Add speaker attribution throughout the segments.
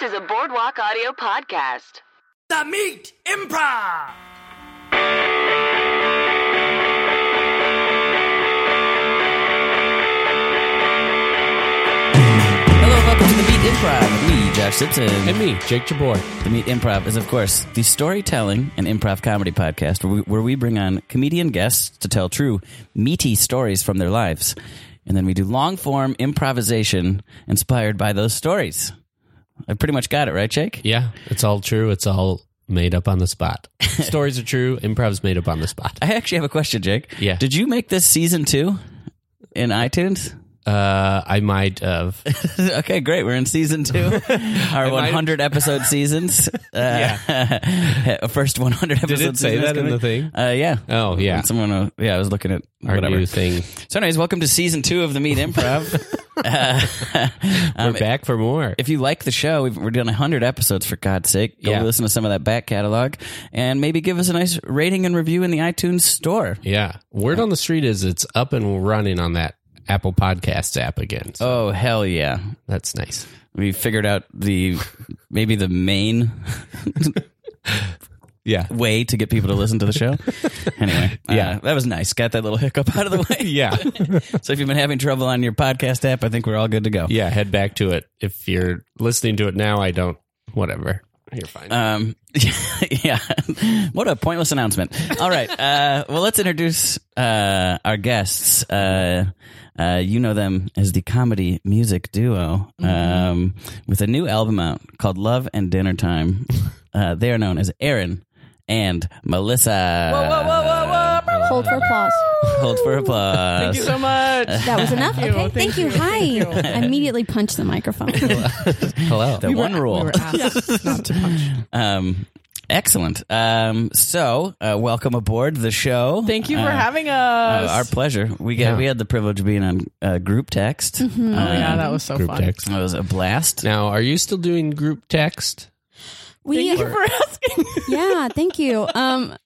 Speaker 1: to the Boardwalk Audio Podcast.
Speaker 2: The Meat Improv.
Speaker 3: Hello, welcome to the Meat Improv. with Me, Josh Simpson.
Speaker 4: And me, Jake Jabor.
Speaker 3: The Meat Improv is, of course, the storytelling and improv comedy podcast where we, where we bring on comedian guests to tell true, meaty stories from their lives. And then we do long form improvisation inspired by those stories. I pretty much got it, right, Jake?
Speaker 4: Yeah, it's all true. It's all made up on the spot. Stories are true. Improv's made up on the spot.
Speaker 3: I actually have a question, Jake.
Speaker 4: Yeah.
Speaker 3: Did you make this season two in iTunes?
Speaker 4: Uh, I might have.
Speaker 3: okay, great. We're in season two, our 100 episode seasons. Uh, first 100 episode.
Speaker 4: it say
Speaker 3: season is
Speaker 4: that in
Speaker 3: coming.
Speaker 4: the thing?
Speaker 3: Uh, yeah.
Speaker 4: Oh, yeah.
Speaker 3: Someone. Uh, yeah, I was looking at
Speaker 4: Our
Speaker 3: whatever.
Speaker 4: new thing.
Speaker 3: So, anyways, welcome to season two of the Meat Improv.
Speaker 4: We're back for more.
Speaker 3: if you like the show, we've, we're doing 100 episodes for God's sake. Go
Speaker 4: Yeah.
Speaker 3: listen to some of that back catalog and maybe give us a nice rating and review in the iTunes store.
Speaker 4: yeah. Word on the street is it's up and running on that Apple Podcasts app again. So
Speaker 3: Oh hell yeah!
Speaker 4: that's nice.
Speaker 3: We figured out the maybe the main
Speaker 4: Yeah.
Speaker 3: way to get people to listen to the show. anyway, yeah, that was nice. Got that little hiccup out of the way.
Speaker 4: Yeah.
Speaker 3: so if you've been having trouble on your podcast app, I think we're all good to go.
Speaker 4: yeah. Head back to it. If you're listening to it now, I don't. Whatever. You're fine.
Speaker 3: Um, yeah. What a pointless announcement. All right. Uh, well, let's introduce uh, our guests. Uh, uh, you know them as the comedy music duo um, with a new album out called Love and Dinner Time. Uh, they are known as Aaron and Melissa. Whoa, whoa, whoa, whoa, whoa.
Speaker 5: Hold for applause.
Speaker 3: Hold for applause.
Speaker 4: Thank you so much.
Speaker 5: That was enough. okay, thank, you. Hi. I immediately punched the microphone.
Speaker 4: Hello.
Speaker 3: The one rule.
Speaker 6: not to punch.
Speaker 3: Um, excellent. Um, so, uh, welcome aboard the show.
Speaker 6: Thank you for
Speaker 3: Uh,
Speaker 6: having
Speaker 3: uh,
Speaker 6: us.
Speaker 3: our pleasure. We got we had the privilege of being on uh, group text. Uh,
Speaker 6: oh yeah, that was so
Speaker 4: Group
Speaker 6: fun.
Speaker 4: text.
Speaker 3: It was a blast.
Speaker 4: Now, are you still doing group text?
Speaker 5: We
Speaker 6: Thank you for asking.
Speaker 5: yeah, thank you. Um,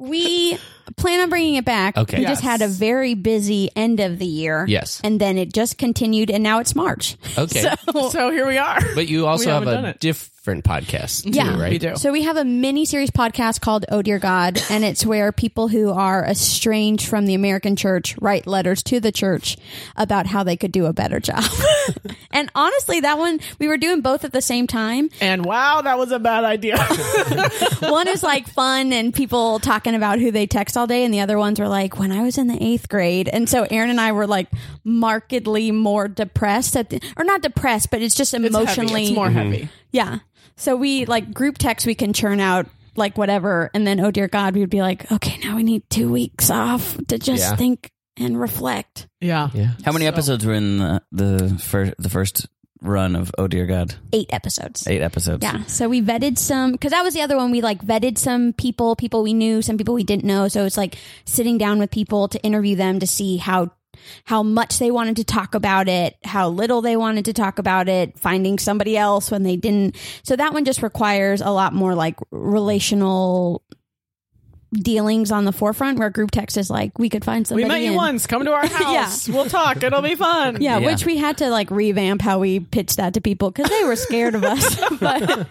Speaker 5: we plan on bringing it back.
Speaker 4: Okay.
Speaker 5: we just
Speaker 6: Yes.
Speaker 5: had a very busy end of the year.
Speaker 4: Yes.
Speaker 5: and then it just continued, and now it's March.
Speaker 4: Okay.
Speaker 6: so here we are.
Speaker 4: But you also have
Speaker 6: haven't done
Speaker 4: a
Speaker 6: it.
Speaker 4: different podcast, too,
Speaker 5: Yeah,
Speaker 4: right?
Speaker 6: we do.
Speaker 5: So we have a mini series podcast called "Oh Dear God," and it's where people who are estranged from the American church write letters to the church about how they could do a better job. and honestly, that one we were doing both at the same time,
Speaker 6: And wow, that was a bad idea.
Speaker 5: one is like fun and people talking about who they text all day, and the other ones were like, when I was in the eighth grade. And so Aaron and I were like markedly more depressed at the, or not depressed, but it's just
Speaker 6: It's heavy.
Speaker 5: emotionally.
Speaker 6: it's more heavy.
Speaker 5: yeah. So we like group text, we can churn out like whatever. And then, oh dear God, we would be like, okay, now we need two weeks off to just
Speaker 4: Yeah.
Speaker 5: think and reflect.
Speaker 6: Yeah.
Speaker 4: Yeah.
Speaker 3: How many episodes were in the the first the first run of Oh Dear God?
Speaker 5: Eight episodes.
Speaker 3: Eight episodes.
Speaker 5: Yeah. So we vetted some because that was the other one. We like vetted some people, people we knew, some people we didn't know. So it's like sitting down with people to interview them to see how how much they wanted to talk about it, how little they wanted to talk about it, finding somebody else when they didn't. So that one just requires a lot more like relational dealings on the forefront where group text is like we could find
Speaker 6: We
Speaker 5: somebody
Speaker 6: met you
Speaker 5: and-
Speaker 6: once. Come to our house. We'll talk. It'll be fun.
Speaker 5: yeah,
Speaker 3: Yeah.
Speaker 5: which we had to like revamp how we pitched that to people because they were scared of us. but,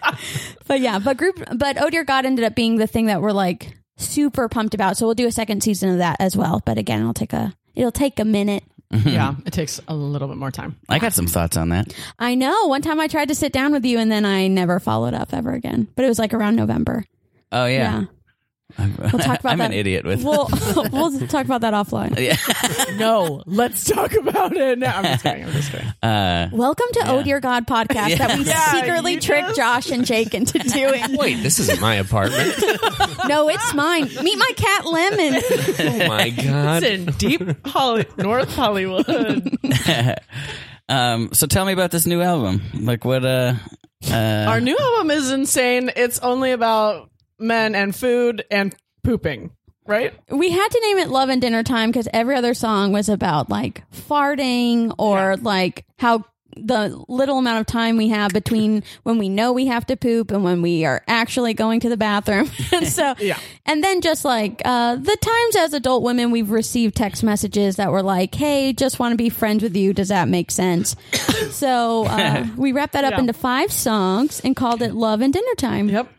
Speaker 5: but yeah, but group, but oh dear God ended up being the thing that we're like super pumped about. So we'll do a second season of that as well. But again, it'll take a it'll take a minute.
Speaker 6: Yeah. It takes a little bit more time.
Speaker 3: I got some thoughts on that.
Speaker 5: I know. One time I tried to sit down with you, and then I never followed up ever again. But it was like around November.
Speaker 3: Oh yeah.
Speaker 5: We'll talk about
Speaker 3: I'm
Speaker 5: that.
Speaker 3: an idiot with-
Speaker 5: We'll we'll talk about that offline.
Speaker 6: No, let's talk about it now. I'm just kidding. I'm just kidding.
Speaker 5: Welcome to Oh Dear God podcast that we
Speaker 6: Yeah,
Speaker 5: secretly
Speaker 6: you
Speaker 5: tricked
Speaker 6: just-
Speaker 5: Josh and Jake into doing.
Speaker 4: Wait, this isn't my apartment.
Speaker 5: No, it's mine. Meet my cat Lemon.
Speaker 4: oh my god.
Speaker 6: It's in deep Holly- North Hollywood.
Speaker 3: Um, so tell me about this new album. Like what? Uh,
Speaker 6: Our new album is insane. It's only about men and food and pooping, right?
Speaker 5: we had to name it love and dinner time because every other song was about like farting or like how the little amount of time we have between when we know we have to poop and when we are actually going to the bathroom and so
Speaker 6: Yeah.
Speaker 5: and then just like uh, the times as adult women we've received text messages that were like hey just want to be friends with you does that make sense
Speaker 6: is.
Speaker 5: So uh, we wrapped that up
Speaker 6: Yeah.
Speaker 5: into five songs and called it Love and Dinner Time.
Speaker 6: Yep.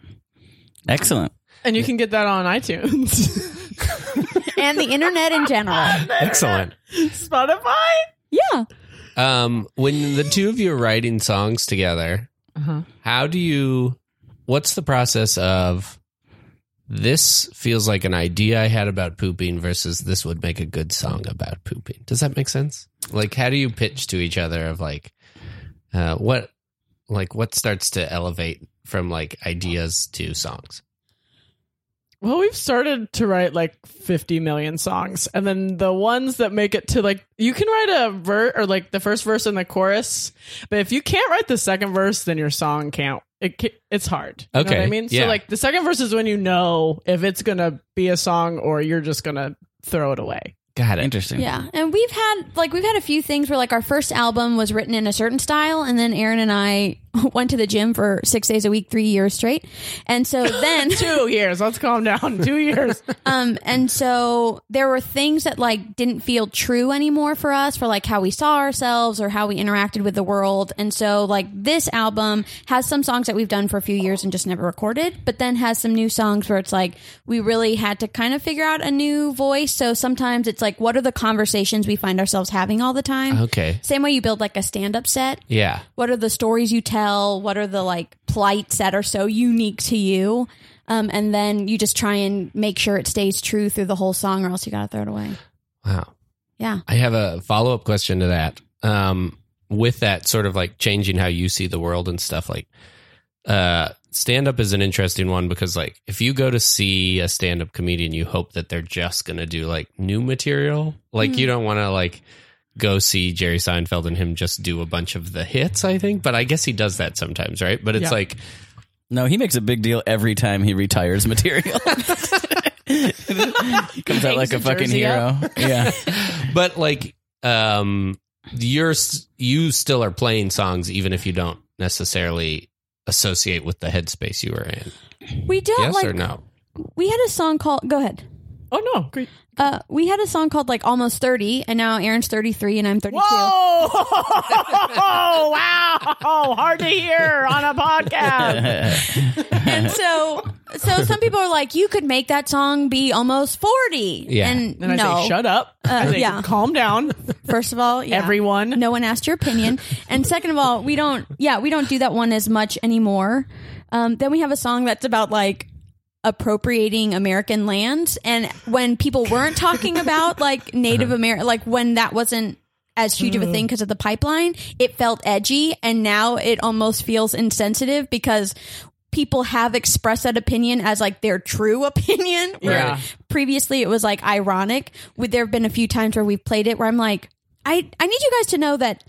Speaker 3: Excellent.
Speaker 6: And you can get that on iTunes,
Speaker 5: And the internet in general.
Speaker 4: Excellent.
Speaker 6: Spotify.
Speaker 5: Yeah.
Speaker 4: Um, when the two of you are writing songs together,
Speaker 6: Uh-huh.
Speaker 4: how do you? What's the process of? This feels like an idea I had about pooping versus this would make a good song about pooping. Does that make sense? Like, how do you pitch to each other of like, uh, what, like, what starts to elevate from like ideas to songs?
Speaker 6: Well, we've started to write like 50 million songs. And then the ones that make it to like, you can write a verse or like the first verse and the chorus. But if you can't write the second verse, then your song can't. It, ca- it's hard. You know
Speaker 4: Okay,
Speaker 6: what I mean?
Speaker 4: yeah.
Speaker 6: So, like, the second verse is when you know if it's going to be a song or you're just going to throw it away.
Speaker 4: Got it.
Speaker 3: Interesting.
Speaker 5: Yeah. And we've had like we've had a few things where like our first album was written in a certain style and then Aaron and I went to the gym for 6 days a week 3 years straight. And so then
Speaker 6: Two years. Let's calm down. Two years.
Speaker 5: um and so there were things that like didn't feel true anymore for us for like how we saw ourselves or how we interacted with the world and so like this album has some songs that we've done for a few years and just never recorded but then has some new songs where it's like we really had to kind of figure out a new voice so sometimes it's like what are the conversations we find ourselves having all the time
Speaker 4: Okay.
Speaker 5: same way you build like a stand-up set
Speaker 4: Yeah.
Speaker 5: what are the stories you tell what are the like plights that are so unique to you um, and then you just try and make sure it stays true through the whole song or else you gotta throw it away
Speaker 4: Wow.
Speaker 5: yeah
Speaker 4: I have a follow up question to that. Um, with that sort of like changing how you see the world and stuff, like uh, stand up is an interesting one because like if you go to see a stand up comedian, you hope that they're just gonna do like new material. Like you don't want to like go see Jerry Seinfeld and him just do a bunch of the hits. I think, but I guess he does that sometimes, right? But it's
Speaker 6: Yeah.
Speaker 4: like
Speaker 3: No, he makes a big deal every time he retires material. he comes out like a
Speaker 6: the
Speaker 3: fucking
Speaker 6: jersey
Speaker 3: hero.
Speaker 6: up.
Speaker 3: Yeah.
Speaker 4: but like um you're s- you still are playing songs even if you don't necessarily associate with the headspace you were in
Speaker 5: we don't
Speaker 4: yes
Speaker 5: like
Speaker 4: or no
Speaker 5: we had a song called go ahead
Speaker 6: oh, no. Great.
Speaker 5: uh, we had a song called like almost 30 and now aaron's 33 and i'm 32
Speaker 6: Whoa! wow! Hard to hear on a podcast.
Speaker 5: and so so some people are like you could make that song be almost 40
Speaker 4: Yeah.
Speaker 5: and,
Speaker 6: And I
Speaker 5: no Uh,
Speaker 6: say, shut up. I say,
Speaker 5: yeah.
Speaker 6: calm down,
Speaker 5: First of all, yeah.
Speaker 6: everyone.
Speaker 5: No one asked your opinion. And second of all, we don't. Yeah, we don't do that one as much anymore. Um, then we have a song that's about like appropriating American lands, and when people weren't talking about like Native America, like when that wasn't as huge of a thing because of the pipeline, it felt edgy, and now it almost feels insensitive because. People have expressed that opinion as like their true opinion. Where
Speaker 6: Yeah.
Speaker 5: previously it was like ironic. Would there have been a few times where we've played it where I'm like, I, I need you guys to know that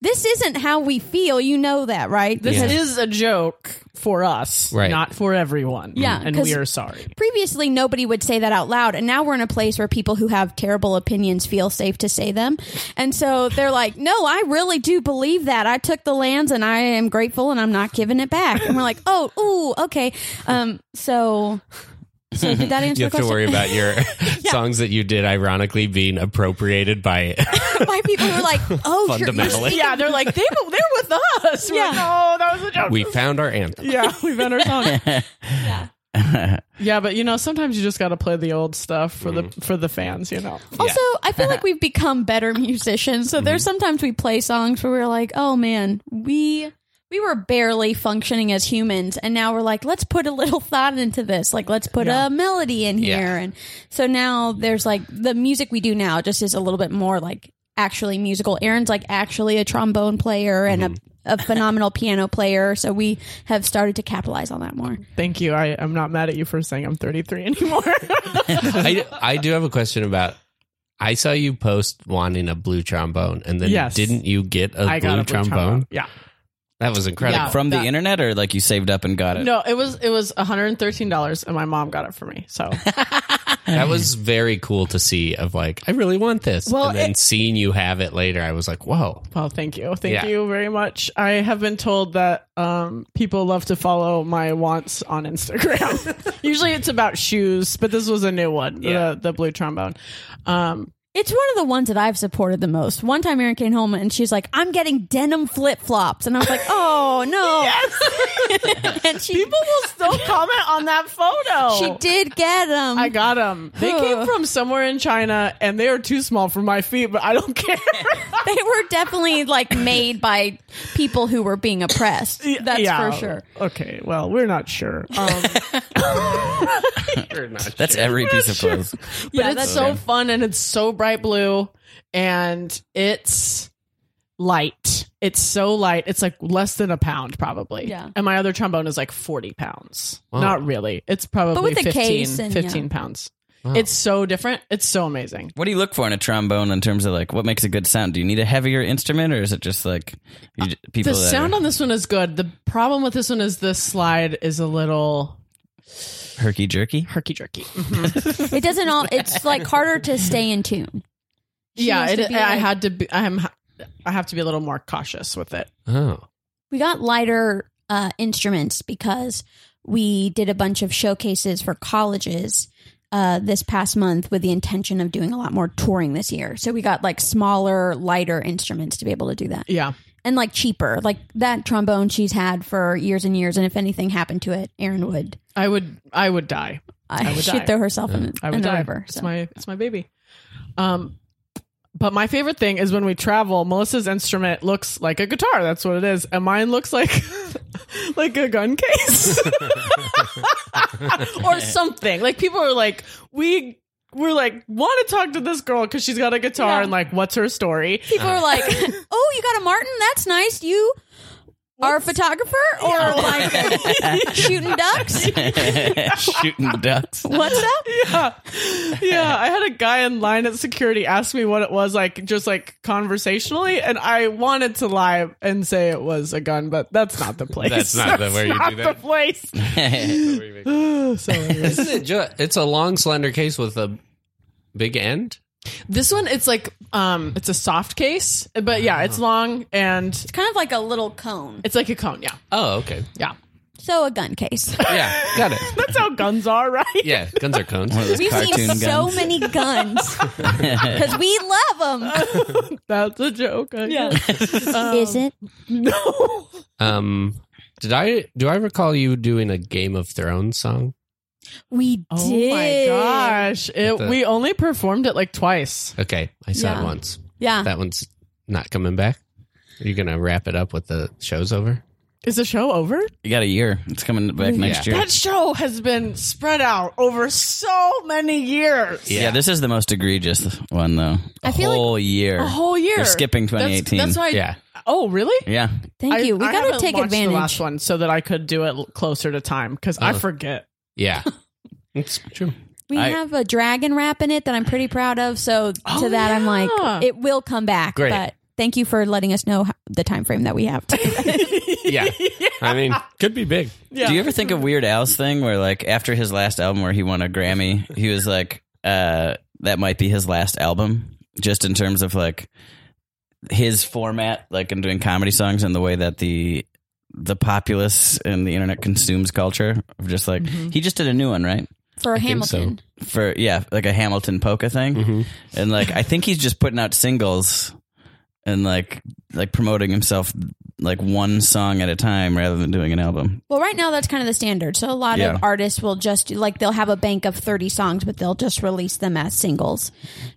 Speaker 5: this isn't how we feel. You know that, right?
Speaker 6: This
Speaker 5: Because
Speaker 6: is a joke for us,
Speaker 4: Right.
Speaker 6: not for everyone.
Speaker 5: Yeah,
Speaker 6: and
Speaker 5: 'cause-
Speaker 6: we are sorry.
Speaker 5: previously nobody would say that out loud. And now we're in a place where people who have terrible opinions feel safe to say them. And so they're like, no, I really do believe that. I took the lands and I am grateful and I'm not giving it back. And we're like, oh, ooh, okay. Um, so, so did that answer
Speaker 4: you have
Speaker 5: the
Speaker 4: to
Speaker 5: question?
Speaker 4: worry about your songs that you did ironically being appropriated by
Speaker 5: By people who are like, oh, you're- you're
Speaker 4: Fundamentally.
Speaker 5: speaking
Speaker 6: Yeah, they're like they they're with us. We're
Speaker 5: Yeah.
Speaker 6: like, no, that was a joke.
Speaker 4: we found our anthem
Speaker 6: yeah, we found our song. yeah. yeah, but you know, sometimes you just got to play the old stuff for
Speaker 4: Mm-hmm.
Speaker 6: the for the fans. You know,
Speaker 5: Also, I feel like we've become better musicians. So there's
Speaker 4: Mm-hmm.
Speaker 5: sometimes we play songs where we're like, "Oh man, we we were barely functioning as humans, and now we're like, let's put a little thought into this. Like, let's put a melody in here."
Speaker 4: Yeah.
Speaker 5: And so now there's like the music we do now just is a little bit more like actually musical. Aaron's like actually a trombone player and
Speaker 4: Mm-hmm.
Speaker 5: a, a phenomenal piano player. So we have started to capitalize on that more.
Speaker 6: thank you. I I'm not mad at you for saying I'm 33 anymore.
Speaker 4: I, I do have a question about I saw you post wanting a blue trombone and then
Speaker 6: Yes.
Speaker 4: didn't you get a
Speaker 6: I
Speaker 4: blue
Speaker 6: got a
Speaker 4: trombone?
Speaker 6: Yeah.
Speaker 4: That was incredible.
Speaker 6: Yeah.
Speaker 3: From the
Speaker 6: That-
Speaker 3: internet or like you saved up and got it?
Speaker 6: No, it was it was 113 dollars, and my mom got it for me. So
Speaker 4: That was very cool to see. Of like, I really want this.
Speaker 6: Well,
Speaker 4: and then
Speaker 6: it-
Speaker 4: seeing you have it later, I was like, whoa.
Speaker 6: Well, thank you. Thank
Speaker 4: Yeah.
Speaker 6: you very much. I have been told that um, people love to follow my wants on Instagram. Usually it's about shoes, but this was a new one,
Speaker 4: Yeah.
Speaker 6: the, the blue trombone. Um,
Speaker 5: It's one of the ones that I've supported the most. One time, Erin came home and she's like, "I'm getting denim flip flops," and I was like, "Oh no!" and she
Speaker 6: People will still comment on that photo.
Speaker 5: she did get them.
Speaker 6: I got them. They
Speaker 5: Huh.
Speaker 6: came from somewhere in China, and they are too small for my feet, but I don't care.
Speaker 5: they were definitely like made by people who were being oppressed. That's
Speaker 6: Yeah.
Speaker 5: for sure.
Speaker 6: Okay, well, we're not sure. Um,
Speaker 3: That's every piece of clothes.
Speaker 6: but
Speaker 5: Yeah,
Speaker 6: it's
Speaker 5: that's
Speaker 6: so fun and it's so bright blue and it's light it's so light it's like less than a pound probably
Speaker 5: Yeah.
Speaker 6: and my other trombone is like 40 pounds
Speaker 4: Wow.
Speaker 6: not really it's probably
Speaker 5: with the
Speaker 6: 15,
Speaker 5: case and-
Speaker 6: 15
Speaker 5: yeah.
Speaker 6: pounds
Speaker 4: Wow.
Speaker 6: it's so different it's so amazing
Speaker 3: What do you look for in a trombone in terms of like what makes a good sound? Do you need a heavier instrument, or is it just like you, j- people?
Speaker 6: Uh, the
Speaker 3: that
Speaker 6: sound
Speaker 3: are
Speaker 6: on this one is good the problem with this one is the slide is a little
Speaker 3: herky jerky.
Speaker 6: herky jerky
Speaker 5: It doesn't all. It's like harder to stay in tune. She
Speaker 6: yeah
Speaker 5: has
Speaker 6: it,
Speaker 5: to be,
Speaker 6: i
Speaker 5: like-
Speaker 6: had to be i'm i have to be a little more cautious with it
Speaker 4: Oh.
Speaker 5: We got lighter uh, instruments because we did a bunch of showcases for colleges uh, this past month with the intention of doing a lot more touring this year. So we got like smaller, lighter instruments to be able to do that.
Speaker 6: yeah
Speaker 5: And like cheaper. Like that trombone she's had for years and years. And if anything happened to it, Erin would.
Speaker 6: i would i would die
Speaker 5: I,
Speaker 6: would
Speaker 5: she'd
Speaker 6: die.
Speaker 5: throw herself in,
Speaker 6: I
Speaker 5: in
Speaker 6: would
Speaker 5: the
Speaker 6: die.
Speaker 5: river.
Speaker 6: It's
Speaker 5: so.
Speaker 6: my it's my baby. Um, but my favorite thing is when we travel. Melissa's instrument looks like a guitar. That's what it is, and mine looks like like a gun case or something. Like people are like we. We're like, want to talk to this girl because she's got a guitar
Speaker 5: Yeah.
Speaker 6: and like, what's her story?
Speaker 5: People are like, oh, you got a Martin? That's nice. You are a photographer or like shooting ducks?
Speaker 3: Shooting ducks.
Speaker 5: What's up?
Speaker 6: yeah. Yeah. I had a guy in line at security ask me what it was like, just like conversationally. And I wanted to lie and say it was a gun, but that's not the place.
Speaker 4: That's not the- where you do
Speaker 6: not
Speaker 4: that.
Speaker 6: the place. so anyways.
Speaker 4: Isn't it ju- it's a long slender case with a big end?
Speaker 6: this one, it's like, um, it's a soft case, but yeah,
Speaker 4: Uh-huh.
Speaker 6: it's long and
Speaker 5: It's kind of like a little cone.
Speaker 6: it's like a cone. Yeah.
Speaker 4: Oh, okay.
Speaker 6: Yeah.
Speaker 5: So a gun case.
Speaker 4: Yeah, got it.
Speaker 6: That's how guns are, right?
Speaker 4: Yeah, guns are cones.
Speaker 3: One of those
Speaker 5: We've
Speaker 3: cartoon
Speaker 5: seen
Speaker 3: guns.
Speaker 5: so many guns because we love them.
Speaker 6: That's a joke. I guess. Um,
Speaker 5: Is it?
Speaker 6: No.
Speaker 4: Um did I do I recall you doing a Game of Thrones song?
Speaker 5: We
Speaker 6: Oh
Speaker 5: did.
Speaker 6: my gosh. It,
Speaker 4: the-
Speaker 6: we only performed it like twice.
Speaker 4: Okay, I saw
Speaker 5: Yeah.
Speaker 4: it once.
Speaker 5: Yeah.
Speaker 4: That one's not coming back. Are you gonna wrap it up with the show's over?
Speaker 6: Is the show over?
Speaker 3: You got a year. It's coming back next year.
Speaker 6: That show has been spread out over so many years.
Speaker 3: Yeah. this is the most egregious one though. A
Speaker 5: I feel like-
Speaker 3: whole year.
Speaker 6: A whole year.
Speaker 3: You're skipping
Speaker 6: That's-
Speaker 3: 2018.
Speaker 6: That's, why.
Speaker 4: Yeah.
Speaker 6: Oh, really?
Speaker 3: yeah.
Speaker 5: Thank you. We
Speaker 6: I- I
Speaker 5: got to
Speaker 6: haven't
Speaker 5: take
Speaker 6: watched
Speaker 5: advantage.
Speaker 6: The last one so that I could do it l- closer to time because I
Speaker 4: Oh.
Speaker 6: forget.
Speaker 4: Yeah. it's true.
Speaker 5: We
Speaker 3: I-
Speaker 5: have a dragon wrap in it that I'm pretty proud of. So
Speaker 6: Oh,
Speaker 5: to that, I'm like,
Speaker 6: yeah.
Speaker 5: it will come back.
Speaker 4: Great.
Speaker 5: But thank you for letting us know how, the time frame that we have.
Speaker 4: Yeah. I mean, could be big.
Speaker 6: Yeah.
Speaker 3: Do you ever think of Weird Al's thing where like after his last album where he won a Grammy, he was like, uh, that might be his last album, just in terms of like his format, like in doing comedy songs and the way that the the populace and the internet consumes culture of just like he just did a new one, right?
Speaker 5: for
Speaker 4: think so.
Speaker 5: Hamilton.
Speaker 3: For yeah, like a Hamilton polka thing.
Speaker 4: Mm-hmm.
Speaker 3: and like I think he's just putting out singles and like like promoting himself like one song at a time rather than doing an album.
Speaker 5: Well, right now that's kind of the standard. So a lot
Speaker 3: Yeah.
Speaker 5: of artists will just do- like they'll have a bank of thirty songs, but they'll just release them as singles.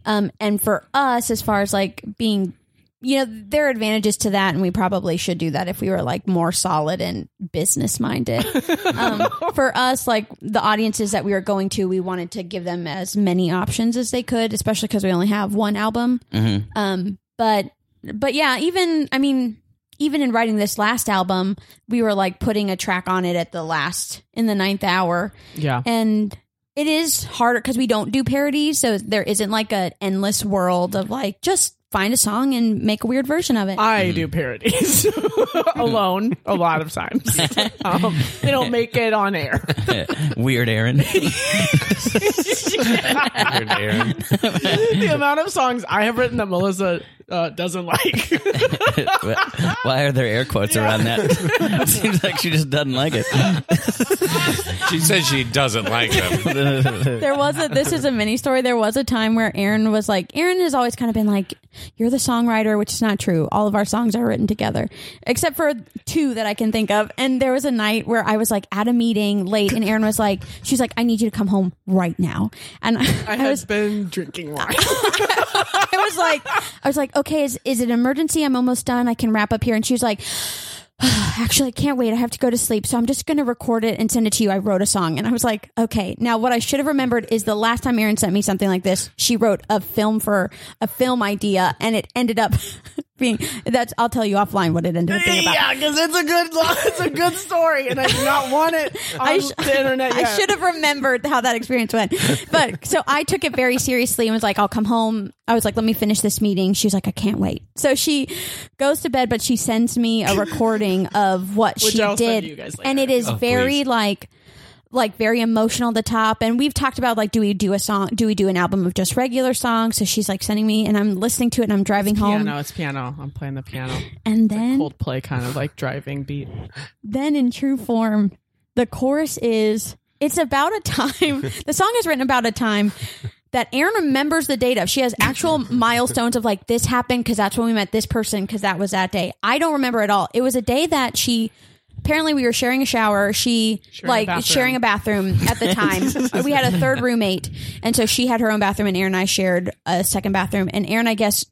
Speaker 5: Um, and for us, as far as like being, you know, there are advantages to that, and we probably should do that if we were like more solid and business minded. um, for us, like the audiences that we were going to, we wanted to give them as many options as they could, especially because we only have one album.
Speaker 3: Mm-hmm.
Speaker 5: Um, but but yeah, even I mean, even in writing this last album, we were like putting a track on it at the last in the ninth hour,
Speaker 6: Yeah.
Speaker 5: and it is harder because we don't do parodies, so there isn't like an endless world of like just find a song and make a weird version of it.
Speaker 6: I
Speaker 3: Mm.
Speaker 6: do parodies alone a lot of times. um, they don't make it on air.
Speaker 3: Weird Aaron.
Speaker 6: the amount of songs I have written that Melissa uh, doesn't like.
Speaker 3: Why are there air quotes around that? it seems like she just doesn't like it.
Speaker 4: She says she doesn't like them.
Speaker 5: there was a this is a mini story there was a time where aaron was like aaron has always kind of been like you're the songwriter which is not true all of our songs are written together except for two that i can think of and there was a night where i was like at a meeting late and aaron was like she's like i need you to come home right now and i,
Speaker 6: I
Speaker 5: was
Speaker 6: have been drinking wine.
Speaker 5: I was like, I was like, okay, is is it an emergency? I'm almost done. I can wrap up here. And she was like, actually, I can't wait. I have to go to sleep, so I'm just going to record it and send it to you. I wrote a song, and I was like, okay. Now, what I should have remembered is the last time Erin sent me something like this, she wrote a film for a film idea, and it ended up being that's. I'll tell you offline what it ended up being about.
Speaker 6: yeah, because it's a good, lo- it's a good story, and I do not want it on
Speaker 5: I sh-
Speaker 6: the internet.
Speaker 5: I
Speaker 6: yet.
Speaker 5: should have remembered how that experience went. But so I took it very seriously and was like, I'll come home. I was like, let me finish this meeting. She was like, I can't wait. So she goes to bed, but she sends me a recording of what
Speaker 6: Which
Speaker 5: she
Speaker 6: I'll
Speaker 5: did.
Speaker 6: send you guys later. Oh,
Speaker 5: And it is very like like very emotional at the top and we've talked about like do we do a song do we do an album of just regular songs so she's like sending me and i'm listening to it and i'm driving home
Speaker 6: Piano, it's piano. I'm playing the piano.
Speaker 5: and then
Speaker 6: Coldplay kind of like driving beat.
Speaker 5: then in true form, the chorus is it's about a time. the song is written about a time that Aaron remembers the date of. She has actual milestones of like this happened because that's when we met this person because that was that day. I don't remember at all. It was a day that she. Apparently, we were sharing a shower. She
Speaker 6: Sharing a
Speaker 5: like
Speaker 6: bathroom.
Speaker 5: sharing a bathroom at the time. we had a third roommate, and so she had her own bathroom, and Aaron and I shared a second bathroom. And Aaron, I guess,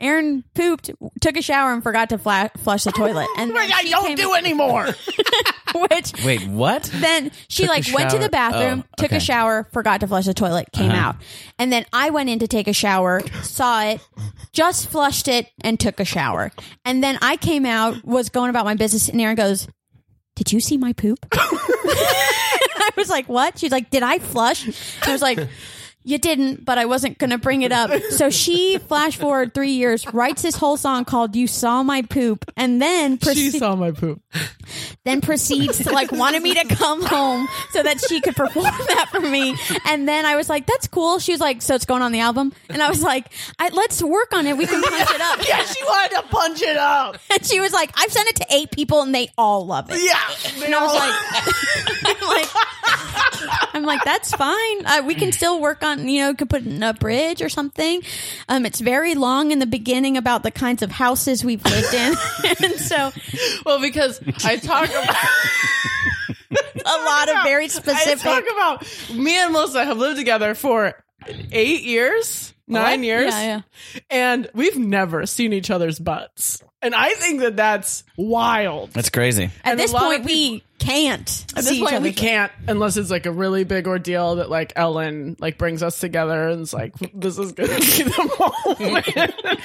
Speaker 5: Aaron pooped, took a shower, and forgot to fla- flush the toilet. And then
Speaker 6: I
Speaker 5: she
Speaker 6: don't
Speaker 5: came-
Speaker 6: do anymore.
Speaker 5: which
Speaker 3: Wait, what?
Speaker 5: then she
Speaker 3: Took a
Speaker 5: like went to
Speaker 3: shower.
Speaker 5: the bathroom,
Speaker 3: Oh,
Speaker 5: took
Speaker 3: okay. Uh-huh.
Speaker 5: a shower, forgot to flush the toilet, came out. And then I went in to take a shower, saw it, just flushed it and took a shower. And then I came out, was going about my business and Aaron goes, "Did you see my poop?" And I was like, "What?" She's like, "Did I flush?" And I was like, you didn't, but I wasn't going to bring it up. So she, flash forward three years, writes this whole song called You Saw My Poop, and then
Speaker 6: she
Speaker 5: proceeds
Speaker 6: saw my poop.
Speaker 5: then proceeds to like wanted me to come home so that she could perform that for me. And then I was like, "That's cool." She was like, "So it's going on the album?" And I was like, I, "Let's work on it. We can punch it up."
Speaker 6: Yeah, she wanted to punch it up.
Speaker 5: And she was like, "I've sent it to eight people, and they all love it."
Speaker 6: Yeah,
Speaker 5: And I was like, I'm like, I'm like, that's fine. Uh, we can still work on, you know, could put in a bridge or something. Um, it's very long in the beginning about the kinds of houses we've lived in, and so
Speaker 6: well, because I talk about.
Speaker 5: a lot of very specific.
Speaker 6: I talk about me and Melissa have lived together for eight years, nine
Speaker 5: What?
Speaker 6: years,
Speaker 5: Yeah,
Speaker 6: and we've never seen each other's butts. And I think that that's wild.
Speaker 3: That's crazy.
Speaker 5: At
Speaker 6: And
Speaker 5: this
Speaker 6: a lot
Speaker 5: point,
Speaker 6: of
Speaker 5: we can't.
Speaker 6: At
Speaker 5: see
Speaker 6: this
Speaker 5: each
Speaker 6: point,
Speaker 5: other.
Speaker 6: we can't unless it's like a really big ordeal that like Ellen like brings us together and it's like this is gonna be the moment,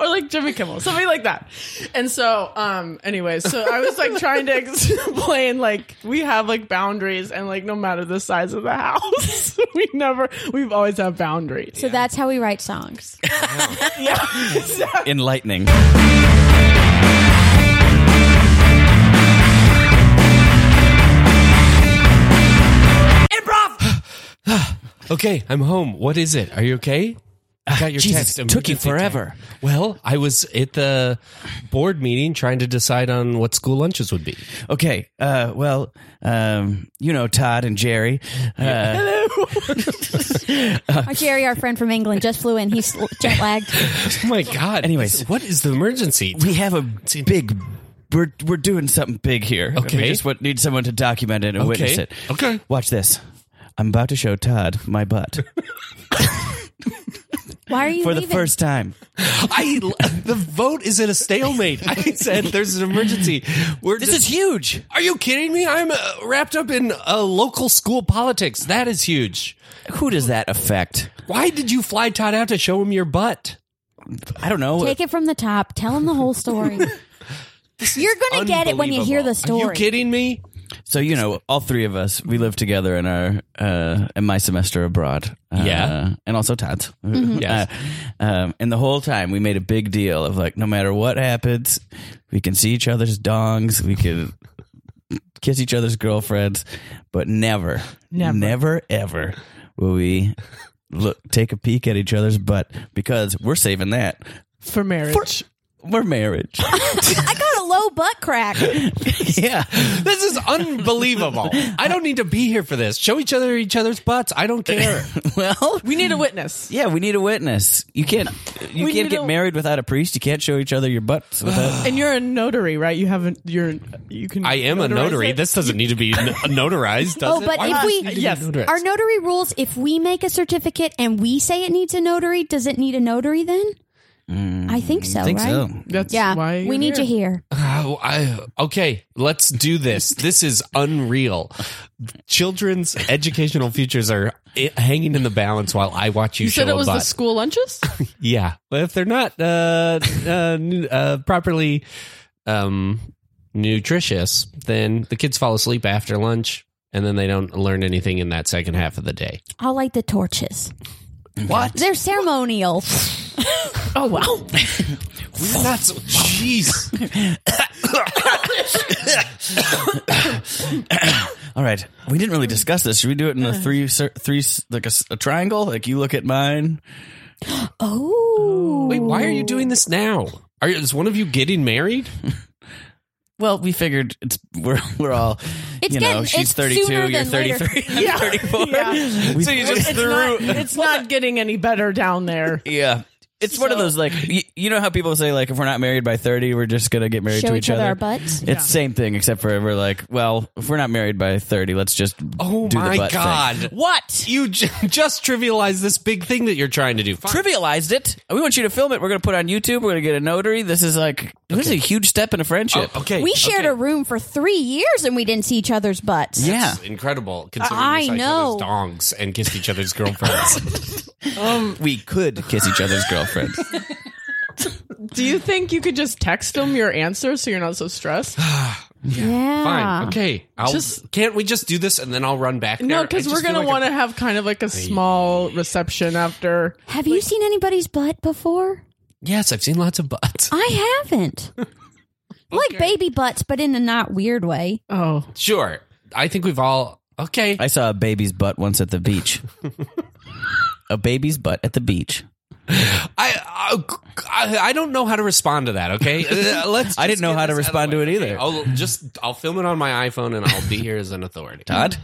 Speaker 6: or like Jimmy Kimmel, something like that. And so, um, anyways, so I was like trying to explain like we have like boundaries and like no matter the size of the house, we never we've always had boundaries.
Speaker 5: So that's how we write songs.
Speaker 3: Enlightening.
Speaker 2: Improv!
Speaker 4: Okay, I'm home. What is it? Are you okay? I got your
Speaker 3: Jesus,
Speaker 4: text.
Speaker 3: it took you
Speaker 4: Emergency
Speaker 3: forever.
Speaker 4: text. Well, I was at the board meeting trying to decide on what school lunches would be.
Speaker 3: Okay. Uh, well, um, you know Todd and Jerry. Uh,
Speaker 5: Our Jerry, our friend from England, just flew in. He's jet lagged.
Speaker 4: Oh my god.
Speaker 3: Anyways.
Speaker 4: what is the emergency?
Speaker 3: we have a big. We're we're doing something big here. We
Speaker 4: Okay.
Speaker 3: just want- need someone to document it and witness it.
Speaker 4: Okay.
Speaker 3: Watch this. I'm about to show Todd my butt
Speaker 5: Why are you
Speaker 3: for the
Speaker 5: leaving?
Speaker 3: first time.
Speaker 4: I the vote is at a stalemate. I said there's an emergency. We're
Speaker 3: This
Speaker 4: just-
Speaker 3: is huge.
Speaker 4: Are you kidding me? I'm uh, wrapped up in uh, local school politics. That is huge.
Speaker 3: Who does that affect?
Speaker 4: Why did you fly Todd out to show him your butt?
Speaker 3: I don't know.
Speaker 5: Take it from the top. Tell him the whole story. You're gonna get it when you hear the
Speaker 4: Unbelievable.
Speaker 5: story.
Speaker 4: Are you kidding me?
Speaker 3: So you know, all three of us we lived together in our uh, in my semester abroad. Uh,
Speaker 4: Yeah.
Speaker 3: and also Todd's.
Speaker 4: Yes.
Speaker 3: Uh, um, and the whole time we made a big deal of like, no matter what happens, we can see each other's dongs, we can kiss each other's girlfriends, but never, never, never ever will we look take a peek at each other's butt because we're saving that.
Speaker 6: for marriage.
Speaker 3: We're marriage.
Speaker 5: I got a low butt crack.
Speaker 3: yeah.
Speaker 4: This is unbelievable. I don't need to be here for this. Show each other each other's butts. I don't care.
Speaker 3: Well,
Speaker 6: we need a witness.
Speaker 3: yeah, we need a witness. You can't you
Speaker 6: We
Speaker 3: can't
Speaker 6: need
Speaker 3: get
Speaker 6: a-
Speaker 3: married without a priest. You can't show each other your butts without
Speaker 6: And you're a notary, right? You haven't. You're. You can.
Speaker 4: I am a
Speaker 6: notarize
Speaker 4: notary.
Speaker 6: it.
Speaker 4: This doesn't need to be n- notarized, does
Speaker 5: Oh,
Speaker 4: it?
Speaker 5: but
Speaker 4: Why
Speaker 5: if
Speaker 4: does it
Speaker 5: we-
Speaker 4: need to be
Speaker 6: Yes.
Speaker 4: notarized?
Speaker 5: Our notary rules if we make a certificate and we say it needs a notary, does it need a notary then? I think so,
Speaker 3: I think
Speaker 5: right?
Speaker 3: so.
Speaker 6: That's
Speaker 5: Yeah.
Speaker 6: Why
Speaker 5: we need you here.
Speaker 4: Oh, I, okay, let's do this. This is unreal. Children's educational futures are i- hanging in the balance while I watch you,
Speaker 6: You
Speaker 4: show
Speaker 6: said it
Speaker 4: a
Speaker 6: was
Speaker 4: butt.
Speaker 6: the school lunches.
Speaker 4: yeah, but if they're not uh, uh, n- uh, properly um, nutritious, then the kids fall asleep after lunch, and then they don't learn anything in that second half of the day.
Speaker 5: I'll light the torches.
Speaker 4: What?
Speaker 5: They're ceremonial.
Speaker 6: oh wow.
Speaker 4: We're not so. Jeez.
Speaker 3: All right. We didn't really discuss this. Should we do it in a three cir- three s- like a, s- a triangle? Like you look at mine.
Speaker 5: Oh.
Speaker 4: Wait, why are you doing this now? Are you, is one of you getting married?
Speaker 3: Well, we figured it's we're we're all
Speaker 5: It's
Speaker 3: you know,
Speaker 5: getting-
Speaker 3: she's
Speaker 5: it's
Speaker 3: 32,
Speaker 5: sooner
Speaker 3: you're
Speaker 5: than later.
Speaker 3: 33, I'm 34.
Speaker 6: Yeah.
Speaker 3: We-
Speaker 4: So you just
Speaker 6: it's
Speaker 4: threw.
Speaker 6: not, it's not getting any better down there.
Speaker 3: Yeah. It's one of those like you, you know how people say like if we're not married by 30 we're just going to get married
Speaker 5: Show
Speaker 3: to
Speaker 5: each other our butts.
Speaker 3: It's same thing except for we're like, well, if we're not married by 30, let's just
Speaker 4: Oh
Speaker 3: do
Speaker 4: my
Speaker 3: the butt thing.
Speaker 4: god!
Speaker 3: What?
Speaker 4: You j- just trivialized this big thing that you're trying to do. Fine.
Speaker 3: Trivialized it. We want you to film it. We're going to put it on YouTube. We're going to get a notary. This is like this is a huge step in a friendship.
Speaker 4: Oh, okay,
Speaker 5: We shared a room for three years and we didn't see each other's butts.
Speaker 3: Yeah.
Speaker 4: incredible. Considering
Speaker 5: I
Speaker 4: we saw each
Speaker 5: know.
Speaker 4: other's dongs and kissed each other's girlfriends.
Speaker 3: We could kiss each other's girlfriends.
Speaker 6: Do you think you could just text them your answer so you're not so stressed?
Speaker 5: Yeah.
Speaker 4: Fine, okay. I'll,
Speaker 6: Just-
Speaker 4: can't we just do this and then I'll run back?
Speaker 6: No,
Speaker 4: there?
Speaker 6: because
Speaker 4: I just
Speaker 6: we're
Speaker 4: feel
Speaker 6: gonna
Speaker 4: like
Speaker 6: want to
Speaker 4: I'm-
Speaker 6: have kind of like a small reception after.
Speaker 5: Have you seen anybody's butt before?
Speaker 4: Yes, I've seen lots of butts.
Speaker 5: I haven't. Like baby butts, but in a not weird way.
Speaker 6: Oh,
Speaker 4: Sure, I think we've all. Okay,
Speaker 3: I saw a baby's butt once at the beach. a baby's butt at the beach.
Speaker 4: I, uh, I I don't know how to respond to that. Okay, Uh, let's.
Speaker 3: I didn't
Speaker 4: just
Speaker 3: know
Speaker 4: get
Speaker 3: how to
Speaker 4: this out of
Speaker 3: respond
Speaker 4: the way.
Speaker 3: to it either.
Speaker 4: Okay, I'll just I'll film it on my iPhone and I'll be here as an authority.
Speaker 3: Todd?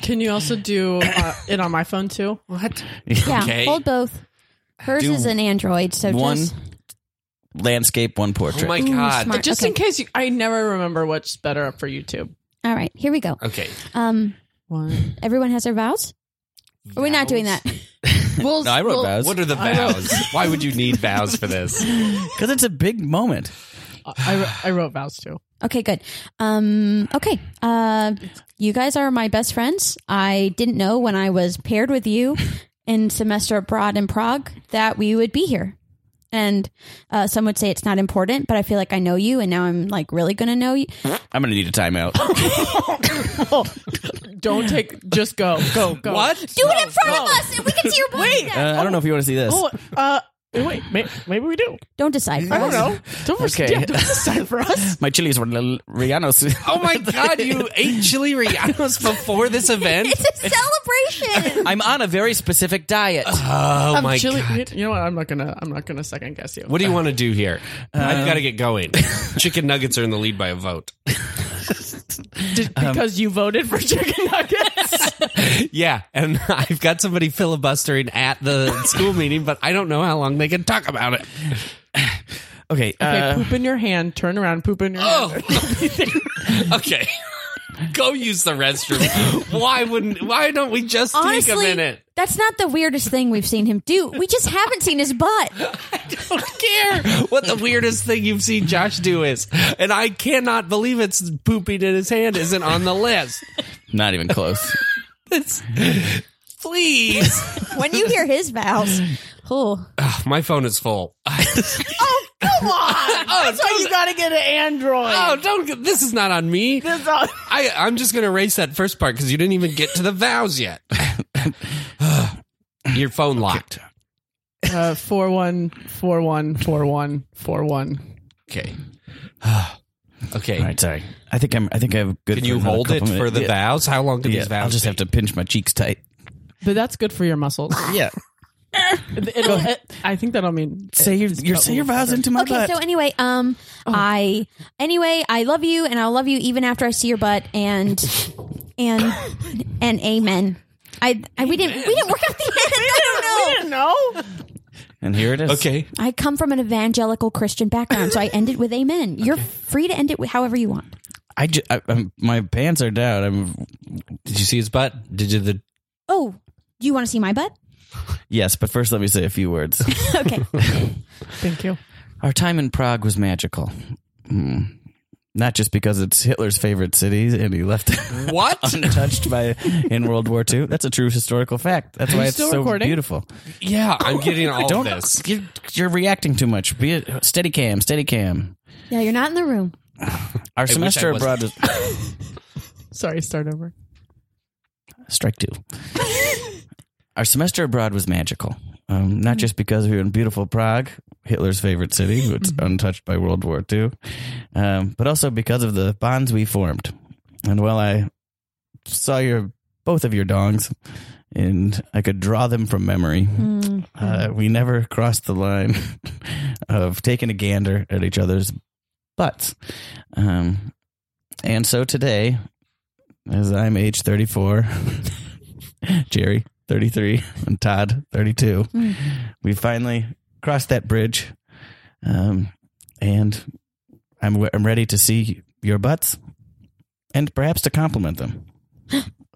Speaker 6: can you also do uh, it on my phone too?
Speaker 4: What?
Speaker 5: Yeah.
Speaker 4: Okay.
Speaker 5: Hold both. Hers
Speaker 3: Do
Speaker 5: is an Android, so
Speaker 3: one
Speaker 5: just
Speaker 3: landscape, one portrait.
Speaker 4: Oh my
Speaker 5: Ooh,
Speaker 4: god.
Speaker 5: smart.
Speaker 6: Just
Speaker 5: Okay.
Speaker 6: in case you, I never remember what's better up for YouTube.
Speaker 5: All right, here we go.
Speaker 4: Okay.
Speaker 5: Um,
Speaker 6: One.
Speaker 5: everyone has their vows. Or We're not doing that.
Speaker 6: Well,
Speaker 3: no, I wrote
Speaker 6: well,
Speaker 3: vows.
Speaker 4: What are the vows? Why would you need vows for this?
Speaker 3: Because it's a big moment.
Speaker 6: I, wr- I wrote vows too.
Speaker 5: Okay, good. Um, okay. Uh, you guys are my best friends. I didn't know when I was paired with you in semester abroad in Prague that we would be here. And uh, some would say it's not important, but I feel like I know you, and now I'm like really gonna know you.
Speaker 3: I'm going to need a timeout.
Speaker 6: Oh, Don't take. Just go. Go. Go.
Speaker 4: What?
Speaker 5: Oh. Do it in front of us, and we can see your body.
Speaker 3: Uh, I don't know if you want to see this.
Speaker 6: Oh, uh, wait. May, maybe we do.
Speaker 5: Don't decide. For
Speaker 6: I don't
Speaker 5: us.
Speaker 6: know. Don't,
Speaker 3: Okay.
Speaker 6: okay. yeah, don't decide for us.
Speaker 3: My chilies were little Rianos.
Speaker 4: Oh my god, you ate chili rellenos before this event?
Speaker 5: It's a celebration.
Speaker 3: I'm on a very specific diet.
Speaker 4: Oh
Speaker 6: I'm
Speaker 4: my
Speaker 6: chili-
Speaker 4: god.
Speaker 6: You know what? I'm not gonna. I'm not gonna second guess you.
Speaker 4: What do you want to do here?
Speaker 3: Um,
Speaker 4: I've got to get going. Chicken nuggets are in the lead by a vote.
Speaker 6: Did, um, because you voted for chicken nuggets.
Speaker 4: Yeah, and I've got somebody filibustering at the school meeting, but I don't know how long they can talk about it.
Speaker 3: Okay.
Speaker 6: okay,
Speaker 3: uh,
Speaker 6: poop in your hand. Turn around. Poop in your hand.
Speaker 4: okay. Go use the restroom. Why wouldn't why don't we just take a
Speaker 5: Honestly,
Speaker 4: minute?
Speaker 5: that's not the weirdest thing we've seen him do. We just haven't seen his butt.
Speaker 4: don't care what the weirdest thing you've seen Josh do is. And I cannot believe it's pooping in his hand isn't on the list.
Speaker 3: not even close.
Speaker 4: It's, please.
Speaker 5: When you hear his vows, oh,
Speaker 4: Ugh, my phone is full. oh,
Speaker 6: Come on.
Speaker 4: Oh,
Speaker 6: That's why
Speaker 4: don't-
Speaker 6: you gotta get an Android.
Speaker 4: oh, don't. get- This is not on me.
Speaker 6: That's all-
Speaker 4: I, I'm just going to erase that first part because you didn't even get to the vows yet. Your phone locked.
Speaker 6: Uh, four one four one four one four one.
Speaker 4: Okay. okay.
Speaker 3: All right, sorry. I think I'm. I think I'm good.
Speaker 4: Can
Speaker 3: for
Speaker 4: you
Speaker 3: another
Speaker 4: hold it
Speaker 3: couple
Speaker 4: for
Speaker 3: minutes.
Speaker 4: the vows? How long do
Speaker 3: Yeah,
Speaker 4: these
Speaker 3: yeah,
Speaker 4: vows
Speaker 3: I'll just
Speaker 4: take?
Speaker 3: have to pinch my cheeks tight.
Speaker 6: But that's good for your muscles.
Speaker 3: Yeah.
Speaker 6: It'll, it, I think that'll mean
Speaker 3: Say your, your say your vows into my
Speaker 5: okay,
Speaker 3: butt.
Speaker 5: so anyway, um, I anyway, I love you, and I'll love you even after I see your butt, and and and amen. I, I we didn't we didn't work out the end. I don't know.
Speaker 6: no.
Speaker 3: and here it is.
Speaker 4: Okay.
Speaker 5: I come from an evangelical Christian background, so I ended with amen. You're free to end it with however you want.
Speaker 3: I, ju- I I'm, my pants are down. I'm
Speaker 4: Did you see his butt? Did you the
Speaker 5: Oh, do you want to see my butt?
Speaker 3: yes, but first let me say a few words.
Speaker 5: Okay.
Speaker 6: Thank you.
Speaker 3: Our time in Prague was magical. Hmm. Not just because it's Hitler's favorite city and he left it
Speaker 4: what?
Speaker 3: untouched by in World War II. That's a true historical fact. That's why
Speaker 6: you
Speaker 3: it's
Speaker 6: still
Speaker 3: so
Speaker 6: recording?
Speaker 3: beautiful.
Speaker 4: yeah, I'm getting all
Speaker 3: Don't
Speaker 4: this.
Speaker 3: You're, you're reacting too much. Be a, steady cam, steady cam.
Speaker 5: Yeah, you're not in the room.
Speaker 3: Our
Speaker 4: I
Speaker 3: semester abroad
Speaker 4: wasn't.
Speaker 3: was
Speaker 6: Sorry, start over.
Speaker 3: strike two. Our semester abroad was magical. Um, not just because we were in beautiful Prague, Hitler's favorite city, which is untouched by World War II, um, but also because of the bonds we formed. And while I saw your both of your dongs, and I could draw them from memory, uh, we never crossed the line of taking a gander at each other's butts. Um, and so today, as I'm age 34, Jerry 33, and Todd 32, we finally crossed that bridge, um, and I'm I'm ready to see your butts, and perhaps to compliment them,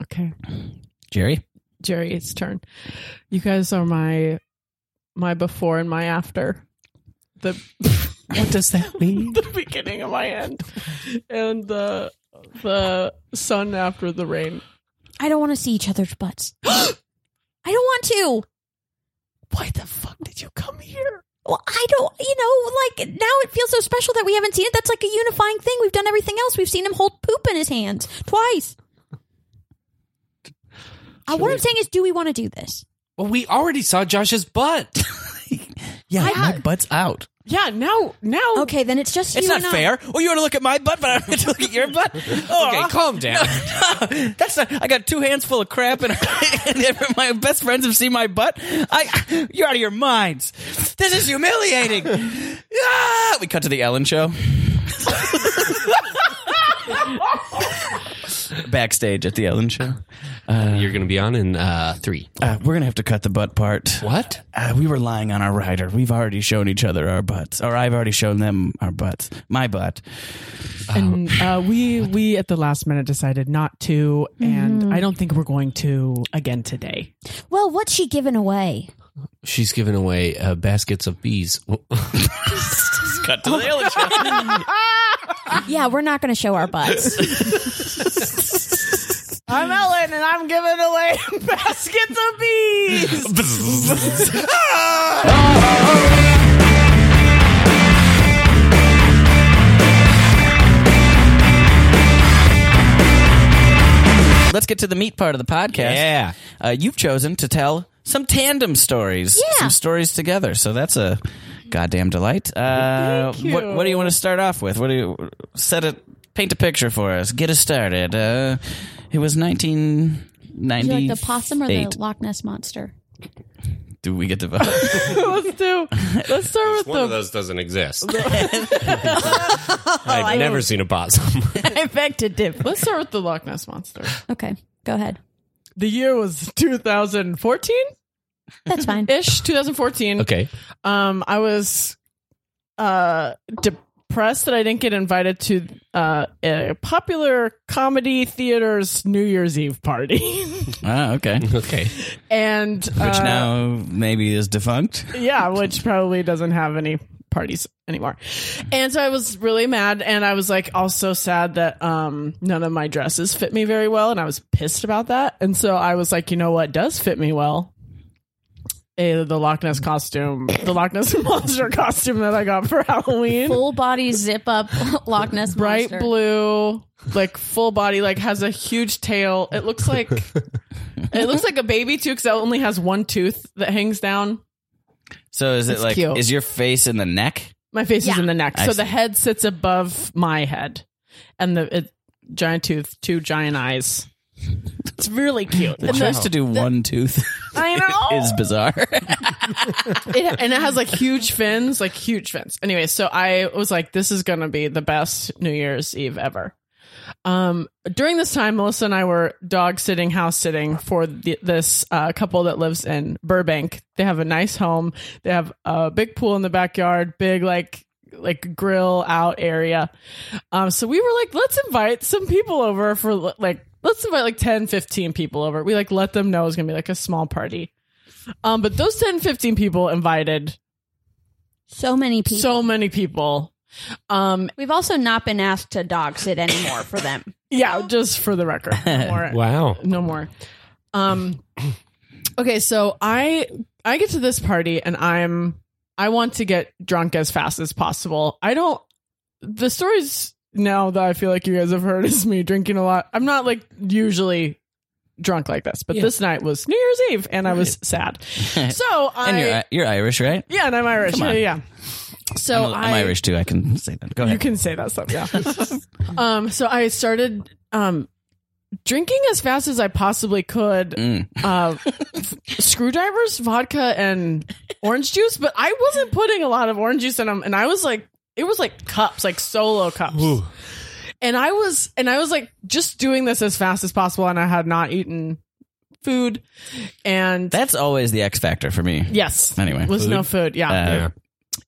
Speaker 6: Okay.
Speaker 3: Jerry.
Speaker 6: Jerry, it's turn. You guys are my my before and my after. The
Speaker 3: What does that mean?
Speaker 6: the beginning of my end. And the the sun after the rain.
Speaker 5: I don't want to see each other's butts. I don't want to.
Speaker 6: Why the fuck did you come here?
Speaker 5: Well, I don't, you know, like now it feels so special that we haven't seen it. That's like a unifying thing. We've done everything else. We've seen him hold poop in his hands twice. Uh, what I'm saying is, do we want to do this?
Speaker 4: Well, we already saw Josh's butt.
Speaker 3: Yeah,
Speaker 5: I-
Speaker 3: my butt's out.
Speaker 6: Yeah, now now
Speaker 5: Okay, then it's just
Speaker 3: It's
Speaker 5: you
Speaker 3: not
Speaker 5: and I.
Speaker 3: fair. Well, you want to look at my butt, but I don't want to look at your butt. Oh,
Speaker 4: Okay, calm down.
Speaker 3: That's not, I got two hands full of crap, and, and my best friends have seen my butt. I, you're out of your minds. This is humiliating. ah! We cut to the Ellen show. Backstage at the Ellen show.
Speaker 4: You're going to be on in uh, three.
Speaker 3: Uh, we're going to have to cut the butt part.
Speaker 4: What?
Speaker 3: Uh, we were lying on our rider. We've already shown each other our butts, or I've already shown them our butts. My butt.
Speaker 6: and uh, we we at the last minute decided not to, and I don't think we're going to again today.
Speaker 5: Well, what's she giving away?
Speaker 4: She's giving away uh, baskets of bees.
Speaker 3: Cut to the Ellen show.
Speaker 5: Yeah, we're not going to show our butts.
Speaker 6: I'm Ellen, and I'm giving away baskets of bees.
Speaker 3: Let's get to the meat part of the podcast.
Speaker 4: Yeah.
Speaker 3: Uh, you've chosen to tell some tandem stories,
Speaker 5: Yeah.
Speaker 3: some stories together. So that's a goddamn delight. Uh,
Speaker 6: Thank you.
Speaker 3: What, what do you want to start off with? What do you set it? Paint a picture for us. Get us started. Uh, it was nineteen ninety.
Speaker 5: like the possum or the Loch Ness monster?
Speaker 3: Do we get to vote?
Speaker 6: let's do. Let's start with
Speaker 4: One of
Speaker 6: the.
Speaker 4: those doesn't exist. I've never seen a possum.
Speaker 5: I beg to dip.
Speaker 6: Let's start with the Loch Ness monster.
Speaker 5: Okay, go ahead.
Speaker 6: The year was 2014
Speaker 5: That's fine.
Speaker 6: ish, 2014.
Speaker 4: okay.
Speaker 6: Um, I was uh depressed that I didn't get invited to uh a popular comedy theater's New Year's Eve party,
Speaker 3: ah, okay. Which
Speaker 4: Okay.
Speaker 6: and uh,
Speaker 3: now maybe is defunct.
Speaker 6: yeah, which probably doesn't have any parties anymore. And so I was really mad and I was like also sad that um none of my dresses fit me very well and I was pissed about that. And so I was like, you know what does fit me well? Eh, the Loch Ness costume, the Loch Ness monster costume that I got for Halloween.
Speaker 5: Full body zip up Loch Ness
Speaker 6: Bright
Speaker 5: monster.
Speaker 6: blue, like full body, like has a huge tail. It looks like it looks like a baby too, because it only has one tooth that hangs down.
Speaker 3: So is it
Speaker 6: That's
Speaker 3: like
Speaker 6: cute.
Speaker 3: is your face in the neck?
Speaker 6: My face is
Speaker 5: Yeah.
Speaker 6: in the neck.
Speaker 3: I
Speaker 6: so
Speaker 3: see.
Speaker 6: the head sits above my head. And the it, giant tooth, two giant eyes. It's really cute.
Speaker 3: The choice to do one tooth
Speaker 6: I know.
Speaker 3: is bizarre.
Speaker 6: it, and it has like huge fins, like huge fins. Anyway, so I was like, this is going to be the best New Year's Eve ever. Um, during this time, Melissa and I were dog sitting, house sitting for the, this uh, couple that lives in Burbank. They have a nice home. They have a big pool in the backyard, big like like grill out area. Um, so we were like, let's invite some people over for like let's invite like 10, 15 people over. We like let them know it's gonna be like a small party. Um, but those 10, 15 people invited
Speaker 5: So many people.
Speaker 6: so many people. Um,
Speaker 5: We've also not been asked to dog sit anymore for them.
Speaker 6: yeah, just for the record. No more.
Speaker 4: Wow.
Speaker 6: No more. Um, okay, so I I get to this party and I'm I want to get drunk as fast as possible. I don't the stories now that I feel like you guys have heard is me drinking a lot. I'm not like usually drunk like this, but this night was New Year's Eve and I was sad. So I
Speaker 3: and you're you're Irish, right?
Speaker 6: yeah, and I'm Irish.
Speaker 3: Come on.
Speaker 6: Yeah, yeah. So
Speaker 3: I'm, I'm
Speaker 6: I-
Speaker 3: Irish too. I can say that. Go ahead.
Speaker 6: you can say that stuff, yeah. um, so I started um, drinking as fast as I possibly could.
Speaker 3: Mm.
Speaker 6: Uh, f- screwdrivers, vodka, and orange juice, but I wasn't putting a lot of orange juice in them, and I was like, it was like cups, like solo cups. And I was, and I was like, just doing this as fast as possible, and I had not eaten food, and
Speaker 3: That's always the X factor for me.
Speaker 6: yes,
Speaker 3: Anyway.
Speaker 6: was no food. Yeah,
Speaker 3: Uh,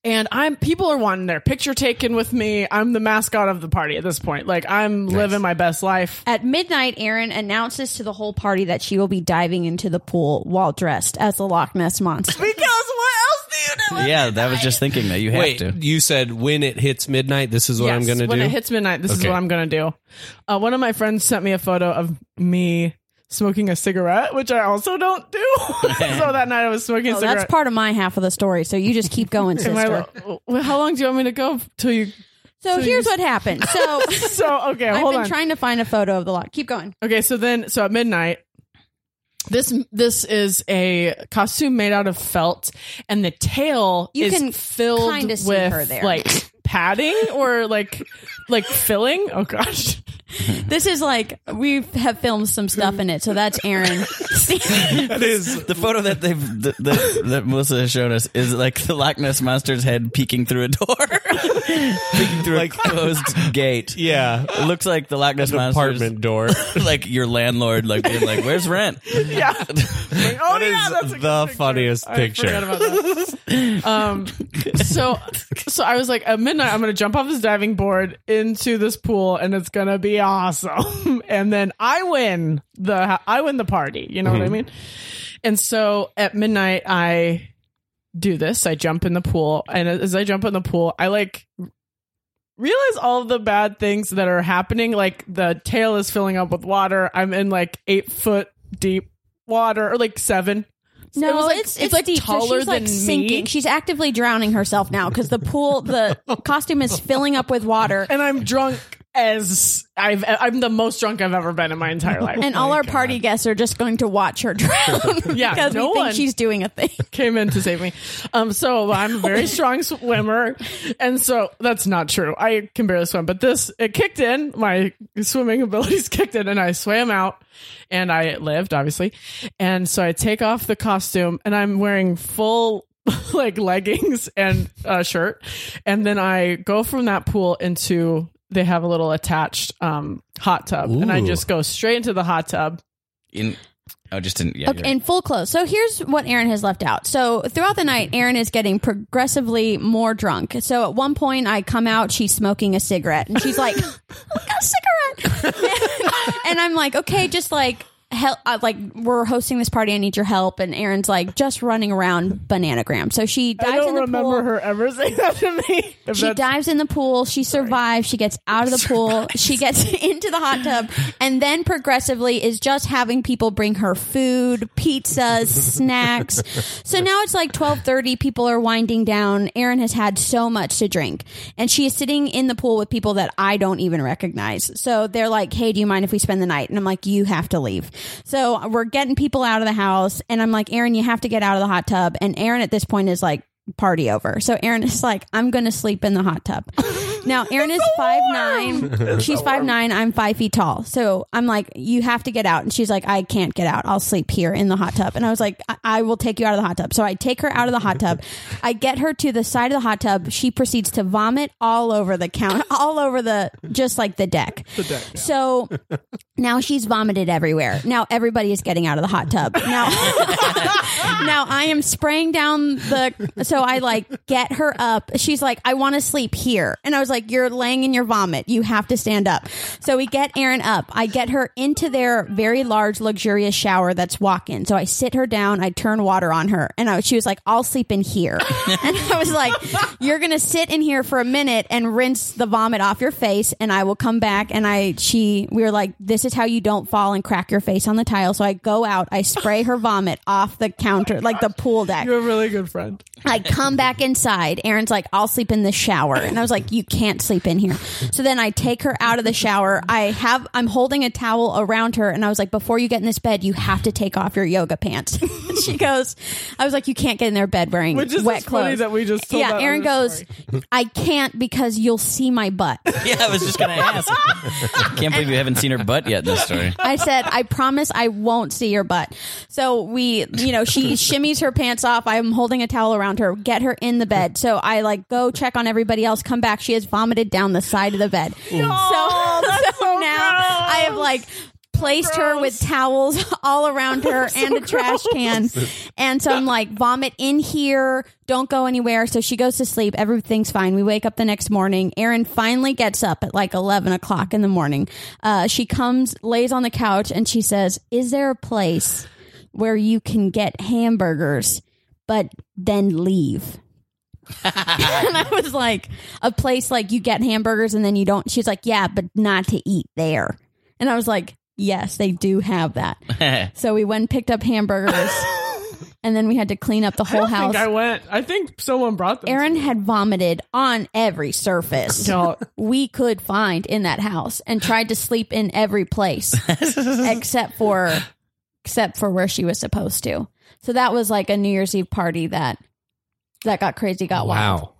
Speaker 6: and I'm people are wanting their picture taken with me. I'm the mascot of the party at this point. Like I'm living my best life.
Speaker 5: At midnight, Erin announces to the whole party that she will be diving into the pool while dressed as the Loch Ness monster.
Speaker 6: Because what else do you
Speaker 3: yeah, that was just thinking that you have
Speaker 4: Wait,
Speaker 3: to.
Speaker 4: you said when it hits midnight, this is what I'm going to do?
Speaker 6: when it hits midnight, this is
Speaker 4: Okay.
Speaker 6: what I'm gonna do. Uh, one of my friends sent me a photo of me smoking a cigarette, which I also don't do. so that night I was smoking
Speaker 5: Oh,
Speaker 6: a cigarette.
Speaker 5: that's part of my half of the story, so you just keep going,
Speaker 6: Am
Speaker 5: sister.
Speaker 6: I- well, how long do you want me to go till you?
Speaker 5: So
Speaker 6: So
Speaker 5: here's
Speaker 6: you-
Speaker 5: what happened. So
Speaker 6: So okay,
Speaker 5: I've
Speaker 6: hold
Speaker 5: been
Speaker 6: on.
Speaker 5: trying to find a photo of the Loch. Keep going.
Speaker 6: Okay, so then so at midnight this this is a costume made out of felt and the tail
Speaker 5: You
Speaker 6: is
Speaker 5: can
Speaker 6: filled
Speaker 5: kinda see
Speaker 6: with
Speaker 5: her there.
Speaker 6: like padding or like like filling. Oh gosh.
Speaker 5: This is like we have filmed some stuff in it, so that's Erin.
Speaker 3: That is the photo that they've that, that, that Melissa has shown us is like the Loch Ness monster's head peeking through a door, peeking through a closed gate.
Speaker 4: yeah.
Speaker 3: It looks like the Loch Ness
Speaker 4: An
Speaker 3: monster's
Speaker 4: apartment door.
Speaker 3: like your landlord, like being like, "Where's rent?"
Speaker 6: Yeah. Like, oh
Speaker 4: That is
Speaker 6: that's a good
Speaker 4: the
Speaker 6: picture.
Speaker 4: funniest
Speaker 6: I
Speaker 4: picture.
Speaker 6: forgot about that. um so so I was like at midnight I'm gonna jump off this diving board into this pool and it's gonna be awesome. and then I win the I win the party. You know what I mean? And so at midnight I do this. I jump in the pool, and as I jump in the pool, I like realize all of the bad things that are happening. Like the tail is filling up with water. I'm in like eight foot deep water, or like seven. It was like- it's like taller
Speaker 5: she's like
Speaker 6: than me.
Speaker 5: sinking. She's actively drowning herself now because the pool, the costume is filling up with water,
Speaker 6: and I'm drunk as I've. I'm the most drunk I've ever been in my entire life.
Speaker 5: and all our party guests are just going to watch her drown.
Speaker 6: Yeah,
Speaker 5: because
Speaker 6: no
Speaker 5: we think
Speaker 6: one-
Speaker 5: she's doing a thing.
Speaker 6: came in to save me. Um, so I'm a very strong swimmer, and so that's not true. I can barely swim, but this it kicked in. My swimming abilities kicked in, and I swam out, and I lived obviously. And so I take off the costume, and I'm wearing full like leggings and a shirt, and then I go from that pool into they have a little attached um hot tub, and I
Speaker 4: Ooh.
Speaker 6: just go straight into the hot tub.
Speaker 3: In oh, just in yeah.
Speaker 5: Okay, in full clothes. So here's what Aaron has left out. So throughout the night, Aaron is getting progressively more drunk. So at one point, I come out, she's smoking a cigarette, and she's like, "Look, a cigarette!" and I'm like, "Okay, just like." Help, uh, like we're hosting this party. I need your help. And Aaron's like just running around bananagram. So she dives
Speaker 6: I don't
Speaker 5: in the
Speaker 6: remember
Speaker 5: pool.
Speaker 6: her ever saying that to me. If
Speaker 5: She
Speaker 6: that's-
Speaker 5: dives in the pool. She survives. She gets out of the pool. She gets into the hot tub, and then progressively is just having people bring her food, pizzas, snacks. So now it's like twelve thirty. People are winding down. Erin has had so much to drink, and she is sitting in the pool with people that I don't even recognize. So they're like, "Hey, do you mind if we spend the night?" And I'm like, "You have to leave." So we're getting people out of the house, and I'm like, "Erin, you have to get out of the hot tub." And Erin at this point is like party over. So Aaron is like, I'm going to sleep in the hot tub.
Speaker 7: Now Erin is five nine. She's five nine. I'm five feet tall. So I'm like, you have to get out. And she's like, I can't get out. I'll sleep here in the hot tub. And I was like, I, I will take you out of the hot tub. So I take her out of the hot tub. I get her to the side of the hot tub. She proceeds to vomit all over the count, all over the just like the deck. The deck. So now she's vomited everywhere. Now everybody is getting out of the hot tub. Now, now I am spraying down the. So I like get her up. She's like, I want to sleep here, and I was like, You're laying in your vomit. You have to stand up. So we get Erin up. I get her into their very large, luxurious shower that's walk-in. So I sit her down. I turn water on her, and I, she was like, I'll sleep in here. and I was like, You're gonna sit in here for a minute and rinse the vomit off your face, and I will come back. And I, she, we were like, This is how you don't fall and crack your face on the tile. So I go out. I spray her vomit off the counter, like the pool deck.
Speaker 6: You're a really good friend.
Speaker 7: I come back inside. Aaron's like, I'll sleep in the shower. And I was like, You can't sleep in here. So then I take her out of the shower. I have, I'm holding a towel around her. And I was like, Before you get in this bed, you have to take off your yoga pants. And she goes, I was like, You can't get in their bed wearing
Speaker 6: Which is
Speaker 7: wet
Speaker 6: as funny
Speaker 7: clothes.
Speaker 6: that we just told
Speaker 7: yeah,
Speaker 6: that
Speaker 7: Aaron
Speaker 6: other
Speaker 7: goes,
Speaker 6: story.
Speaker 7: I can't because you'll see my butt.
Speaker 3: Yeah, I was just gonna ask. Can't believe you haven't seen her butt yet in this story.
Speaker 7: I said, I promise I won't see your butt. So we, you know, she shimmies her pants off. I'm holding a towel around her, get her in the bed. So I like go check on everybody else, come back. She has vomited down the side of the bed. so, so now I have like placed her with towels all around her and a trash can. And so I'm like, vomit in here. Don't go anywhere. So she goes to sleep. Everything's fine. We wake up the next morning. Erin finally gets up at like 11 o'clock in the morning. Uh, she comes, lays on the couch, and she says, Is there a place where you can get hamburgers, but then leave? and I was like, a place like you get hamburgers and then you don't. She's like, yeah, but not to eat there. And I was like, yes, they do have that. so we went and picked up hamburgers, and then we had to clean up the whole
Speaker 6: I
Speaker 7: house.
Speaker 6: think I went. I think someone brought them.
Speaker 7: Aaron had vomited on every surface
Speaker 6: No,
Speaker 7: we could find in that house, and tried to sleep in every place except for except for where she was supposed to. So that was like a New Year's Eve party that that got crazy, got wild.
Speaker 4: Wow.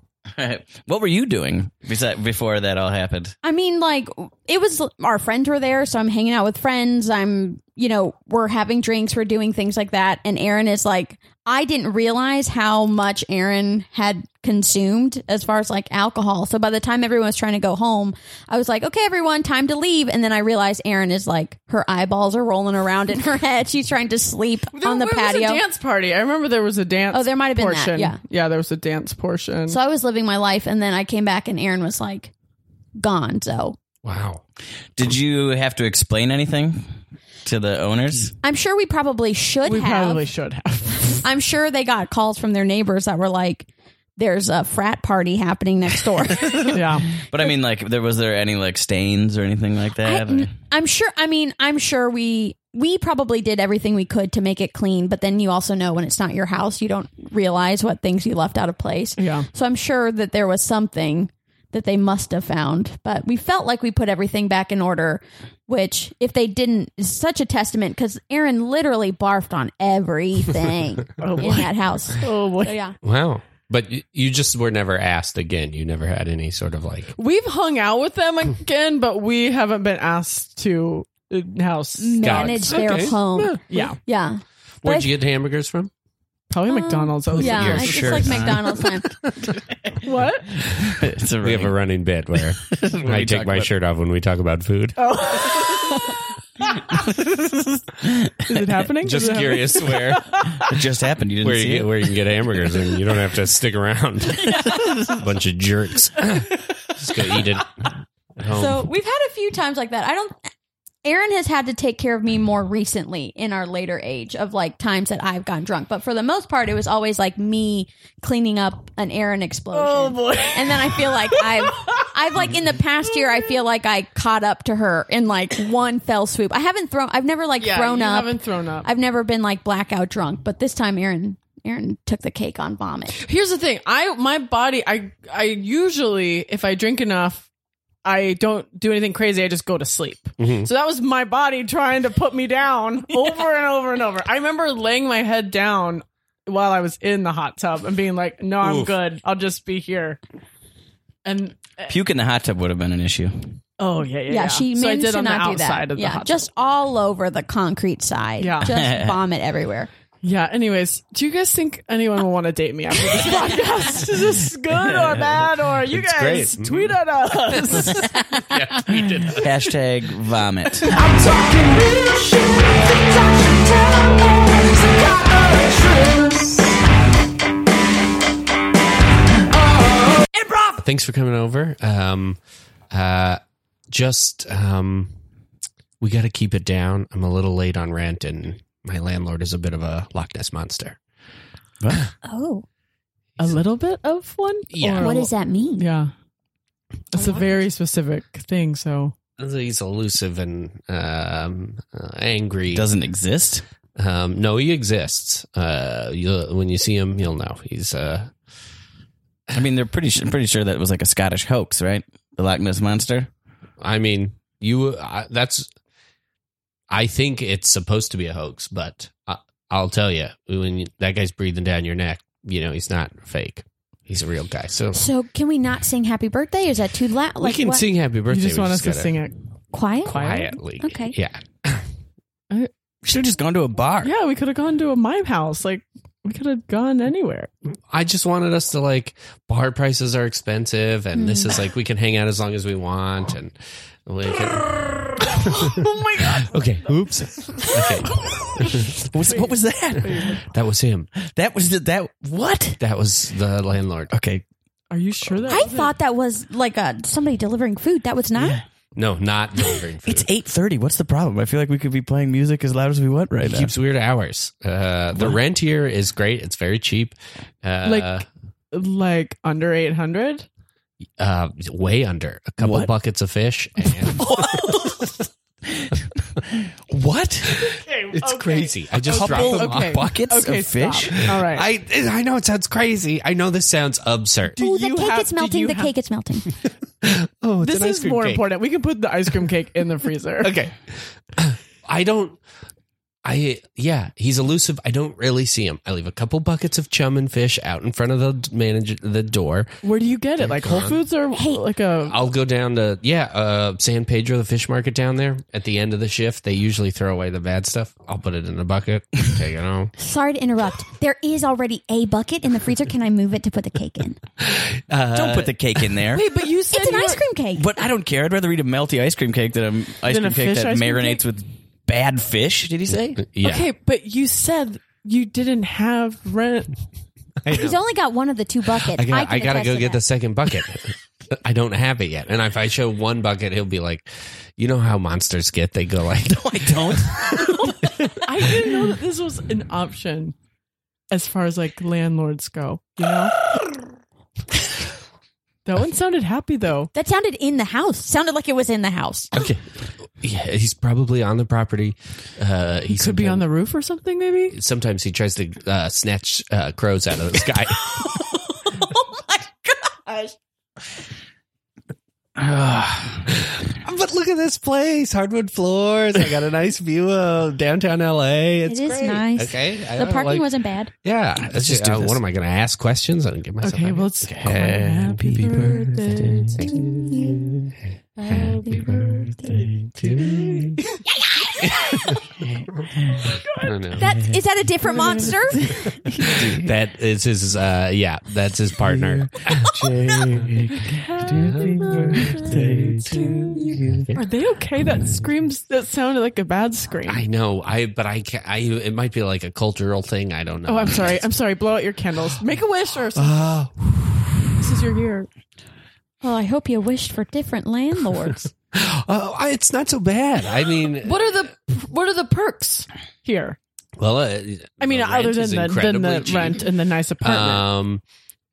Speaker 3: what were you doing besi- before that all happened?
Speaker 7: I mean, like it was our friends were there, so I'm hanging out with friends. I'm, you know, we're having drinks, we're doing things like that. And Aaron is like, I didn't realize how much Aaron had consumed as far as like alcohol. So by the time everyone was trying to go home, I was like, okay, everyone, time to leave. And then I realized Aaron is like, her eyeballs are rolling around in her head. She's trying to sleep on the
Speaker 6: there
Speaker 7: patio.
Speaker 6: was a dance party. I remember there was a dance.
Speaker 7: Oh, there might have been that,
Speaker 6: portion.
Speaker 7: yeah.
Speaker 6: yeah, there was a dance portion.
Speaker 7: So I was living my life. And then I came back and Aaron was like, gone. So
Speaker 4: Wow.
Speaker 3: Did you have to explain anything to the owners?
Speaker 7: I'm sure we probably should
Speaker 6: we
Speaker 7: have.
Speaker 6: probably should have.
Speaker 7: I'm sure they got calls from their neighbors that were like, "There's a frat party happening next door."
Speaker 6: yeah,
Speaker 3: But I mean, like, there was there any like stains or anything like that? or-
Speaker 7: I'm sure. I mean, I'm sure we we probably did everything we could to make it clean, but then you also know when it's not your house, you don't realize what things you left out of place.
Speaker 6: yeah.
Speaker 7: So I'm sure that there was something that they must have found, but we felt like we put everything back in order. Which, if they didn't, is such a testament because Aaron literally barfed on everything in that house.
Speaker 6: Oh boy.
Speaker 7: So yeah.
Speaker 4: Wow. But y- you just were never asked again. You never had any sort of like
Speaker 6: We've hung out with them again, but we haven't been asked to uh, house.
Speaker 7: Mm. manage
Speaker 4: Got it.
Speaker 7: their
Speaker 4: Okay.
Speaker 7: home.
Speaker 6: Yeah,
Speaker 7: Yeah.
Speaker 4: Where'd you get hamburgers from?
Speaker 6: probably McDonald's. I was
Speaker 7: Um, Yeah,
Speaker 4: Your
Speaker 7: it's just
Speaker 4: shirt.
Speaker 7: like McDonald's time.
Speaker 6: like, what?
Speaker 3: it's a
Speaker 4: We have a running bit where I take my shirt off when we talk about food.
Speaker 6: Is it happening? Is
Speaker 4: Just
Speaker 6: it happening?
Speaker 4: curious where
Speaker 3: It just happened. You didn't
Speaker 4: where you
Speaker 3: see
Speaker 4: get
Speaker 3: it.
Speaker 4: where you can get hamburgers and you don't have to stick around. Bunch of jerks. just go eat it. at home.
Speaker 7: So we've had a few times like that. I don't. Aaron has had to take care of me more recently in our later age of like times that I've gone drunk. But for the most part, it was always like me cleaning up an Aaron explosion. Oh boy! And then I feel like I've, I've like in the past year, I feel like I caught up to her in like one fell swoop. I haven't thrown. I've never like
Speaker 6: Yeah,
Speaker 7: thrown
Speaker 6: you
Speaker 7: up.
Speaker 6: haven't thrown up.
Speaker 7: I've never been like blackout drunk. But this time, Aaron, Aaron took the cake on vomit.
Speaker 6: Here's the thing. I my body. I I usually if I drink enough. I don't do anything crazy. I just go to sleep.
Speaker 4: Mm-hmm.
Speaker 6: So that was my body trying to put me down over and over and over. I remember laying my head down while I was in the hot tub and being like, "No, I'm
Speaker 4: Oof.
Speaker 6: good. I'll just be here." And
Speaker 3: Puke in the hot tub would have been an issue.
Speaker 6: Oh yeah, yeah.
Speaker 7: yeah, she
Speaker 6: so I
Speaker 7: managed
Speaker 6: did
Speaker 7: to
Speaker 6: on
Speaker 7: not
Speaker 6: the
Speaker 7: do
Speaker 6: outside
Speaker 7: that.
Speaker 6: of the
Speaker 7: yeah,
Speaker 6: hot tub.
Speaker 7: just all over the concrete side.
Speaker 6: Yeah.
Speaker 7: just vomit everywhere.
Speaker 6: yeah. Anyways, do you guys think anyone will want to date me after this podcast? Is this good or bad? Or you
Speaker 4: It's
Speaker 6: guys
Speaker 4: great.
Speaker 6: tweet at us.
Speaker 4: yeah, we did.
Speaker 3: Hashtag vomit.
Speaker 2: Improv!
Speaker 4: Thanks for coming over. Um, uh, just um, we got to keep it down. I'm a little late on rent, and my landlord is a bit of a Loch Ness monster.
Speaker 7: Oh,
Speaker 6: a little bit of one.
Speaker 4: Yeah.
Speaker 6: Or-
Speaker 7: what does that mean?
Speaker 6: Yeah, it's a very specific thing. So
Speaker 4: He's elusive and um, uh, angry.
Speaker 3: Doesn't exist.
Speaker 4: Um, no, he exists. Uh, you'll, when you see him, you'll know he's. Uh,
Speaker 3: I mean, they're pretty su- pretty sure that was like a Scottish hoax, right? The Loch Ness monster.
Speaker 4: I mean, you. I that's. I think it's supposed to be a hoax, but I, I'll tell you, when you, that guy's breathing down your neck, you know he's not fake. He's a real guy. So
Speaker 7: So can we not sing Happy Birthday? Is that too loud?
Speaker 4: we
Speaker 7: Like
Speaker 4: can
Speaker 7: what?
Speaker 4: sing "Happy Birthday."
Speaker 6: you just
Speaker 4: we
Speaker 6: want us to
Speaker 4: gotta
Speaker 6: sing it.
Speaker 7: quiet.
Speaker 4: quietly.
Speaker 7: Okay.
Speaker 4: Yeah.
Speaker 3: We should have just gone to a bar.
Speaker 6: Yeah, we could have gone to a mime house. Like we could have gone anywhere.
Speaker 4: I just wanted us to like bar prices are expensive, and this is like we can hang out as long as we want, and we can.
Speaker 6: oh my god.
Speaker 4: Okay. Oops. Okay.
Speaker 3: What, was, what was that?
Speaker 4: That was him.
Speaker 3: That was the, that. What?
Speaker 4: That was the landlord.
Speaker 3: Okay.
Speaker 6: Are you sure that
Speaker 7: I
Speaker 6: was it?
Speaker 7: thought that was like a somebody delivering food. That was not.
Speaker 4: No, not delivering food.
Speaker 3: It's eight thirty. What's the problem? I feel like we could be playing music as loud as we want right
Speaker 4: He
Speaker 3: now.
Speaker 4: keeps weird hours. Uh, the rent here is great. It's very cheap. Uh,
Speaker 6: Like- like under eight hundred?
Speaker 4: uh, way under a couple
Speaker 3: What?
Speaker 4: buckets of fish. And
Speaker 3: what?
Speaker 4: it's crazy. I just
Speaker 3: Couple
Speaker 4: dropped them
Speaker 6: okay.
Speaker 4: off.
Speaker 3: buckets
Speaker 6: Okay,
Speaker 3: of
Speaker 6: stop.
Speaker 3: fish.
Speaker 6: All right.
Speaker 4: I I know it sounds crazy. I know this sounds absurd.
Speaker 7: Oh, the
Speaker 6: you
Speaker 7: cake
Speaker 6: have-
Speaker 7: is
Speaker 6: did
Speaker 7: melting.
Speaker 6: you
Speaker 7: The
Speaker 6: have-
Speaker 7: cake is melting.
Speaker 4: Oh, it's
Speaker 6: this
Speaker 4: an ice
Speaker 6: is
Speaker 4: cream
Speaker 6: more
Speaker 4: cake.
Speaker 6: important. We can put the ice cream cake in the freezer.
Speaker 4: Okay, I don't. I yeah, he's elusive. I don't really see him. I leave a couple buckets of chum and fish out in front of the manager the door.
Speaker 6: Where do you get it? Like Whole Foods or
Speaker 7: Hey.
Speaker 6: like a
Speaker 4: I'll go down to yeah, uh, San Pedro, the fish market down there. At the end of the shift, they usually throw away the bad stuff. I'll put it in a bucket, take it home.
Speaker 7: Sorry to interrupt. There is already a bucket in the freezer. Can I move it to put the cake in?
Speaker 3: Don't put the cake in there.
Speaker 6: But you said
Speaker 7: It's an ice cream cake.
Speaker 3: But I don't care. I'd rather eat a melty ice cream cake than an ice
Speaker 6: Than a
Speaker 3: cream cake
Speaker 6: fish
Speaker 3: that
Speaker 6: ice cream
Speaker 3: marinates
Speaker 6: cake?
Speaker 3: with bad fish. Did he say?
Speaker 4: Yeah,
Speaker 6: Okay, but you said you didn't have rent.
Speaker 7: He's only got one of the two buckets.
Speaker 4: I got
Speaker 7: can
Speaker 4: I, gotta
Speaker 7: attest
Speaker 4: go
Speaker 7: to
Speaker 4: get
Speaker 7: that.
Speaker 4: the second bucket. I don't have it yet, and if I show one bucket, he'll be like, "You know how monsters get? They go like."
Speaker 3: No, I don't.
Speaker 6: I didn't know that this was an option as far as like landlords go, you know? that one sounded happy though.
Speaker 7: That sounded in the house. Sounded like it was in the house.
Speaker 4: Okay, yeah, he's probably on the property. Uh, he
Speaker 6: Could be on the roof or something, maybe.
Speaker 4: Sometimes he tries to uh, snatch uh, crows out of the sky.
Speaker 7: Oh
Speaker 4: but look at this place, hardwood floors. I got a nice view of downtown LA. It's
Speaker 7: It is
Speaker 4: great.
Speaker 7: nice.
Speaker 4: Okay, I
Speaker 7: The
Speaker 4: don't
Speaker 7: parking
Speaker 4: like-
Speaker 7: wasn't bad.
Speaker 4: Yeah, let's
Speaker 3: just
Speaker 4: just.
Speaker 3: do
Speaker 4: Uh,
Speaker 3: this.
Speaker 4: what am I going to ask questions? I don't get myself.
Speaker 6: Okay,
Speaker 4: out.
Speaker 6: well, it's
Speaker 4: Happy
Speaker 6: Happy
Speaker 4: birthday
Speaker 6: birthday
Speaker 4: to you. Happy birthday to you. I don't know.
Speaker 7: That is that a different monster?
Speaker 4: that is his. Uh, yeah, that's his partner.
Speaker 7: Oh,
Speaker 6: Are they okay? That screams that sounded like a bad scream.
Speaker 4: I know. I but I ca I it might be like a cultural thing. I don't know.
Speaker 6: oh, I'm sorry. I'm sorry. Blow out your candles. Make a wish or something.
Speaker 4: Uh,
Speaker 6: Oh. This is your year.
Speaker 7: well, I hope you wished for different landlords.
Speaker 4: oh, I- it's not so bad. I mean,
Speaker 6: What are the What are the perks here?
Speaker 4: well, uh,
Speaker 6: I mean,
Speaker 4: the rent
Speaker 6: other than
Speaker 4: is
Speaker 6: the, than
Speaker 4: incredibly
Speaker 6: the
Speaker 4: cheap.
Speaker 6: rent and the nice apartment.
Speaker 4: Um,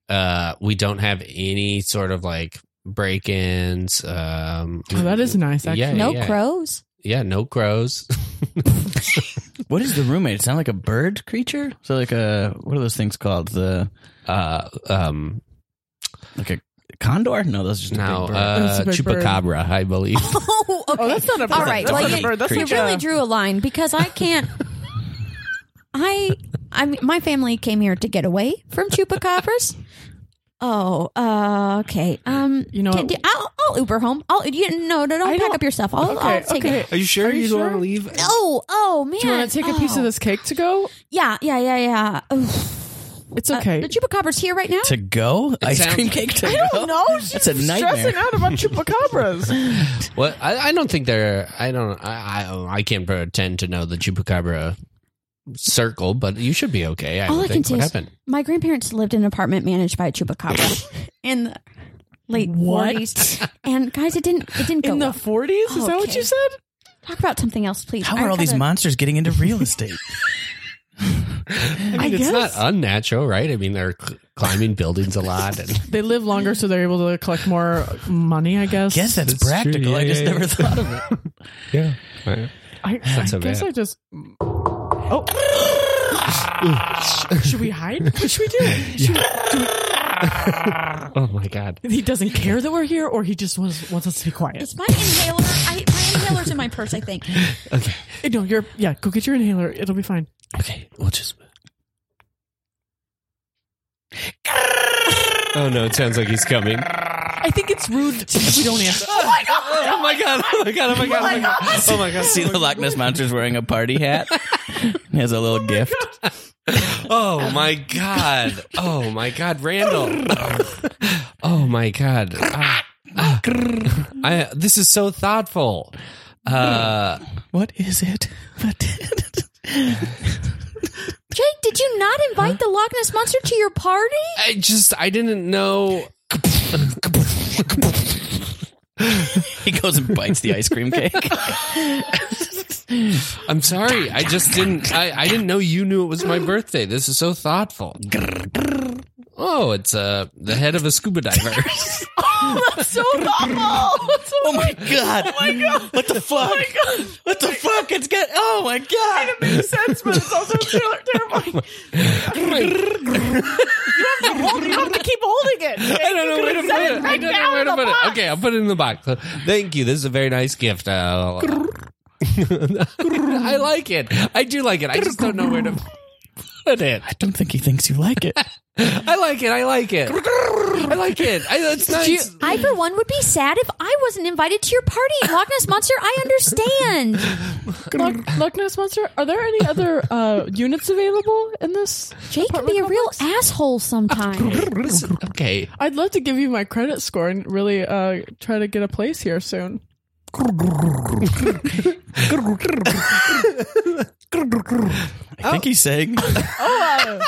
Speaker 4: uh, we don't have any sort of like break-ins. Um,
Speaker 6: oh, that is nice. Actually.
Speaker 4: Yeah,
Speaker 7: No
Speaker 4: yeah.
Speaker 7: crows.
Speaker 4: yeah, no crows.
Speaker 3: What is the roommate? It sound like a bird creature? So like a what are those things called? The
Speaker 4: uh, um,
Speaker 3: like a condor? No, those are just a
Speaker 4: no,
Speaker 3: big bird.
Speaker 4: uh,
Speaker 6: It's a big bird.
Speaker 4: chupacabra, I believe.
Speaker 7: Oh, okay.
Speaker 6: Oh, that's not a bird.
Speaker 7: All right,
Speaker 6: That's
Speaker 7: well,
Speaker 6: not a
Speaker 7: you-
Speaker 6: bird. That's
Speaker 3: you
Speaker 6: like
Speaker 7: I really
Speaker 6: a-
Speaker 7: drew a line because I can't. I, I mean, my family came here to get away from chupacabras, Oh, uh, okay. Um,
Speaker 6: You know
Speaker 7: can-
Speaker 6: what?
Speaker 7: do- I'll, I'll Uber home. I'll you no, no, don't
Speaker 6: I
Speaker 7: pack
Speaker 6: don't-
Speaker 7: up your stuff. I'll,
Speaker 6: Okay,
Speaker 7: I'll take
Speaker 6: okay.
Speaker 7: it.
Speaker 4: Are you sure
Speaker 6: Are you
Speaker 4: you don't want
Speaker 6: sure?
Speaker 4: to leave?
Speaker 7: Oh, oh man!
Speaker 6: Do you want to take a piece
Speaker 7: Oh.
Speaker 6: of this cake to go?
Speaker 7: Yeah, yeah, yeah, yeah. Oof.
Speaker 6: It's
Speaker 7: Uh,
Speaker 6: okay.
Speaker 7: the chupacabras here right now.
Speaker 3: To go? Ice
Speaker 4: sounds-
Speaker 3: cream cake to
Speaker 6: I
Speaker 3: go?
Speaker 6: don't know. She's
Speaker 3: That's a nightmare.
Speaker 6: stressing out about chupacabras.
Speaker 4: Well, I, I don't think they're. I don't. I, I I can't pretend to know the chupacabra circle, but you should be okay. I
Speaker 7: All
Speaker 4: don't
Speaker 7: I can
Speaker 4: think
Speaker 7: say
Speaker 4: what
Speaker 7: is
Speaker 4: happened.
Speaker 7: my grandparents lived in an apartment managed by a chupacabra in the late
Speaker 6: What?
Speaker 7: forties. And guys, it didn't it didn't go.
Speaker 6: In the
Speaker 7: well.
Speaker 6: 40s? Is that what
Speaker 7: Okay.
Speaker 6: you said?
Speaker 7: Talk about something else, please.
Speaker 3: How
Speaker 7: I
Speaker 3: are all these
Speaker 7: gotta-
Speaker 3: monsters getting into real estate?
Speaker 4: I mean,
Speaker 6: I
Speaker 4: it's not
Speaker 6: guess.
Speaker 4: unnatural, right? I mean, they're cl- climbing buildings a lot, and
Speaker 6: They live longer, so they're able to collect more money, I guess.
Speaker 3: Guess that's,
Speaker 4: That's true.
Speaker 3: practical. I
Speaker 4: Yeah,
Speaker 3: just
Speaker 4: yeah,
Speaker 3: never
Speaker 4: yeah.
Speaker 3: thought of it.
Speaker 4: yeah,
Speaker 6: I, I
Speaker 4: so
Speaker 6: guess
Speaker 4: bad.
Speaker 6: I just. Oh. should we hide? What should we do? Should we- do
Speaker 4: oh my god.
Speaker 6: we- he doesn't care that we're here, or he just wants, wants us to be quiet.
Speaker 7: It's my inhaler. I, my inhaler's in my purse, I think.
Speaker 4: Okay,
Speaker 6: Eh, No, you're. Yeah, go get your inhaler. It'll be fine.
Speaker 4: okay, we'll just. Oh no! It sounds like he's coming.
Speaker 6: I think it's rude if we don't answer.
Speaker 4: Oh my god! Oh my god! Oh my god! Oh my god! Oh my god!
Speaker 3: See the Loch Ness monster's wearing a party hat. He has a little gift.
Speaker 4: Oh my god. Oh my god, Randall. Oh my god. Ah. Ah. I, this is so thoughtful. Uh,
Speaker 3: What is it? What
Speaker 7: Jake, did you not invite the Loch Ness monster to your party?
Speaker 4: I just I didn't know.
Speaker 3: he goes and bites the ice cream cake.
Speaker 4: I'm sorry. I just didn't. I, I didn't know you knew it was my birthday. This is so thoughtful. Oh, it's uh the head of a scuba diver.
Speaker 6: so awful.
Speaker 3: Oh my god! Oh my god! What the fuck? What the fuck? It's good. Oh my god!
Speaker 6: makes sense, but it's also ter- terrifying. You have, to hold, you have to keep holding it.
Speaker 4: I don't know where to put it. I don't know where to put it. Okay, I'll put it in the box. Thank you. This is a very nice gift. Uh, I like it. I do like it. I just don't know where to put it.
Speaker 3: I don't think he thinks you like it.
Speaker 4: I like it. I like it. I like it. I, it's nice.
Speaker 7: I, for one, would be sad if I wasn't invited to your party, Loch Ness monster. I understand.
Speaker 6: Loch, Loch Ness monster. Are there any other uh, units available in this?
Speaker 7: Jake can be a real asshole sometimes.
Speaker 4: Listen, okay.
Speaker 6: I'd love to give you my credit score and really uh, try to get a place here soon.
Speaker 3: I think he's saying.
Speaker 6: I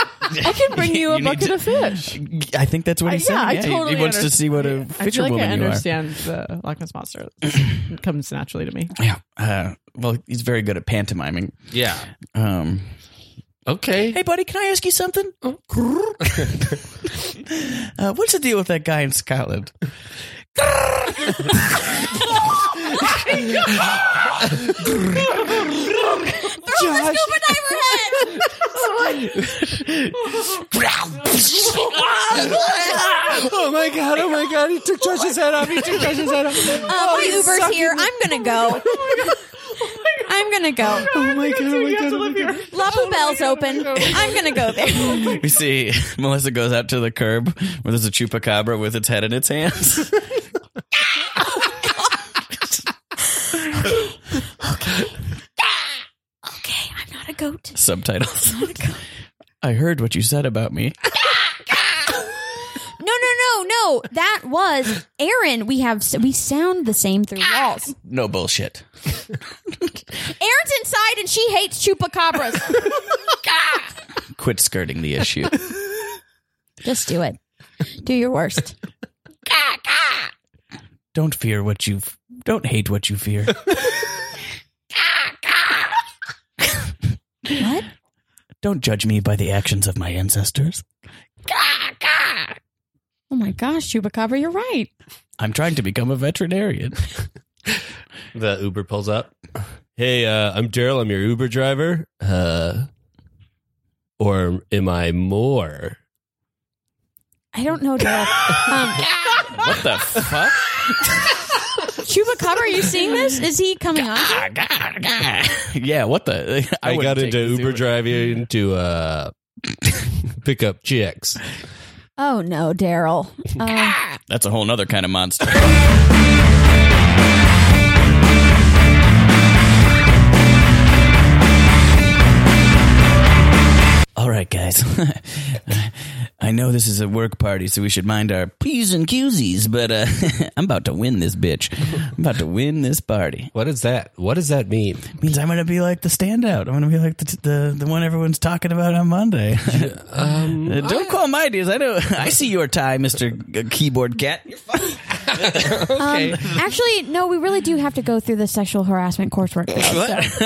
Speaker 6: can bring you, a
Speaker 3: You need
Speaker 6: bucket
Speaker 3: to-
Speaker 6: of fish.
Speaker 3: I think that's what
Speaker 6: I-
Speaker 3: he's
Speaker 6: yeah,
Speaker 3: saying.
Speaker 6: I
Speaker 3: he-
Speaker 6: totally
Speaker 3: he wants to
Speaker 6: understand.
Speaker 3: see what a
Speaker 6: I feel
Speaker 3: fisher
Speaker 6: like I
Speaker 3: woman you are.
Speaker 6: understand the Loch Ness monster. It comes naturally to me.
Speaker 3: Yeah. Uh, well, he's very good at pantomiming.
Speaker 4: Yeah.
Speaker 3: Um,
Speaker 4: Okay.
Speaker 3: hey, buddy, can I ask you something? uh, what's the deal with that guy in Scotland?
Speaker 7: Josh.
Speaker 4: Oh my god. Oh my god. He took Josh's head off. He took Josh's head off.
Speaker 7: Uh, my Uber's here. I'm gonna go. I'm gonna go.
Speaker 4: Oh my god. Oh my god. Oh my god.
Speaker 7: La Bell's open. I'm gonna go there.
Speaker 3: We see Melissa goes out to the curb where there's a chupacabra with its head in its hands.
Speaker 7: Okay, I'm not a goat.
Speaker 3: Subtitles.
Speaker 7: I'm not a goat.
Speaker 3: I heard what you said about me.
Speaker 7: No, no, no, no. That was Aaron. We have we sound the same through
Speaker 4: Ah!
Speaker 7: walls.
Speaker 3: No bullshit.
Speaker 7: Aaron's inside and she hates chupacabras.
Speaker 3: Quit skirting the issue.
Speaker 7: Just do it. Do your worst.
Speaker 3: don't fear what you don't hate what you fear.
Speaker 7: What?
Speaker 3: don't judge me by the actions of my ancestors.
Speaker 7: Oh my gosh, chupacabra, you're right.
Speaker 3: I'm trying to become a veterinarian.
Speaker 4: The Uber pulls up. Hey, uh, I'm Daryl. I'm your Uber driver. Uh, or am I more?
Speaker 7: I don't know, Daryl. Um,
Speaker 3: what the fuck?
Speaker 7: Chupacabra, are you seeing this? Is he coming on?
Speaker 3: yeah, what the?
Speaker 4: I,
Speaker 3: wouldn't
Speaker 4: got
Speaker 3: take
Speaker 4: into
Speaker 3: this
Speaker 4: Uber driving to uh, pick up chicks.
Speaker 7: Oh no, Daryl. Um,
Speaker 3: That's a whole nother kind of monster. All right, guys. I know this is a work party, so we should mind our P's and Q's, but uh, I'm about to win this bitch. I'm about to win this party.
Speaker 4: What is that? What does that mean?
Speaker 3: means I'm going to be like the standout. I'm going to be like the, the the one everyone's talking about on Monday. Uh, don't call my ideas. I know. I see your tie, Mister Keyboard Cat. You're fine.
Speaker 7: um, actually, no, we really do have to go through the sexual harassment coursework. though.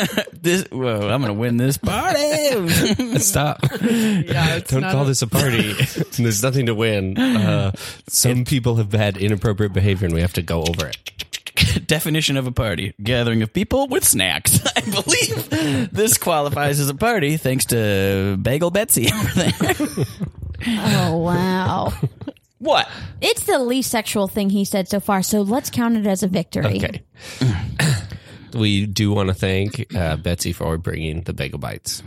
Speaker 3: What? this, whoa, I'm gonna win this party.
Speaker 4: Stop. Don't
Speaker 6: not
Speaker 4: call
Speaker 6: a-
Speaker 4: this a party. There's nothing to win. Uh, some people have had inappropriate behavior and we have to go over it.
Speaker 3: Definition of a party: gathering of people with snacks. I believe this qualifies as a party thanks to Bagel Betsy. over there.
Speaker 7: Oh wow,
Speaker 3: what?
Speaker 7: it's the least sexual thing he said so far. So let's count it as a victory.
Speaker 4: Okay. we do want to thank uh, Betsy for bringing the bagel bites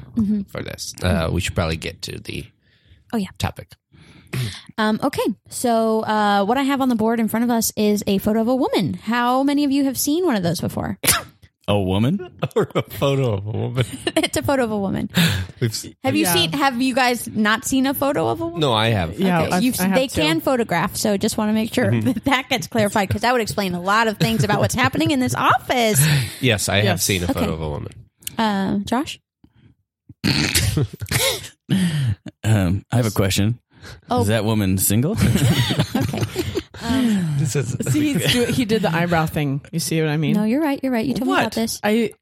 Speaker 4: for this. Uh, we should probably get to the
Speaker 7: Oh, yeah.
Speaker 4: topic.
Speaker 7: Um, okay, so uh, what I have on the board in front of us is a photo of a woman. How many of you have seen one of those before?
Speaker 3: A woman?
Speaker 4: Or a photo of a woman.
Speaker 7: it's a photo of a woman.
Speaker 4: We've s-
Speaker 7: Have you
Speaker 6: Yeah.
Speaker 7: seen? Have you guys not seen a photo of a woman?
Speaker 4: no, I have.
Speaker 6: Yeah, I-
Speaker 7: You've,
Speaker 6: I have
Speaker 7: they
Speaker 6: to.
Speaker 7: can photograph, so just want to make sure that that gets clarified because that would explain a lot of things about what's happening in this office.
Speaker 4: Yes, I have
Speaker 6: Yes.
Speaker 4: seen a photo
Speaker 7: Okay.
Speaker 4: of a woman.
Speaker 7: Uh, Josh,
Speaker 3: Um, I have a question.
Speaker 7: Oh.
Speaker 3: Is that woman single?
Speaker 7: okay.
Speaker 4: This is
Speaker 6: See, he's do- he did the eyebrow thing. You see what I mean?
Speaker 7: No, you're right. You're right. You told me about
Speaker 3: What?
Speaker 7: this.
Speaker 6: I.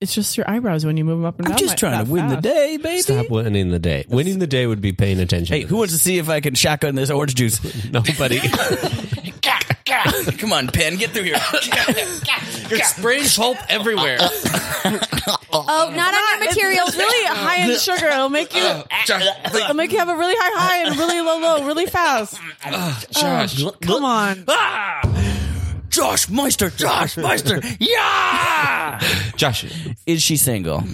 Speaker 6: It's just your eyebrows when you move them up and down.
Speaker 3: I'm just
Speaker 6: like
Speaker 3: trying
Speaker 6: that
Speaker 3: to win the
Speaker 6: fast.
Speaker 3: day, baby.
Speaker 4: Stop winning the day. Winning the day would be paying attention.
Speaker 3: Hey,
Speaker 4: to
Speaker 3: who
Speaker 4: this.
Speaker 3: wants to see if I can shotgun this orange juice?
Speaker 4: Nobody.
Speaker 3: Come on, Pen, get through here.
Speaker 4: You're spraying pulp everywhere.
Speaker 7: Oh, not on your materials.
Speaker 6: It's really high in sugar. It'll make
Speaker 3: Uh,
Speaker 6: you. It'll make you have a really high high and really low low really fast.
Speaker 4: Josh.
Speaker 6: Come on.
Speaker 3: Ah! Josh Meister, Josh Meister, yeah.
Speaker 4: Josh,
Speaker 3: Is she single?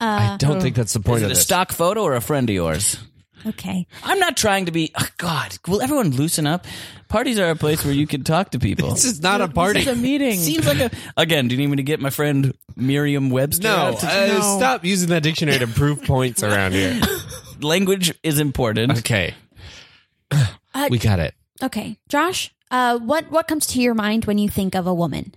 Speaker 4: I don't think that's the point
Speaker 3: Is
Speaker 4: of
Speaker 3: it a
Speaker 4: this.
Speaker 3: stock photo or a friend of yours?
Speaker 7: Okay.
Speaker 3: I'm not trying to be. Oh God, will everyone loosen up? Parties are a place where you can talk to people.
Speaker 4: This is not a party.
Speaker 6: It's a meeting.
Speaker 3: Seems like a. Again, do you need me to get my friend Merriam Webster?
Speaker 4: No, uh,
Speaker 6: No.
Speaker 4: stop using that dictionary to prove points around here.
Speaker 3: Language is important.
Speaker 4: Okay. we got it.
Speaker 7: Okay, Josh. Uh, what what comes to your mind when you think of a woman?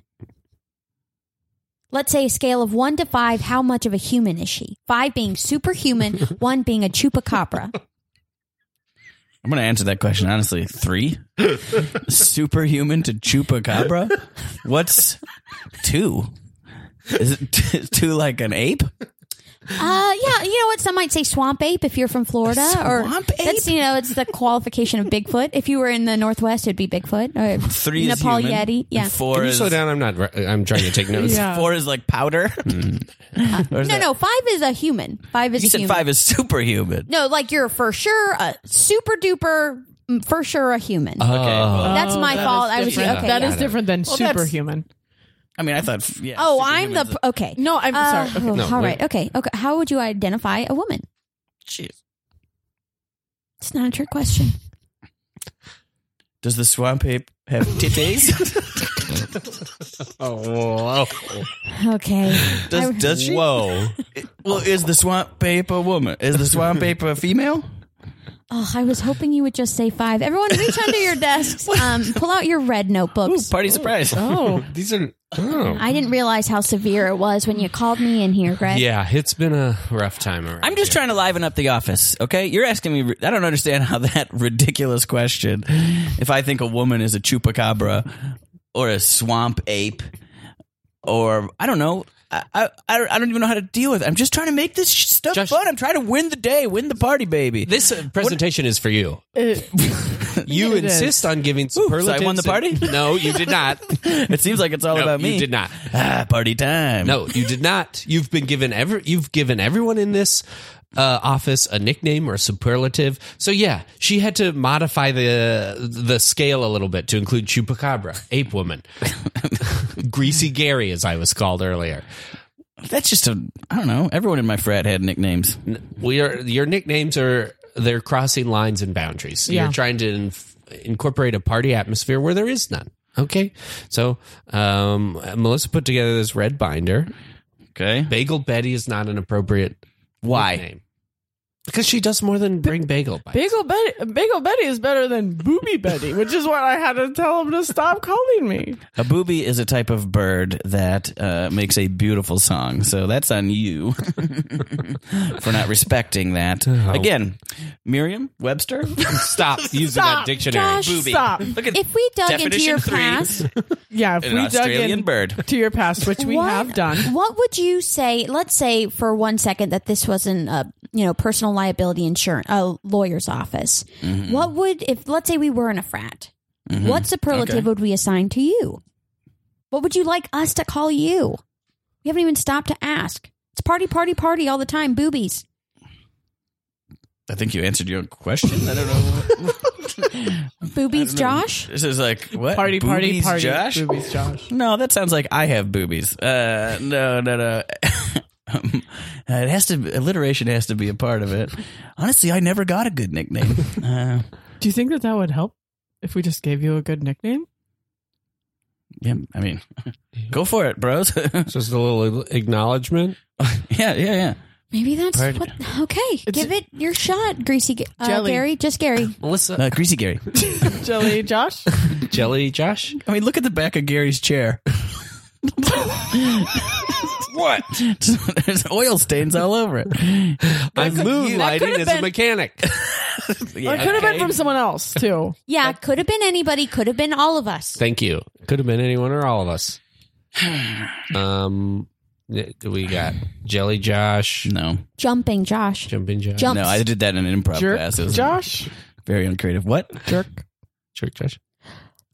Speaker 7: Let's say a scale of one to five. How much of a human is she? Five being superhuman, one being a chupacabra.
Speaker 3: I'm going to answer that question honestly. Three? Superhuman to chupacabra? What's two? Is it t- two like an ape?
Speaker 7: Uh, yeah, you know what? Some might say swamp ape if you're from Florida, or
Speaker 3: Swamp ape?
Speaker 7: that's you know it's the qualification of Bigfoot. If you were in the Northwest, it'd be Bigfoot. Or
Speaker 3: Three is
Speaker 7: Nepal
Speaker 3: human.
Speaker 7: Yeti.
Speaker 3: and
Speaker 7: Yeah.
Speaker 3: Four
Speaker 4: Can you
Speaker 3: is,
Speaker 4: slow down? I'm not. I'm trying to take notes.
Speaker 6: Yeah.
Speaker 3: four is like powder. Or is
Speaker 7: No,
Speaker 3: that-
Speaker 7: no, five is a human. Five is
Speaker 3: You
Speaker 7: a
Speaker 3: said
Speaker 7: human.
Speaker 3: five is superhuman.
Speaker 7: No, like you're for sure a super duper mm, for sure a human. that's my fault. I was
Speaker 6: Different.
Speaker 7: okay.
Speaker 6: that
Speaker 7: yeah.
Speaker 6: is different than
Speaker 3: that's-
Speaker 6: superhuman.
Speaker 3: I mean, I thought. f- Yeah,
Speaker 7: Oh, I'm the
Speaker 3: superhuman's a-
Speaker 7: p- okay.
Speaker 6: No, I'm
Speaker 7: Uh,
Speaker 6: sorry. Okay.
Speaker 7: oh, all
Speaker 4: wait.
Speaker 7: right. Okay. Okay. How would you identify a woman?
Speaker 3: Jeez.
Speaker 7: It's not a trick question.
Speaker 3: Does the swamp ape have titties?
Speaker 4: Oh,
Speaker 7: Okay.
Speaker 3: does,
Speaker 7: I-
Speaker 3: does she?
Speaker 4: whoa!
Speaker 3: Well, is the swamp ape a woman? Is the swamp ape a female?
Speaker 7: Oh, I was hoping you would just say five. Everyone, reach under your desks. Um, pull out your red notebooks.
Speaker 3: Party surprise.
Speaker 6: Oh,
Speaker 4: These are. Oh.
Speaker 7: I didn't realize how severe it was when you called me in here, Greg.
Speaker 4: Yeah, it's been a rough time. Around
Speaker 3: I'm just
Speaker 4: here.
Speaker 3: trying to liven up the office, okay? You're asking me. I don't understand how that ridiculous question, if I think a woman is a chupacabra or a swamp ape, or I don't know. I, I, I don't- I don't even know how to deal with it. I'm just trying to make this sh- stuff
Speaker 4: Josh-
Speaker 3: fun. I'm trying to win the day, win the party, baby.
Speaker 4: This uh, presentation is for you.
Speaker 6: it,
Speaker 4: You
Speaker 6: It is.
Speaker 4: insist on giving
Speaker 3: so I won
Speaker 4: superlatives.
Speaker 3: the party?
Speaker 4: and- no, you did not.
Speaker 3: it seems like it's all
Speaker 4: no,
Speaker 3: about me.
Speaker 4: You did not.
Speaker 3: Ah, party time.
Speaker 4: No, you did not. You've been given every. You've given everyone in this uh, office a nickname or a superlative. So yeah, she had to modify the the scale a little bit to include chupacabra, ape woman, greasy Gary, as I was called earlier.
Speaker 3: that's just a. I don't know. Everyone in my frat had nicknames.
Speaker 4: We are your nicknames are they're crossing lines and boundaries.
Speaker 6: Yeah.
Speaker 4: You're trying to inf- incorporate a party atmosphere where there is none. Okay, so um, Melissa put together this red binder.
Speaker 3: Okay.
Speaker 4: Bagel Betty is not an appropriate
Speaker 3: Why?
Speaker 4: name because she does more than bring bagel bites.
Speaker 6: Bagel Betty, Bagel Betty is better than Booby Betty, which is what I had to tell him to stop calling me.
Speaker 3: A booby is a type of bird that uh, makes a beautiful song. So that's on you for not respecting that. Again, Miriam Webster.
Speaker 4: Oh. Stop using that
Speaker 6: Stop,
Speaker 4: dictionary.
Speaker 7: Josh,
Speaker 6: Stop.
Speaker 3: Look at
Speaker 7: if we dug into
Speaker 3: Definition
Speaker 7: your
Speaker 3: three.
Speaker 7: past,
Speaker 6: Yeah, if
Speaker 3: an
Speaker 6: we dug
Speaker 3: Australian
Speaker 6: in
Speaker 3: bird.
Speaker 6: to your past, which we
Speaker 7: what,
Speaker 6: have done.
Speaker 7: What would you say? Let's say for one second that this wasn't a you know personal liability insurance, a lawyer's office. What would if let's say we were in a frat? What superlative
Speaker 3: Okay.
Speaker 7: would we assign to you? What would you like us to call you? We haven't even stopped to ask. It's party, party, party all the time. Boobies.
Speaker 3: I think you answered your own question. I don't know.
Speaker 7: Boobies, Josh?
Speaker 3: This is like what
Speaker 6: Party, party,
Speaker 3: Boobies,
Speaker 6: party.
Speaker 3: Josh.
Speaker 6: Boobies, Josh.
Speaker 3: No, that sounds like I have boobies. Uh, no, no, no. um, uh, it has to alliteration has to be a part of it. Honestly, I never got a good nickname. Uh,
Speaker 6: Do you think that that would help if we just gave you a good nickname?
Speaker 3: yeah, I mean, go for it, bros. yeah,
Speaker 4: Just a little acknowledgement.
Speaker 3: yeah, yeah.
Speaker 7: Maybe that's
Speaker 3: Party.
Speaker 7: what. Okay. give it your shot, Greasy uh,
Speaker 6: Jelly.
Speaker 7: Gary. Just Gary.
Speaker 4: Melissa,
Speaker 3: Uh, Greasy Gary.
Speaker 6: Jelly Josh?
Speaker 4: Jelly Josh.
Speaker 3: I mean, look at the back of Gary's chair. what? There's oil stains all over it.
Speaker 4: I'm moonlighting as a mechanic.
Speaker 6: Or it could have been from someone else, too.
Speaker 7: Yeah, could have been anybody, could have been all of us.
Speaker 4: Thank you. Could have been anyone or all of us. Um, we got Jelly Josh,
Speaker 3: No,
Speaker 7: Jumping, Josh.
Speaker 4: Jumping Josh,
Speaker 7: Jump.
Speaker 3: no, I did that in an improv
Speaker 6: Jerk
Speaker 3: class. It was
Speaker 6: Josh?
Speaker 3: very uncreative. What?
Speaker 6: Jerk.
Speaker 4: Jerk Josh.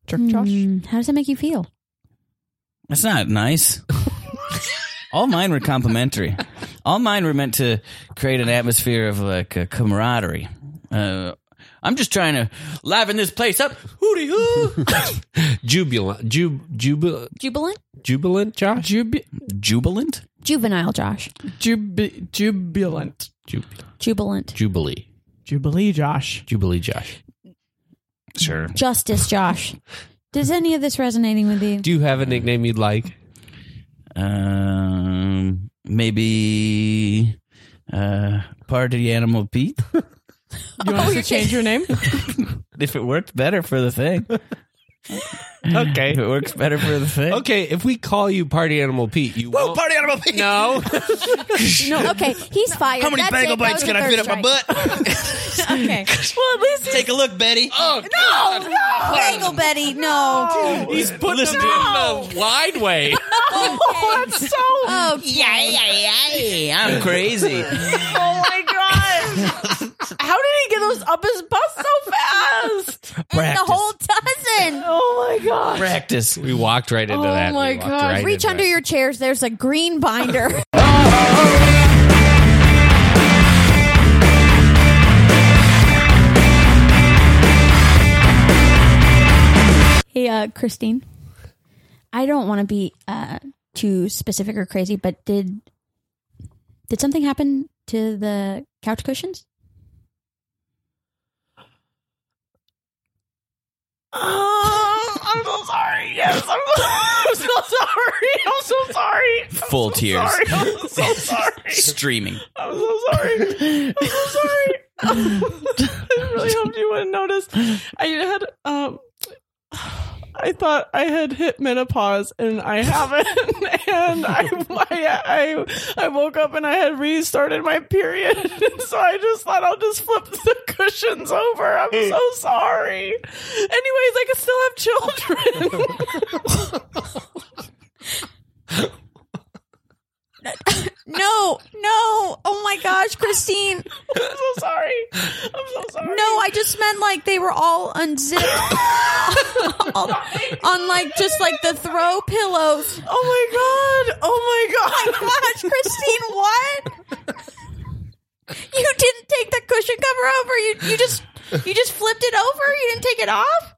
Speaker 6: Jerk Josh?
Speaker 7: Hmm, how does that make you feel?
Speaker 3: That's not nice. All mine were complimentary. All mine were meant to create an atmosphere of like uh camaraderie. Uh, I'm just trying to liven this place up. Hooty hoo!
Speaker 4: Jubilant, jub, jubil,
Speaker 7: Jubilant?
Speaker 4: jubilant Josh.
Speaker 6: Jubi-
Speaker 3: Jubilant?
Speaker 7: Juvenile, Josh.
Speaker 6: jubi- jubilant.
Speaker 4: Jub,
Speaker 7: Jubilant.
Speaker 4: jubilee,
Speaker 6: Jubilee Josh.
Speaker 4: jubilee Josh.
Speaker 3: Sure.
Speaker 7: Justice, Josh. Does any of this resonating with you?
Speaker 4: Do you have a nickname you'd like?
Speaker 3: Um, maybe uh, party animal Pete.
Speaker 6: You want us to change your name?
Speaker 3: if it worked better for the thing.
Speaker 4: Okay,
Speaker 3: If it works better for the thing.
Speaker 4: okay. If we call you Party Animal Pete, you
Speaker 3: Whoa,
Speaker 4: won't-
Speaker 3: party animal Pete!
Speaker 4: No,
Speaker 7: No, okay, he's fired.
Speaker 3: How many
Speaker 7: That's
Speaker 3: bagel
Speaker 7: it. That
Speaker 3: bites
Speaker 7: was
Speaker 3: can
Speaker 7: the
Speaker 3: I fit up
Speaker 7: third
Speaker 3: my butt?
Speaker 7: strike. okay.
Speaker 3: well, at least take a look, Betty. Oh,
Speaker 7: No! Bagel Betty, no.
Speaker 3: he's putting
Speaker 4: Listen to it in the wide way.
Speaker 7: Oh,
Speaker 6: That's so.
Speaker 7: okay.
Speaker 3: I'm crazy.
Speaker 6: Oh my gosh. How did he get those up his butt so fast?
Speaker 7: And the whole dozen.
Speaker 6: Oh my gosh.
Speaker 3: practice.
Speaker 4: We walked right into
Speaker 6: Oh
Speaker 4: that.
Speaker 6: my
Speaker 4: We walked
Speaker 6: God.
Speaker 4: right
Speaker 7: Reach
Speaker 4: into
Speaker 7: under
Speaker 4: it.
Speaker 7: your chairs. There's a green binder. hey, uh, Christine. I don't want to be uh, too specific or crazy, but did did something happen to the couch cushions?
Speaker 6: Oh, I'm so sorry. Yes, I'm, I'm so sorry. I'm so sorry. I'm
Speaker 3: Full
Speaker 6: so
Speaker 3: tears.
Speaker 6: Sorry. I'm so sorry.
Speaker 3: Streaming.
Speaker 6: I'm so sorry. I'm so sorry. I really hoped you wouldn't notice. I had um I thought I had hit menopause and I haven't. And I, I, I, I woke up and I had restarted my period. So I just thought I'll just flip the cushions over. I'm so sorry. Anyways, I can still have children.
Speaker 7: No, no. Oh my gosh, Christine.
Speaker 6: I'm so sorry. I'm so sorry.
Speaker 7: No, I just meant like they were all unzipped on, on, like just like the throw pillows.
Speaker 6: Oh my god. Oh my god.
Speaker 7: Gosh, Christine, what? You didn't take the cushion cover over. You you just you just flipped it over. You didn't take it off.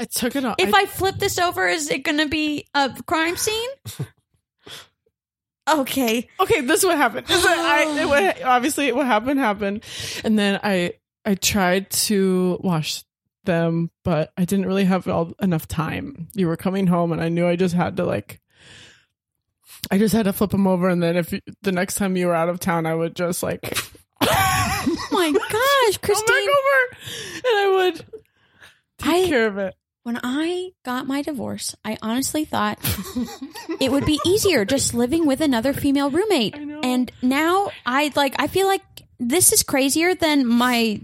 Speaker 6: I took it off.
Speaker 7: If I flip this over, is it going to be a crime scene? Okay.
Speaker 6: okay, this is what happened. This is what I, it, what, obviously, what happened happened, and then I I tried to wash them, but I didn't really have all, enough time. You were coming home, and I knew I just had to like. I just had to flip them over, and then if you, the next time you were out of town, I would just like
Speaker 7: Oh my gosh,
Speaker 6: come back
Speaker 7: Christine.
Speaker 6: over, and I would take
Speaker 7: I-
Speaker 6: care of it.
Speaker 7: When I got my divorce, I honestly thought it would be easier just living with another female roommate. And now I like I feel like this is crazier than my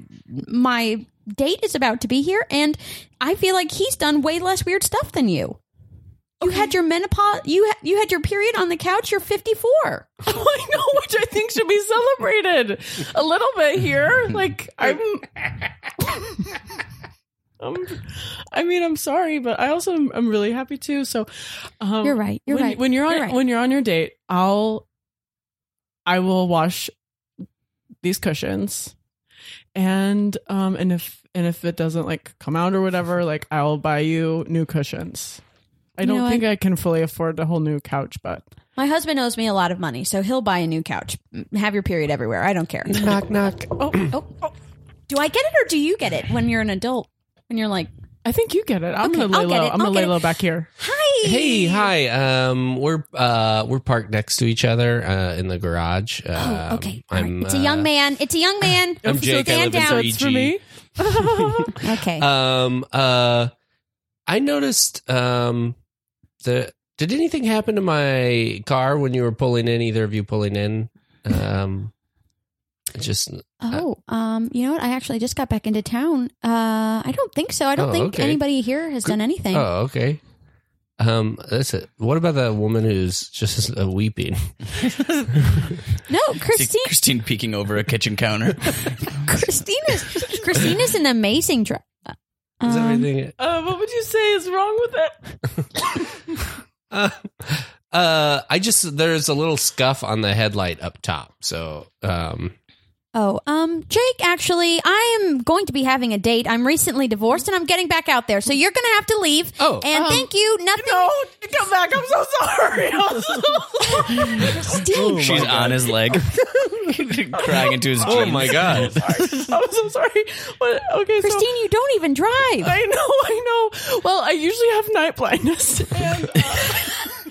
Speaker 7: my date is about to be here and I feel like he's done way less weird stuff than you. You had your menopause you ha- you had your period on the couch, you're 54.
Speaker 6: I know, which I think should be celebrated a little bit here. Like I'm, I'm I mean, I'm sorry, but I also am, I'm really happy too. So um,
Speaker 7: You're right. You're
Speaker 6: when,
Speaker 7: right.
Speaker 6: When you're on
Speaker 7: You're right.
Speaker 6: when you're on your date, I'll I will wash these cushions, and um and if and if it doesn't like come out or whatever, like I'll buy you new cushions. I
Speaker 7: You
Speaker 6: don't
Speaker 7: know, I-
Speaker 6: think I can fully afford a whole new couch, but
Speaker 7: My husband owes me a lot of money, so he'll buy a new couch. Have your period everywhere. I don't care.
Speaker 4: knock knock.
Speaker 7: Oh, do I get it or do you get it when you're an adult? When you're like,
Speaker 6: I think you get it. I'm
Speaker 7: Okay,
Speaker 6: gonna lay
Speaker 7: I'll get
Speaker 6: low.
Speaker 7: it.
Speaker 6: I'm gonna
Speaker 7: I'll
Speaker 6: lay
Speaker 7: get it.
Speaker 6: low back here.
Speaker 7: hi.
Speaker 4: Hey, hi. Um, we're uh we're parked next to each other uh, in the garage. Um,
Speaker 7: Oh, okay. All right.
Speaker 4: I'm,
Speaker 7: It's a young
Speaker 4: uh,
Speaker 7: man. It's a young man.
Speaker 4: I'm Jake. I
Speaker 7: Stand
Speaker 4: live in
Speaker 7: down.
Speaker 4: 3G.
Speaker 6: It's for me.
Speaker 7: Okay.
Speaker 4: Um. Uh. I noticed. Um. The did anything happen to my car when you were pulling in? Either of you pulling in? Um. it Just
Speaker 7: oh, um, you know what? I actually just got back into town. Uh, I don't think so. I don't
Speaker 4: Oh,
Speaker 7: think
Speaker 4: okay.
Speaker 7: anybody here has done anything.
Speaker 4: oh okay. Um. That's it. What about that woman who's just uh, weeping?
Speaker 7: no, Christine.
Speaker 3: Christine peeking over a kitchen counter.
Speaker 7: Christine is Christine is an amazing driver.
Speaker 4: Is everything?
Speaker 6: Uh, what would you say is wrong with it?
Speaker 4: Uh, uh, I just there's a little scuff on the headlight up top. So, um,
Speaker 7: Oh, um, Jake, actually, I am going to be having a date. I'm recently divorced and I'm getting back out there. So you're going to have to leave.
Speaker 4: Oh,
Speaker 7: and
Speaker 4: um,
Speaker 7: thank you. Nothing.
Speaker 6: No, Oh, come back. I'm so sorry. I'm so sorry.
Speaker 7: Steve.
Speaker 3: She's on his leg, crying into his jeans.
Speaker 4: god,
Speaker 6: I'm so sorry. But okay, so
Speaker 7: Christine, you don't even drive.
Speaker 6: I know, I know. Well, I usually have night blindness. And,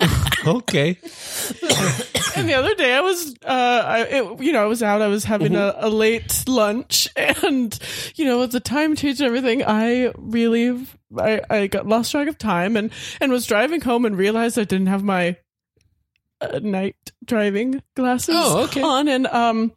Speaker 6: uh,
Speaker 4: okay,
Speaker 6: and the other day, I was, uh, I, it, you know, I was out. I was having a, a late lunch, and you know, with the time change and everything, I really, I, I got lost track of time, and and was driving home and realized I didn't have my uh, night driving glasses
Speaker 4: Oh, okay.
Speaker 6: on, and um.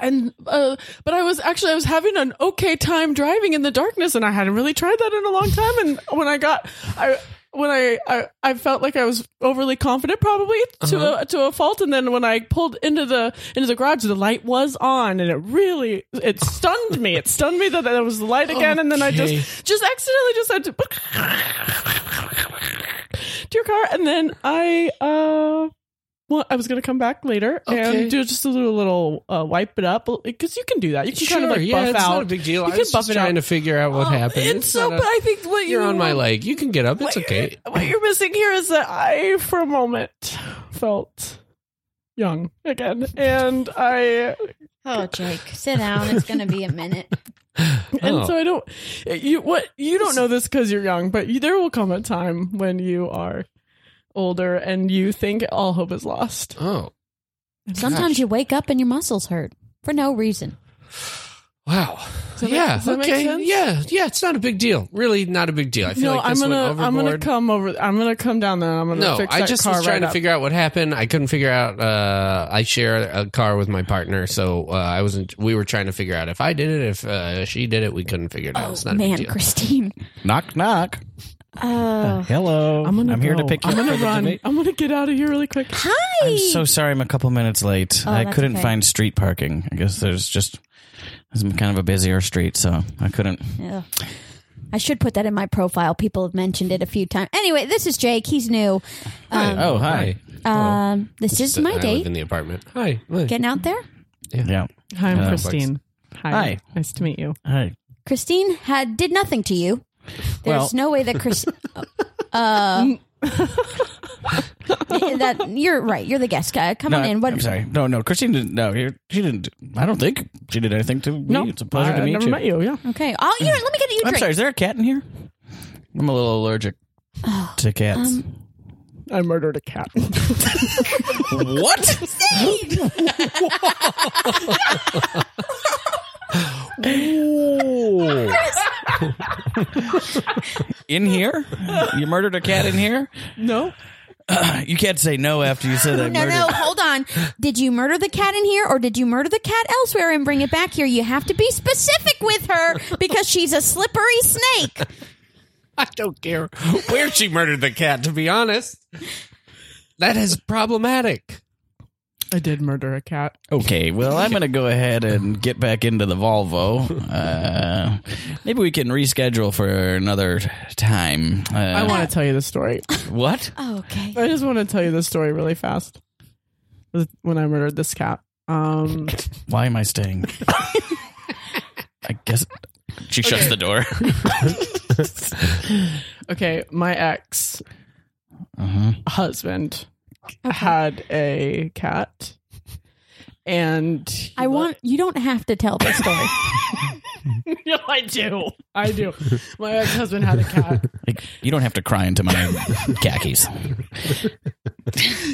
Speaker 6: And uh, but I was actually I was having an okay time driving in the darkness, and I hadn't really tried that in a long time. And when I got, I when I I, I felt like I was overly confident, probably
Speaker 4: Uh-huh.
Speaker 6: to a, to a fault. And then when I pulled into the into the garage, the light was on, and it really it stunned me. It stunned me that there was the light again, and then I
Speaker 4: Okay.
Speaker 6: just just accidentally just had to to your car, and then I uh. Well, I was gonna come back later
Speaker 4: Okay.
Speaker 6: and do just a little, little uh, wipe it up because you can do that. You can
Speaker 4: sure,
Speaker 6: kind of like
Speaker 4: yeah,
Speaker 6: buff
Speaker 4: it's
Speaker 6: out.
Speaker 4: not a big deal.
Speaker 6: You
Speaker 4: I
Speaker 6: can
Speaker 4: was
Speaker 6: buff
Speaker 4: just
Speaker 6: it
Speaker 4: trying
Speaker 6: out.
Speaker 4: to figure out what happened.
Speaker 6: And
Speaker 4: It's
Speaker 6: so,
Speaker 4: not
Speaker 6: but
Speaker 4: a-
Speaker 6: I think what you
Speaker 4: you're on my
Speaker 6: leg.
Speaker 4: leg. You can get up. It's
Speaker 6: What
Speaker 4: okay.
Speaker 6: You're, what you're missing here is that I, for a moment, felt young again, and I,
Speaker 7: Oh, Jake, sit down. It's going to be a minute.
Speaker 6: and
Speaker 4: Oh.
Speaker 6: so I don't. You what you don't know this because you're young, but you, there will come a time when you are older and you think all hope is lost.
Speaker 4: Oh
Speaker 7: Sometimes you wake up and your muscles hurt for no reason.
Speaker 4: wow.
Speaker 6: that make-
Speaker 4: yeah.
Speaker 6: does that make
Speaker 4: okay.
Speaker 6: sense?
Speaker 4: Yeah. Yeah. It's not a big deal. Really, not a big deal. I feel
Speaker 6: No,
Speaker 4: like
Speaker 6: I'm
Speaker 4: this
Speaker 6: gonna
Speaker 4: went
Speaker 6: I'm
Speaker 4: overboard.
Speaker 6: gonna come over. I'm gonna come down there. I'm gonna
Speaker 4: no,
Speaker 6: fix
Speaker 4: I
Speaker 6: that
Speaker 4: just
Speaker 6: car
Speaker 4: was trying
Speaker 6: right
Speaker 4: to
Speaker 6: up.
Speaker 4: figure out what happened. I couldn't figure out. Uh, I share a car with my partner, so uh, I wasn't. We were trying to figure out if I did it, if uh, she did it. We couldn't figure it out. it's not a
Speaker 7: Oh, Man,
Speaker 4: big deal.
Speaker 7: Christine.
Speaker 3: Knock knock.
Speaker 7: Oh,
Speaker 3: Hello.
Speaker 6: I'm gonna.
Speaker 3: here to
Speaker 6: go.
Speaker 3: pick you
Speaker 6: I'm
Speaker 3: up
Speaker 6: gonna
Speaker 3: for the
Speaker 6: run.
Speaker 3: debate.
Speaker 6: I'm gonna get out of here really quick.
Speaker 7: hi.
Speaker 3: I'm so sorry I'm a couple minutes late. I
Speaker 7: that's
Speaker 3: couldn't
Speaker 7: okay.
Speaker 3: find street parking. I guess there's just it's kind of a busier street, so I couldn't.
Speaker 7: Ugh. I should put that in my profile. People have mentioned it a few times. Anyway, this is Jake. He's new.
Speaker 3: oh, hi.
Speaker 7: Um, this is
Speaker 4: I
Speaker 7: my
Speaker 4: live
Speaker 7: date.
Speaker 4: in the apartment. Hi. Hi.
Speaker 7: Getting out there.
Speaker 3: Yeah.
Speaker 6: Hi, I'm
Speaker 3: Yeah.
Speaker 6: Christine. Hi.
Speaker 3: Hi.
Speaker 6: Nice to meet you.
Speaker 3: Hi.
Speaker 7: Christine had did nothing to you. There's
Speaker 3: Well-
Speaker 7: no way that Chris. uh, that that you're right. You're the guest guy. Come
Speaker 3: No,
Speaker 7: on in. What?
Speaker 3: I'm sorry. No, no. Christine didn't. No, you- she didn't. I don't think she did anything to me.
Speaker 6: No,
Speaker 3: it's a pleasure
Speaker 6: I,
Speaker 3: to meet
Speaker 6: I never
Speaker 3: you.
Speaker 6: met you. Yeah.
Speaker 7: Okay. I'll, you know, what, let me get you a
Speaker 3: I'm
Speaker 7: drink.
Speaker 3: sorry. Is there a cat in here? I'm a little allergic to cats.
Speaker 6: I murdered a cat.
Speaker 3: what? in here? You murdered a cat in here?
Speaker 6: no.
Speaker 3: You can't say no after you said that.
Speaker 7: No,
Speaker 3: murdered.
Speaker 7: no, hold on. Did you murder the cat in here or did you murder the cat elsewhere and bring it back here? You have to be specific with her because she's a slippery snake.
Speaker 4: I don't care where she murdered the cat, to be honest. That is problematic.
Speaker 6: I did murder a cat.
Speaker 3: Okay, well, I'm going to go ahead and get back into the Volvo. Uh, maybe we can reschedule for another time. Uh,
Speaker 6: I want to tell you the story.
Speaker 3: what?
Speaker 7: Okay.
Speaker 6: I just want to tell you the story really fast. When I murdered this cat. Um,
Speaker 3: Why am I staying? I guess she shuts the door.
Speaker 6: okay, my ex
Speaker 3: uh-huh.
Speaker 6: husband had a cat, and he
Speaker 7: I
Speaker 6: lo-
Speaker 7: want you don't have to tell this story.
Speaker 6: no, I do. I do. My ex husband had a cat.
Speaker 3: Like, you don't have to cry into my khakis.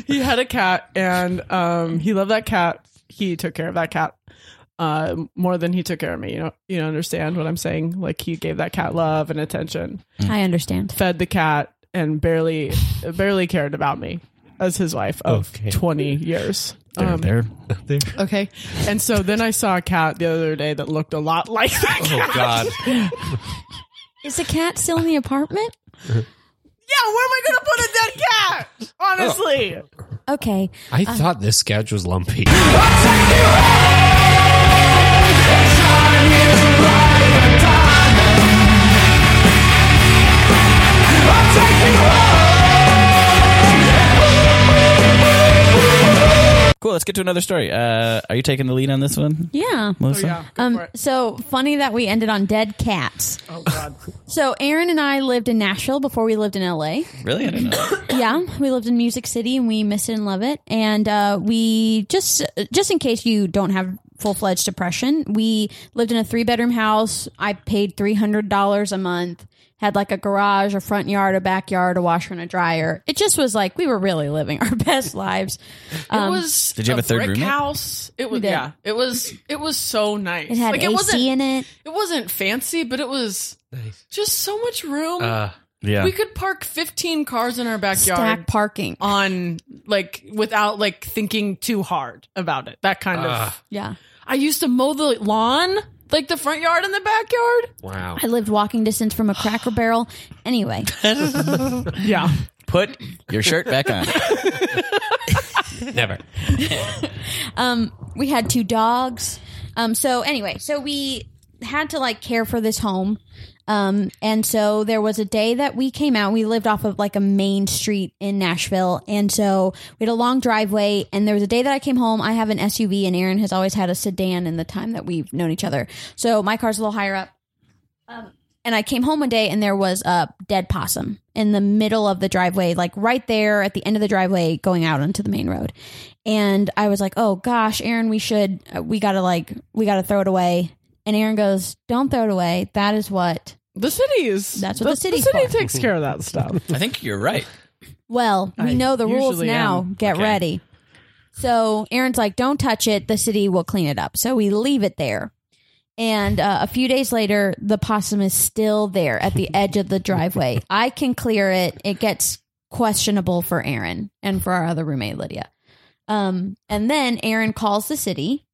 Speaker 6: he had a cat and um he loved that cat he took care of that cat uh more than he took care of me you know you know understand what i'm saying like he gave that cat love and attention
Speaker 7: I understand.
Speaker 6: fed the cat and barely barely cared about me as his wife of
Speaker 4: Okay.
Speaker 6: 20 years
Speaker 3: They're, they're-
Speaker 6: okay and so then i saw a cat the other day that looked a lot like that cat.
Speaker 4: Oh, God.
Speaker 7: Is the cat still in the apartment?
Speaker 6: yeah where am i gonna put a dead cat honestly
Speaker 7: Oh. Okay.
Speaker 4: I thought this couch was lumpy.
Speaker 3: Cool, let's get to another story. Uh, are you taking the lead on this one,
Speaker 7: Yeah.
Speaker 3: Melissa?
Speaker 6: yeah go for
Speaker 7: Um,
Speaker 6: it.
Speaker 7: so funny that we ended on dead cats.
Speaker 6: oh god
Speaker 7: So Aaron and I lived in Nashville before we lived in LA.
Speaker 3: Really? I don't know.
Speaker 7: yeah we lived in music city and we miss it and love it and uh, we just just in case you don't have full-fledged depression we lived in a three-bedroom house i paid $300 a month had like a garage a front yard a backyard a washer and a dryer it just was like we were really living our best lives
Speaker 6: it was
Speaker 3: Did you have a third
Speaker 6: brick
Speaker 3: roommate?
Speaker 6: house it was
Speaker 7: Um, did.
Speaker 6: yeah it was it was so nice
Speaker 7: it had
Speaker 6: like, it
Speaker 7: ac
Speaker 6: wasn't
Speaker 7: in it
Speaker 6: it wasn't fancy but it was
Speaker 4: Nice.
Speaker 6: just so much room
Speaker 4: Uh,
Speaker 3: Yeah.
Speaker 6: we could park 15 cars in our backyard
Speaker 7: stack parking
Speaker 6: on like without like thinking too hard about it that kind
Speaker 4: Ah.
Speaker 6: of
Speaker 7: yeah
Speaker 6: i used to mow the lawn like the front yard and the backyard
Speaker 4: wow.
Speaker 7: i lived walking distance from a cracker barrel anyway
Speaker 6: yeah
Speaker 3: Put your shirt back on.
Speaker 4: Never.
Speaker 7: Um, we had two dogs. Um, so anyway, so we had to like care for this home. Um, and so there was a day that we came out. We lived off of like a main street in Nashville, and so we had a long driveway. And there was a day that I came home. I have an SUV, and Aaron has always had a sedan in the time that we've known each other. So my car's a little higher up. Um, and I came home one day, and there was a dead possum in the middle of the driveway, like right there at the end of the driveway, going out onto the main road and I was like, "Oh gosh, Aaron, we should uh, we got to like we got to throw it away." And Aaron goes, "Don't throw it away. That is what."
Speaker 6: the cities
Speaker 7: That's what the
Speaker 6: city
Speaker 7: city's for.
Speaker 6: takes care of that stuff
Speaker 3: I think you're right.
Speaker 7: Well, we
Speaker 6: I
Speaker 7: know the rules
Speaker 6: usually
Speaker 7: now.
Speaker 6: am.
Speaker 7: Get
Speaker 3: Okay.
Speaker 7: ready. So Aaron's like, "Don't touch it. The city will clean it up." So we leave it there. And uh, a few days later, the possum is still there at the edge of the driveway. I can clear it. It gets questionable for Aaron and for our other roommate Lydia. Um, and then Aaron calls the city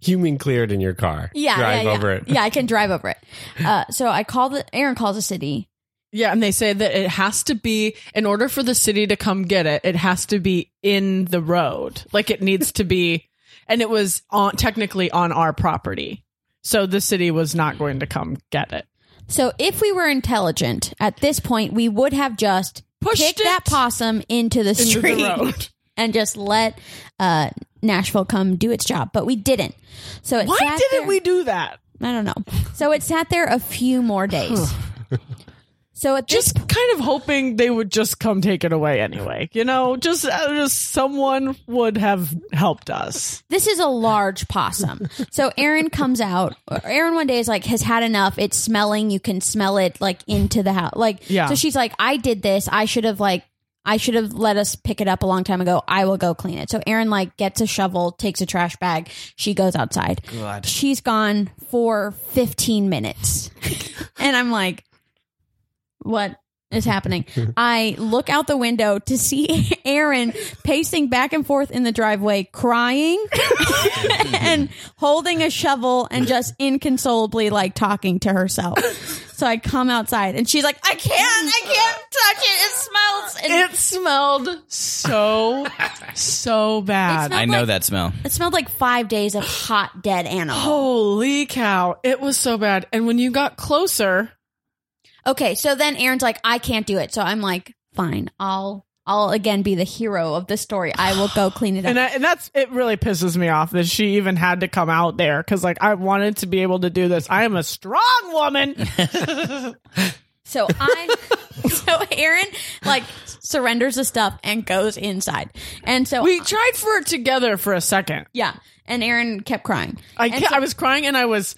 Speaker 4: You mean clear it in your car?
Speaker 7: Yeah,
Speaker 4: Drive
Speaker 7: yeah, yeah.
Speaker 4: over it.
Speaker 7: Yeah, I can drive over it. Uh, so I call the Aaron calls the city.
Speaker 6: yeah and they say that it has to be in order for the city to come get it it has to be in the road like it needs to be and it was on technically on our property so the city was not going to come get it
Speaker 7: So if we were intelligent at this point, we would have just
Speaker 6: Pushed
Speaker 7: kicked
Speaker 6: it
Speaker 7: that possum into the
Speaker 6: into
Speaker 7: street
Speaker 6: the road
Speaker 7: and just let uh, Nashville come do its job, but we didn't. So it
Speaker 6: Why
Speaker 7: sat
Speaker 6: didn't
Speaker 7: there-
Speaker 6: we do that?
Speaker 7: I don't know. So it sat there a few more days. So at this
Speaker 6: just kind of hoping they would just come take it away anyway. You know, just uh, just someone would have helped us.
Speaker 7: this is a large possum. So Aaron comes out. Aaron one day is like has had enough. It's smelling. You can smell it like into the house. Like
Speaker 6: Yeah.
Speaker 7: So she's like, I did this. I should have like I should have let us pick it up a long time ago. I will go clean it. So Aaron like gets a shovel, takes a trash bag. She goes outside. She's gone for 15 minutes. and I'm like, what is happening? I look out the window to see Aaron pacing back and forth in the driveway, crying and holding a shovel and just inconsolably like talking to herself. So I come outside and she's like, I can't, I can't touch it. It smells. And
Speaker 6: It smelled so so
Speaker 7: It
Speaker 6: bad.
Speaker 7: smelled-
Speaker 3: I know
Speaker 7: like-
Speaker 3: that smell.
Speaker 7: it smelled like five days of hot, dead animal.
Speaker 6: Oh. Holy cow! It was so bad. And when you got closer,
Speaker 7: Okay. So then Aaron's like, I can't do it. So I'm like, fine, I'll. I'll again be the hero of the story. I will go clean it up.
Speaker 6: and I, and that's it. Really pisses me off that she even had to come out there because like I wanted to be able to do this. I am a strong woman.
Speaker 7: So I, so Aaron like surrenders the stuff and goes inside. And so
Speaker 6: we tried for it together for a second.
Speaker 7: yeah, and Aaron kept crying.
Speaker 6: I
Speaker 7: And
Speaker 6: ca-
Speaker 7: so
Speaker 6: I was crying and I was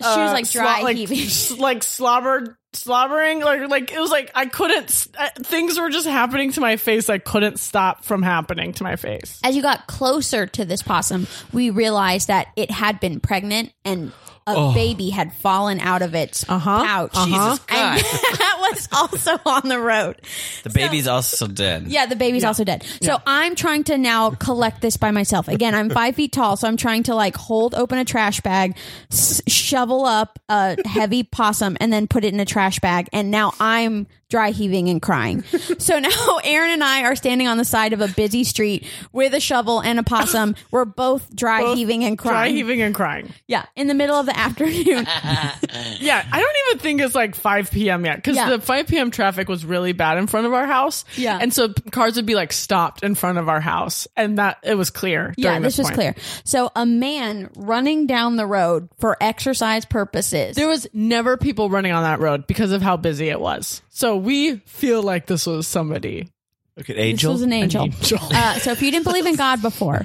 Speaker 7: she was like
Speaker 6: slo-
Speaker 7: dry
Speaker 6: like,
Speaker 7: heaving.
Speaker 6: s- like slobbered, slobbering, like like it was like I couldn't. s- Uh, things were just happening to my face. I couldn't stop from happening to my face.
Speaker 7: As you got closer to this possum, we realized that it had been pregnant and a baby had fallen out of its
Speaker 6: Uh-huh,
Speaker 7: pouch.
Speaker 6: uh-huh.
Speaker 7: And that was also on the road.
Speaker 3: The baby's also dead.
Speaker 7: Yeah, the baby's also dead. So I'm trying to now collect this by myself. Again, I'm five feet tall, so I'm trying to like hold open a trash bag, s- shovel up a heavy possum, and then put it in a trash bag. And now I'm dry heaving and crying. so now Aaron and I are standing on the side of a busy street with a shovel and a possum. We're both dry heaving and
Speaker 6: Dry
Speaker 7: crying.
Speaker 6: heaving and crying.
Speaker 7: Yeah, in the middle of the afternoon.
Speaker 6: Yeah, I don't even think it's like 5 p.m. yet because
Speaker 7: Yeah.
Speaker 6: the 5 p.m. traffic was really bad in front of our house.
Speaker 7: Yeah.
Speaker 6: and so p- cars would be like stopped in front of our house, and that it was clear.
Speaker 7: Yeah,
Speaker 6: during
Speaker 7: this,
Speaker 6: this
Speaker 7: was
Speaker 6: point.
Speaker 7: clear. So a man running down the road for exercise purposes.
Speaker 6: There was never people running on that road because of how busy it was. So we feel like this was somebody.
Speaker 3: Look at
Speaker 7: This was an angel.
Speaker 6: angel.
Speaker 7: Uh, so if you didn't believe in God before,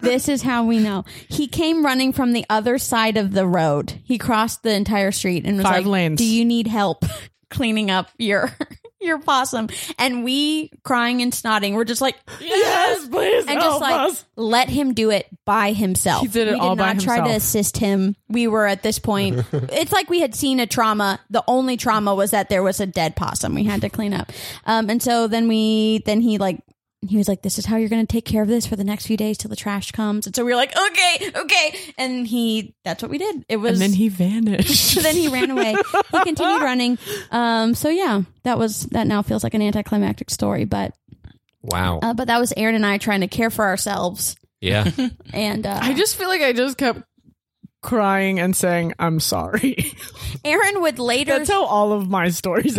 Speaker 7: this is how we know. He came running from the other side of the road. He crossed the entire street and was
Speaker 6: Five
Speaker 7: like,
Speaker 6: lanes.
Speaker 7: "Do you need help cleaning up your your possum?" And we crying and snotting. We're just like,
Speaker 6: Yes, please
Speaker 7: and just
Speaker 6: help
Speaker 7: like
Speaker 6: us.
Speaker 7: let him do it by himself.
Speaker 6: He did it
Speaker 7: we
Speaker 6: all
Speaker 7: did
Speaker 6: by
Speaker 7: not try to
Speaker 6: himself.
Speaker 7: assist him. We were at this point. it's like we had seen a trauma. The only trauma was that there was a dead possum we had to clean up. Um, and so then we then he like he was like, "This is how you're going to take care of this for the next few days till the trash comes." And so we were like, "Okay, okay." And he that's what we did. It was
Speaker 6: and then he vanished.
Speaker 7: so then he ran away. He continued running. Um, so yeah, that was that. Now feels like an anticlimactic story, but
Speaker 4: Wow.
Speaker 7: uh, but that was Aaron and I trying to care for ourselves
Speaker 4: yeah.
Speaker 7: and uh,
Speaker 6: I just feel like I just kept crying and saying, I'm sorry.
Speaker 7: Aaron would later
Speaker 6: That's how all of my stories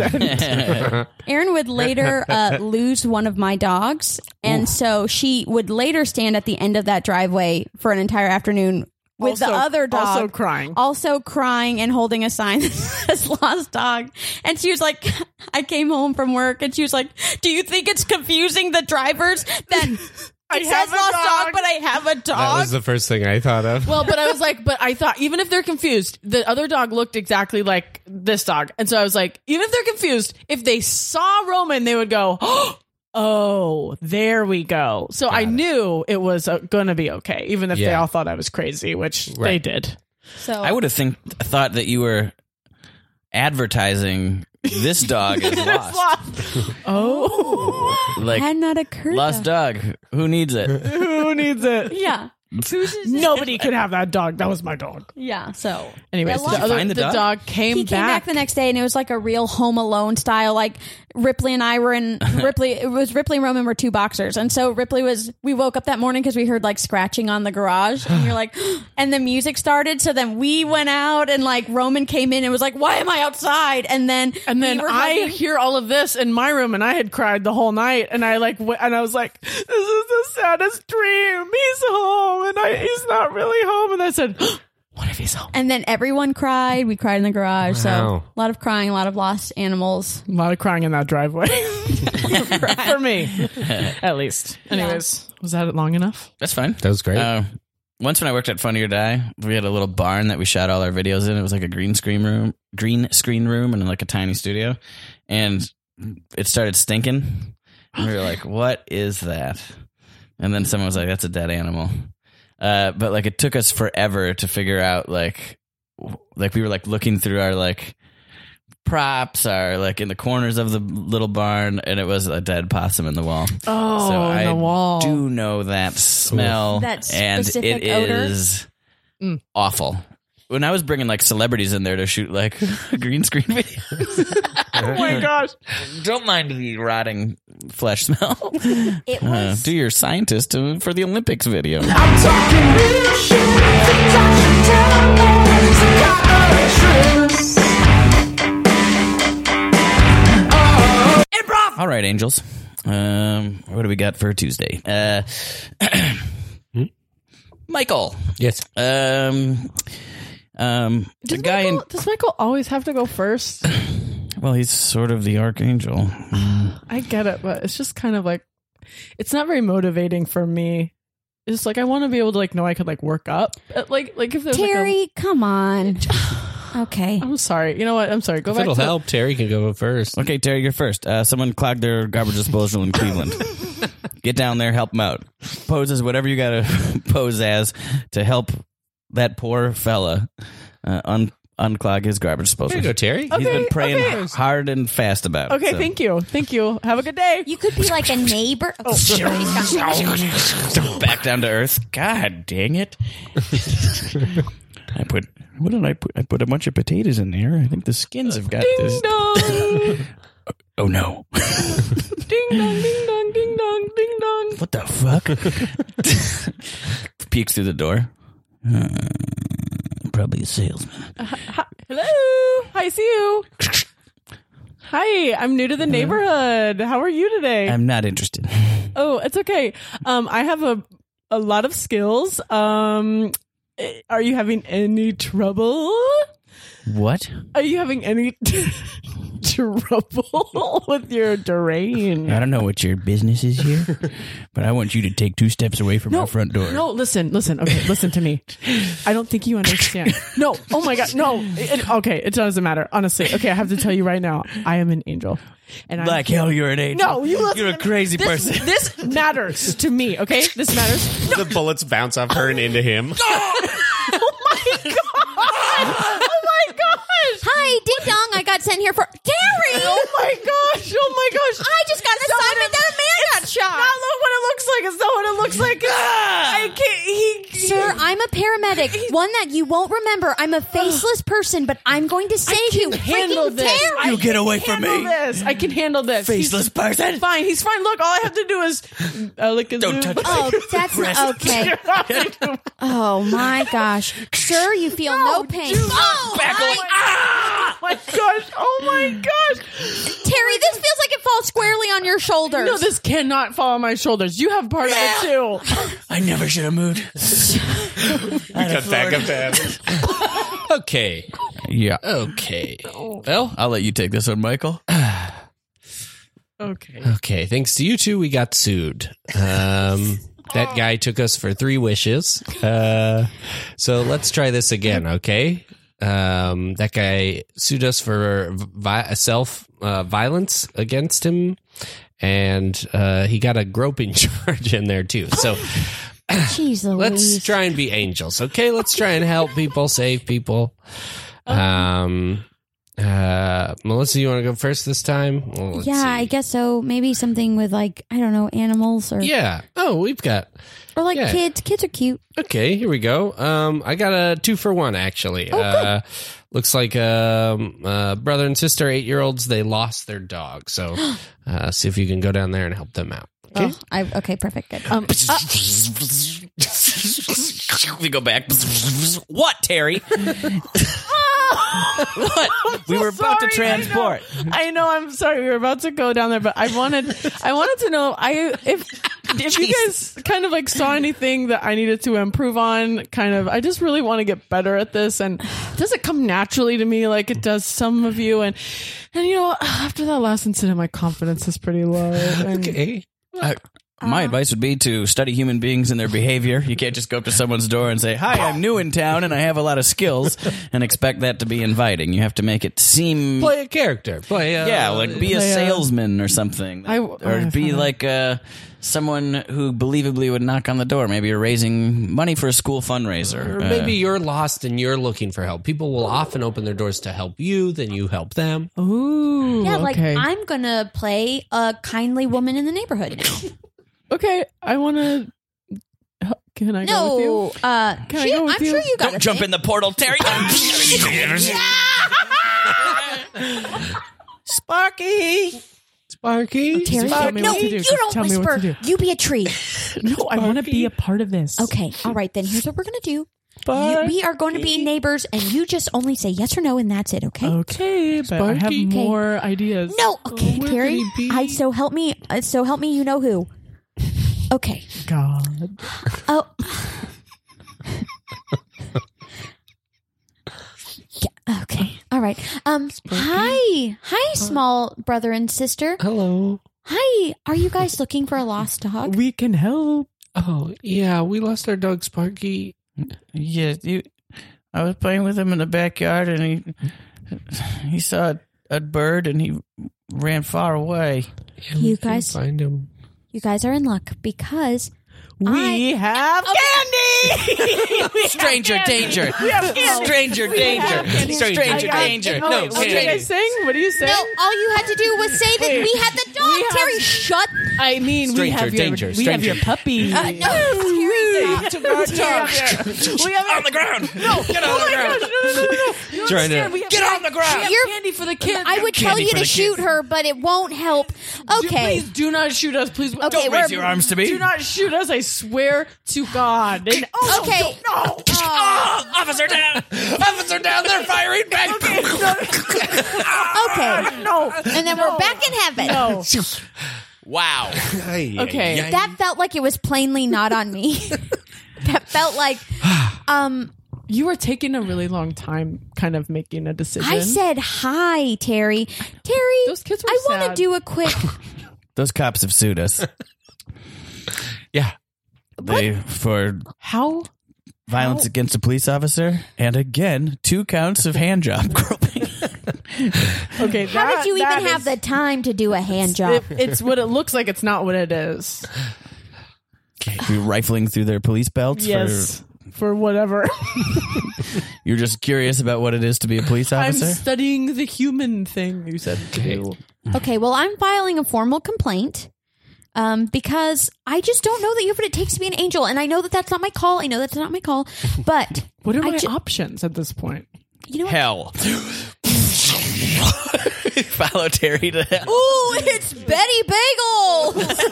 Speaker 6: end.
Speaker 7: Aaron would later uh, lose one of my dogs, and so she would later stand at the end of that driveway for an entire afternoon with the
Speaker 6: Also-
Speaker 7: other dog.
Speaker 6: Also crying.
Speaker 7: also crying and holding a sign that says lost dog. And she was like, I came home from work and she was like, Do you think it's confusing the drivers that it
Speaker 6: I
Speaker 7: says lost dog. but I have a
Speaker 4: That
Speaker 7: dog?
Speaker 4: was the first thing I thought of.
Speaker 6: well, but I was like, but I thought even if they're confused, the other dog looked exactly like this dog, and so I was like, even if they're confused, if they saw Roman, they would go, oh, there we go. So I knew it was uh, gonna be okay, even if they
Speaker 4: Yeah.
Speaker 6: all thought I was crazy, which they
Speaker 4: Right.
Speaker 6: did.
Speaker 7: so
Speaker 3: I would have think thought that you were advertising this dog is lost.
Speaker 6: Oh,
Speaker 7: had
Speaker 3: Like
Speaker 7: not occurred.
Speaker 3: lost
Speaker 7: to-
Speaker 3: dog. Who needs it?
Speaker 6: who needs it?
Speaker 7: Yeah.
Speaker 6: Nobody could have that dog. That was my dog.
Speaker 7: Yeah. So
Speaker 6: Anyways,
Speaker 7: lost-
Speaker 6: the, other,
Speaker 3: find the
Speaker 6: the
Speaker 3: dog?
Speaker 6: dog, came
Speaker 7: he came back. the next day and it was like a real home alone style like ripley and i were in ripley it was ripley and roman were two boxers and so ripley was we woke up that morning because we heard like scratching on the garage and you're like and the music started so then we went out and like roman came in and was like why am i outside and then
Speaker 6: And
Speaker 7: we
Speaker 6: then
Speaker 7: were
Speaker 6: I
Speaker 7: hugging.
Speaker 6: hear all of this in my room, and I had cried the whole night. And I like, w- and I was like, "This is the saddest dream. He's home, and I, he's not really home." And I said,
Speaker 4: What if he's home?
Speaker 7: And then everyone cried. We cried in the garage.
Speaker 4: Wow.
Speaker 7: So a lot of crying, a lot of lost animals.
Speaker 6: A lot of crying in that driveway. For me, at least. Anyways, was that long enough?
Speaker 3: That's fine.
Speaker 4: That was great.
Speaker 3: Uh, once when I worked at Funny or Die, we had a little barn that we shot all our videos in. It was like a green screen room, green screen room, and like a tiny studio, and it started stinking. And we were like, "What is that?" And then someone was like, "That's a dead animal." Uh, but like, it took us forever to figure out like, w- like we were like looking through our like props, our like in the corners of the little barn, and it was a dead possum in the wall.
Speaker 6: Oh,
Speaker 3: So
Speaker 6: on
Speaker 3: I
Speaker 6: the wall.
Speaker 3: do know that smell
Speaker 7: That
Speaker 3: and it is
Speaker 7: specific odor?
Speaker 6: Mm.
Speaker 3: awful. When I was bringing like celebrities in there to shoot like green screen videos,
Speaker 6: oh my gosh.
Speaker 3: don't mind the rotting flesh smell.
Speaker 7: It
Speaker 3: Uh,
Speaker 7: was.
Speaker 3: do your scientist uh, for the Olympics video. All right, angels. Um, what do we got for Tuesday? Uh, Michael.
Speaker 4: yes.
Speaker 3: Um, um, the
Speaker 6: Does
Speaker 3: guy
Speaker 6: Michael,
Speaker 3: in
Speaker 6: does Michael always have to go first?
Speaker 3: well, he's sort of the archangel.
Speaker 6: I get it, but it's just kind of like it's not very motivating for me. It's just like I want to be able to like know I could like work up. Uh, Like like if there's Like
Speaker 7: Terry, come on. okay.
Speaker 6: a, I'm sorry. You know what? I'm sorry. Go
Speaker 4: If
Speaker 6: back.
Speaker 4: it'll
Speaker 6: to,
Speaker 4: help, Terry can go first.
Speaker 3: Okay, Terry, you're first. Uh, someone clogged their garbage disposal in Cleveland. Get down there, help them out. Pose as whatever you got to pose as to help that poor fella uh, un- unclog his garbage disposal.
Speaker 4: There you go, Terry.
Speaker 3: He's been
Speaker 6: Okay,
Speaker 3: praying
Speaker 6: okay.
Speaker 3: hard and fast about it.
Speaker 6: Okay.
Speaker 3: so.
Speaker 6: Thank you. Thank you. Have a good day.
Speaker 7: You could be like a neighbor. Oh,
Speaker 3: Back down to earth. God dang it. I put, what did I put? I put a bunch of potatoes in there. I think the skins have got this.
Speaker 6: Ding dong.
Speaker 3: Oh no.
Speaker 6: ding dong. Ding dong. Ding dong. Ding dong.
Speaker 3: What the fuck? Peeks through the door. Uh, probably a salesman.
Speaker 6: Hello. I see you. Hi. I'm new to the neighborhood. How are you today?
Speaker 3: I'm not interested.
Speaker 6: Oh, it's okay. Um, I have a a lot of skills. Um, eh, are you having any trouble?
Speaker 3: What?
Speaker 6: Are you having any trouble with your terrain?
Speaker 3: I don't know what your business is here, but I want you to take two steps away from our front door.
Speaker 6: No, listen, listen. Okay, listen to me. I don't think you understand. No. Oh my god. No. It- okay, it doesn't matter. Honestly. Okay, I have to tell you right now. I am an angel, and I'm
Speaker 3: Like hell, you're an angel.
Speaker 6: No, you listen
Speaker 3: You're a
Speaker 6: to me.
Speaker 3: crazy
Speaker 6: This,
Speaker 3: person.
Speaker 6: this matters to me. Okay, this matters.
Speaker 8: The bullets bounce off her and into him.
Speaker 6: Oh my gosh.
Speaker 7: Hi, ding dong. I got sent here for Terry.
Speaker 6: Oh my gosh! Oh my gosh!
Speaker 7: I just got an assignment that a man got shot.
Speaker 6: Not look what it looks like. It's not what it looks like. I can't. He,
Speaker 7: Sir, I'm a paramedic. One that you won't remember. I'm a faceless person, but I'm going to save you.
Speaker 6: handle
Speaker 7: Freaking
Speaker 6: this.
Speaker 7: Terry.
Speaker 3: you get away
Speaker 6: can
Speaker 3: from
Speaker 6: handle
Speaker 3: me,
Speaker 6: this. I can handle this.
Speaker 3: faceless
Speaker 6: He's
Speaker 3: person.
Speaker 6: fine. He's fine. Look, all I have to do is uh, lick his
Speaker 3: Don't touch
Speaker 7: Oh, that's not okay. Oh my gosh. Sir, you feel no, pain. Oh, I-
Speaker 6: Oh my gosh! Oh my gosh!
Speaker 7: Terry, this feels like it falls squarely on your shoulders.
Speaker 6: No, this cannot fall on my shoulders. You have part of it too.
Speaker 3: I never should have moved.
Speaker 8: Cut back up to heaven.
Speaker 4: Okay.
Speaker 3: Yeah,
Speaker 4: Okay. Well,
Speaker 3: I'll let you take this one, Michael.
Speaker 6: Okay.
Speaker 4: Okay, thanks to you two, we got sued. Um, that guy took us for three wishes. Uh, so let's try this again, okay? Um, that guy sued us for vi- self uh, violence against him, and uh, he got a groping charge in there too. So
Speaker 7: Jeez
Speaker 4: let's
Speaker 7: Louise.
Speaker 4: try and be angels, okay? Let's try and help people, save people. Um, uh, Melissa, you want to go first this time? Well, let's
Speaker 7: yeah, I
Speaker 4: see.
Speaker 7: guess so. Maybe something with like, I don't know, animals or
Speaker 4: Yeah. Oh, we've got
Speaker 7: or like
Speaker 4: yeah.
Speaker 7: kids. Kids are cute.
Speaker 4: Okay, here we go. Um, I got a two for one actually.
Speaker 7: good.
Speaker 4: uh, looks like um, uh, brother and sister, eight year olds, they lost their dog. So uh, see if you can go down there and help them out. Okay.
Speaker 7: Oh, I, okay, perfect. Good.
Speaker 6: Um, uh,
Speaker 3: we go back. What, Terry? what? we were about to
Speaker 6: Sorry, I know.
Speaker 3: transport.
Speaker 6: I know. I'm sorry. We were about to go down there, but I wanted. I wanted to know. I if if you guys kind of like saw anything that I needed to improve on, kind of, I just really want to get better at this, and it doesn't come naturally to me like it does some of you. And and you know, after that last incident, my confidence is pretty low. And
Speaker 4: Okay.
Speaker 3: Uh, My advice would be to study human beings and their behavior. You can't just go up to someone's door and say, "Hi, I'm new in town and I have a lot of skills," and expect that to be inviting. You have to make it seem
Speaker 4: Play a character. Play a,
Speaker 3: yeah, like be a
Speaker 6: Play a-
Speaker 3: salesman or something,
Speaker 6: I- oh,
Speaker 3: or
Speaker 6: I
Speaker 3: be
Speaker 6: found
Speaker 3: like uh, someone who believably would knock on the door. Maybe you're raising money for a school fundraiser.
Speaker 4: or
Speaker 3: Uh,
Speaker 4: maybe you're lost and you're looking for help. People will often open their doors to help you, then you help them.
Speaker 6: Oh, Ooh,
Speaker 7: Yeah, like
Speaker 6: okay.
Speaker 7: I'm gonna play a kindly woman in the neighborhood. now.
Speaker 6: okay, I want to. Can I go with you?
Speaker 7: no, uh,
Speaker 6: Can I
Speaker 7: she-
Speaker 6: go with
Speaker 7: I'm
Speaker 6: you?
Speaker 7: sure you got
Speaker 3: don't jump in the portal, Terry. Sparky.
Speaker 4: Sparky.
Speaker 7: Terry,
Speaker 6: Tell me
Speaker 7: no,
Speaker 6: what to do.
Speaker 7: you
Speaker 6: Just
Speaker 7: don't
Speaker 6: tell me what to
Speaker 7: whisper.
Speaker 6: do.
Speaker 7: You be a tree.
Speaker 6: No, I want to be a part of this.
Speaker 7: Okay, all right then. Here's what we're gonna do. You- we are going to be neighbors, and you just only say yes or no, and that's it. Okay.
Speaker 6: Oh. Okay, but I have
Speaker 4: Sparky.
Speaker 6: more ideas.
Speaker 7: No, okay,
Speaker 4: where
Speaker 7: Terry.
Speaker 4: could he be?
Speaker 7: I so help me. Uh, so help me. You know who? Okay.
Speaker 6: God.
Speaker 7: Oh. Yeah, okay. All right. Um. Hi. Hi, small brother and sister.
Speaker 4: Hello.
Speaker 7: Hi. Are you guys looking for a lost dog?
Speaker 6: We can help.
Speaker 4: Oh, yeah, we lost our dog Sparky.
Speaker 3: Yeah, you. I was playing with him in the backyard, and he he saw a, a bird, and he ran far away.
Speaker 4: Yeah,
Speaker 7: You
Speaker 4: we couldn't
Speaker 7: guys-
Speaker 4: find him.
Speaker 7: You guys are in luck because
Speaker 6: We have
Speaker 3: Stranger danger. Stranger danger. Stranger danger.
Speaker 6: Oh, wait,
Speaker 3: No,
Speaker 6: what are you
Speaker 3: stranger.
Speaker 6: guys saying? What are you saying?
Speaker 7: no. All you had to do was say that we had the dog.
Speaker 6: have-
Speaker 7: Terry, shut.
Speaker 6: I mean, we
Speaker 4: Stranger
Speaker 6: have your,
Speaker 4: danger,
Speaker 6: We have
Speaker 4: stranger.
Speaker 6: your puppy.
Speaker 7: Uh, no, Terry, stop.
Speaker 3: on
Speaker 6: Oh
Speaker 3: the ground. No, get on the ground.
Speaker 4: Trying to
Speaker 3: Get on the ground.
Speaker 7: You're-
Speaker 6: candy for the kids.
Speaker 7: I would tell
Speaker 3: Candy
Speaker 7: you
Speaker 3: for
Speaker 7: to
Speaker 3: the
Speaker 7: shoot her, but it won't help. Oh, Okay.
Speaker 6: Please do not shoot us. Please.
Speaker 7: Okay, Don't raise we're-
Speaker 3: your arms to me.
Speaker 6: Do not shoot us. I swear to God. And- oh,
Speaker 7: Okay.
Speaker 6: No.
Speaker 7: Oh,
Speaker 3: Officer down. Officer down. They're firing back.
Speaker 7: okay.
Speaker 6: No.
Speaker 7: And then we're back in heaven.
Speaker 6: No.
Speaker 3: Wow.
Speaker 6: Okay.
Speaker 7: That felt like it was plainly not on me. that felt like um
Speaker 6: You were taking a really long time kind of making a decision.
Speaker 7: I said hi, Terry. Terry,
Speaker 6: Those kids were
Speaker 7: I want to
Speaker 6: sad.
Speaker 7: do a quick
Speaker 3: Those cops have sued us.
Speaker 4: Yeah.
Speaker 3: They for
Speaker 6: How?
Speaker 3: violence against a police officer and again two counts of hand job groping.
Speaker 6: Okay.
Speaker 7: How did you even have the time to do a hand job?
Speaker 6: it's what it looks like. It's not what it is.
Speaker 3: You're rifling through their police belts.
Speaker 6: Yes.
Speaker 3: For,
Speaker 6: For whatever.
Speaker 3: you're just curious about what it is to be a police
Speaker 6: I'm
Speaker 3: officer.
Speaker 6: studying the human thing you said to do.
Speaker 7: Okay, well, I'm filing a formal complaint um, because I just don't know that you have what it takes to be an angel. And I know that that's not my call. I know that's not my call. But
Speaker 6: What are
Speaker 7: I
Speaker 6: my
Speaker 7: ju-
Speaker 6: options at this point?
Speaker 7: you know what?
Speaker 3: hell. Follow Terry to hell.
Speaker 7: Ooh, it's Betty Bagels.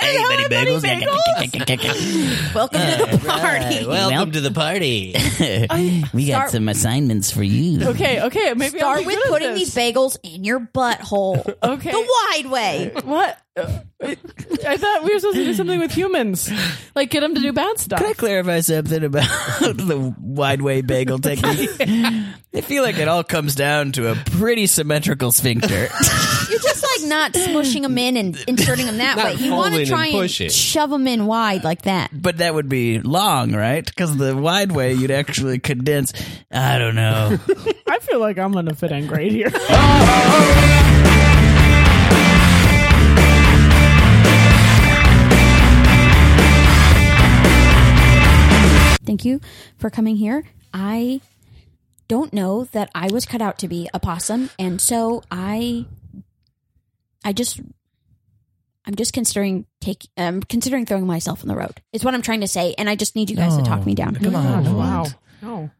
Speaker 3: Hey, Betty Bagels.
Speaker 7: Welcome to the party.
Speaker 3: Welcome to the party. we got some assignments for you.
Speaker 6: Okay, okay, maybe I'll
Speaker 7: Start
Speaker 6: be
Speaker 7: with
Speaker 6: good at
Speaker 7: putting
Speaker 6: this.
Speaker 7: these bagels in your butthole.
Speaker 6: Okay.
Speaker 7: The wide way.
Speaker 6: What? Uh, I thought we were supposed to do something with humans, like get them to do bad stuff.
Speaker 3: Can I clarify something about the wide way bagel technique? I feel like it all comes down to a pretty symmetrical sphincter.
Speaker 7: You're just like not smushing them in and inserting them that
Speaker 4: Not
Speaker 7: way. You want
Speaker 4: folding
Speaker 7: to
Speaker 4: and
Speaker 7: try and,
Speaker 4: pushing.
Speaker 7: shove them in wide like that.
Speaker 3: but that would be long, right? Because the wide way, you'd actually condense. I don't know.
Speaker 6: I feel like I'm gonna fit in great here.
Speaker 7: Thank you for coming here. I don't know that I was cut out to be a possum, and so I, I just, I'm just considering take, um, considering throwing myself on the road. Is what I'm trying to say, and I just need you guys to talk
Speaker 3: Oh,
Speaker 7: me down.
Speaker 3: Come on.
Speaker 6: wow. No.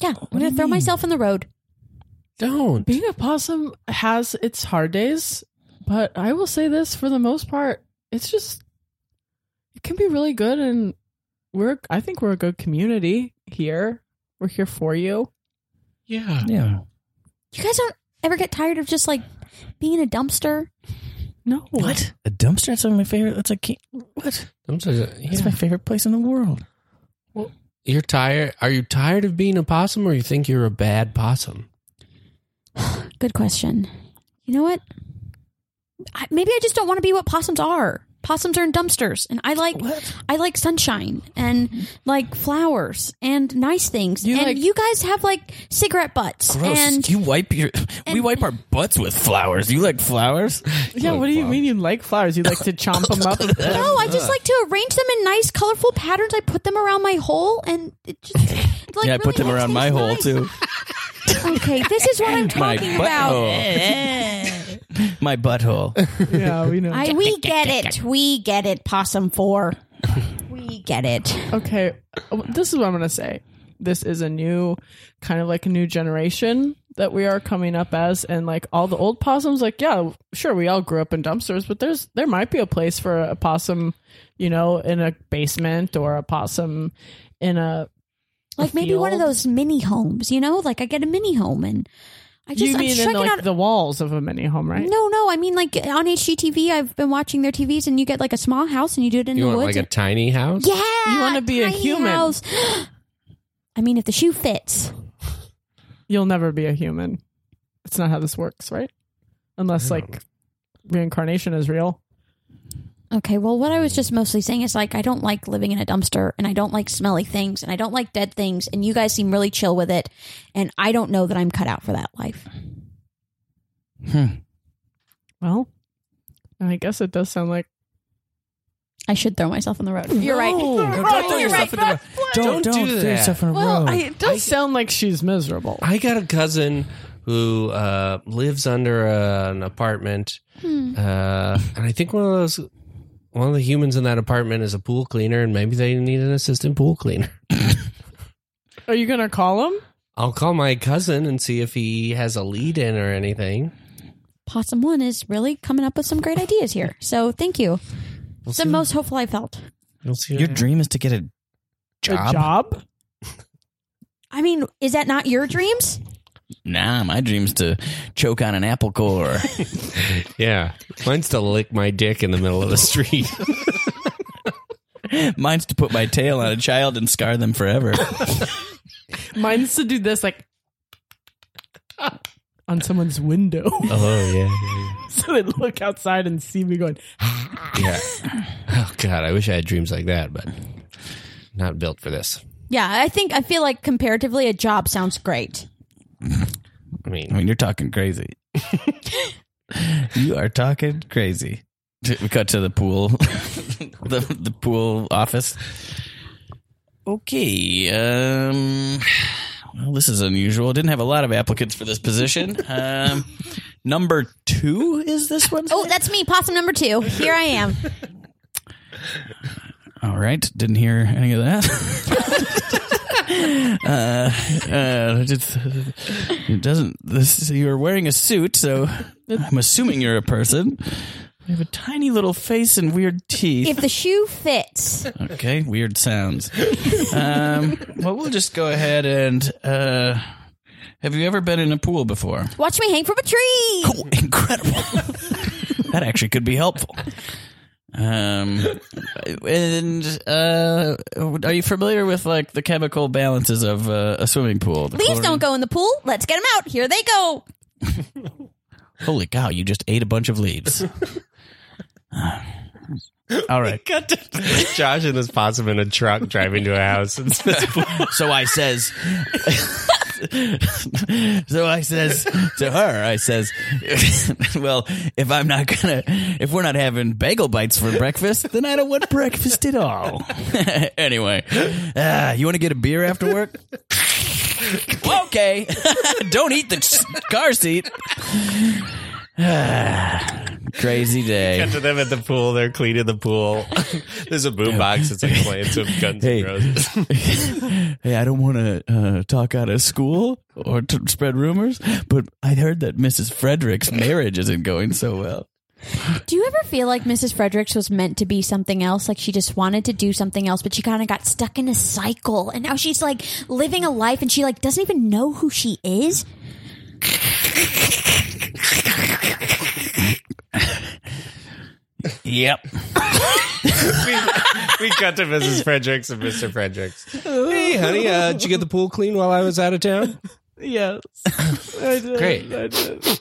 Speaker 7: Yeah, I'm gonna throw myself on the road.
Speaker 4: Don't.
Speaker 6: Being a possum has its hard days, but I will say this for the most part, it's just it can be really good and we're I think we're a good community here. We're here for you.
Speaker 4: Yeah.
Speaker 3: Yeah.
Speaker 7: You guys don't ever get tired of just like being in a dumpster
Speaker 6: No.
Speaker 3: What? A dumpster? That's like my favorite. That's like what?
Speaker 4: I'm just, yeah.
Speaker 3: That's my favorite place in the world.
Speaker 4: You're tired. Are you tired of being a possum, or you think you're a bad possum?
Speaker 7: Good question. You know what? I, maybe I just don't want to be what possums are. Possums are in dumpsters, and I like I like sunshine and like flowers and nice things.
Speaker 6: You
Speaker 7: and
Speaker 6: like-
Speaker 7: you guys have like cigarette butts
Speaker 3: Gross.
Speaker 7: and
Speaker 3: you wipe your. we
Speaker 7: and-
Speaker 3: wipe our butts with flowers. You like flowers? Oh,
Speaker 6: Yeah, what do you mean you like flowers? You like to chomp them up?
Speaker 7: no, I just like to arrange them in nice, colorful patterns. I put them around my hole, and it just like,
Speaker 3: yeah, I put them
Speaker 7: really makes
Speaker 3: around
Speaker 7: things
Speaker 3: my hole
Speaker 7: nice.
Speaker 3: too.
Speaker 7: Okay, this is what I'm
Speaker 3: My
Speaker 7: talking about.
Speaker 3: butthole. my butthole.
Speaker 6: yeah, we know.
Speaker 7: I, we get it. We get it. Possum four. We get it.
Speaker 6: okay, this is what I'm going to say. This is a new, kind of like a new generation that we are coming up as, and like all the old possums, like yeah, sure, we all grew up in dumpsters, but there's there might be a place for a possum, you know, in a basement or a possum in a
Speaker 7: Like maybe one of
Speaker 6: field?
Speaker 7: those mini homes. You know, like I get a mini home, and I just
Speaker 6: you
Speaker 7: I'm
Speaker 6: mean in
Speaker 7: checking
Speaker 6: like
Speaker 7: out.
Speaker 6: the walls of a mini home, right?
Speaker 7: no, no, I mean like on HGTV. I've been watching their TVs, and you get like a small house, and you do it in
Speaker 4: You
Speaker 7: the
Speaker 4: want
Speaker 7: woods.
Speaker 4: like a tiny house?
Speaker 7: yeah,
Speaker 6: You wanna be a
Speaker 7: tiny
Speaker 6: human.
Speaker 7: house. I mean, if the shoe fits.
Speaker 6: You'll never be a human. It's not how this works, right? Unless like reincarnation is real.
Speaker 7: Okay, well, what I was just mostly saying is like, I don't like living in a dumpster and I don't like smelly things and I don't like dead things. And you guys seem really chill with it. And I don't know that I'm cut out for that life.
Speaker 6: Well, I guess it does sound like
Speaker 7: I should throw myself on the road. You're right.
Speaker 3: No, don't throw
Speaker 7: You're
Speaker 3: yourself in the road. Don't,
Speaker 4: Don't
Speaker 3: don't
Speaker 4: do
Speaker 3: throw
Speaker 4: that.
Speaker 3: yourself in a
Speaker 6: Well,
Speaker 3: road.
Speaker 6: I, it does sound like she's miserable.
Speaker 4: I got a cousin who uh, lives under uh, an apartment, uh, and I think one of those one of the humans in that apartment is a pool cleaner, and maybe they need an assistant pool cleaner.
Speaker 6: Are you gonna call him?
Speaker 4: I'll call my cousin and see if he has a lead in or anything.
Speaker 7: Possum One is really coming up with some great ideas here. So thank you. It's the most hopeful I felt.
Speaker 4: We'll see.
Speaker 3: Your dream is to get a job.
Speaker 6: A job?
Speaker 7: I mean, is that not your dreams?
Speaker 3: Nah, my dream's to choke on an apple core.
Speaker 4: yeah, mine's to lick my dick in the middle of the street.
Speaker 3: Mine's to put my tail on a child and scar them forever.
Speaker 6: Mine's to do this like on someone's window,
Speaker 4: oh yeah,
Speaker 6: so they look outside and see me going.
Speaker 4: yeah. Oh god, I wish I had dreams like that, but not built for this.
Speaker 7: Yeah, I think, I feel like comparatively, a job sounds great.
Speaker 4: I
Speaker 3: I
Speaker 4: mean,
Speaker 3: mean, you're talking crazy. you are talking crazy. We cut to the pool, the, the pool office. Okay. Um, well, this is unusual. Didn't have a lot of applicants for this position. Um, number two is this one.
Speaker 7: Oh, that's me, possum number two. Here I am.
Speaker 3: All right. Didn't hear any of that. uh, uh, it just- it doesn't. This you're wearing a suit, so I'm assuming you're a person. You have a tiny little face and weird teeth.
Speaker 7: If the shoe fits.
Speaker 3: Okay, weird sounds. Um, well, we'll just go ahead and. Uh, have you ever been in a pool before?
Speaker 7: Watch me hang from a tree.
Speaker 3: Oh, incredible. that actually could be helpful. Um, and uh, are you familiar with like the chemical balances of uh, a swimming pool? The
Speaker 7: Leaves
Speaker 3: chlorine-
Speaker 7: don't go in the pool. Let's get them out. Here they go.
Speaker 3: Holy cow! You just ate a bunch of leaves. All right.
Speaker 4: Josh and this possum in a truck driving to a house. It's this
Speaker 3: So I says. so I says to her, I says, "Well, if I'm not gonna, if we're not having bagel bites for breakfast, then I don't want breakfast at all." anyway, uh, you want to get a beer after work? okay, don't eat the ch- car seat. Crazy day.
Speaker 8: to them at the pool. They're cleaning the pool. There's a boombox. It's like playing some Guns
Speaker 3: Hey.
Speaker 8: N' Roses.
Speaker 3: hey, I don't want to uh, talk out of school or t- spread rumors, but I heard that Mrs. Frederick's marriage isn't going so well.
Speaker 7: Do you ever feel like Mrs. Fredericks was meant to be something else? Like she just wanted to do something else, but she kind of got stuck in a cycle. And now she's like living a life and she like doesn't even know who she is.
Speaker 3: Yep.
Speaker 8: we, we cut to Mrs. Fredericks and Mr. Fredericks. Hey, honey, uh, did you get the pool clean while I was out of town?
Speaker 6: Yes. I did.
Speaker 4: Great.
Speaker 6: I did.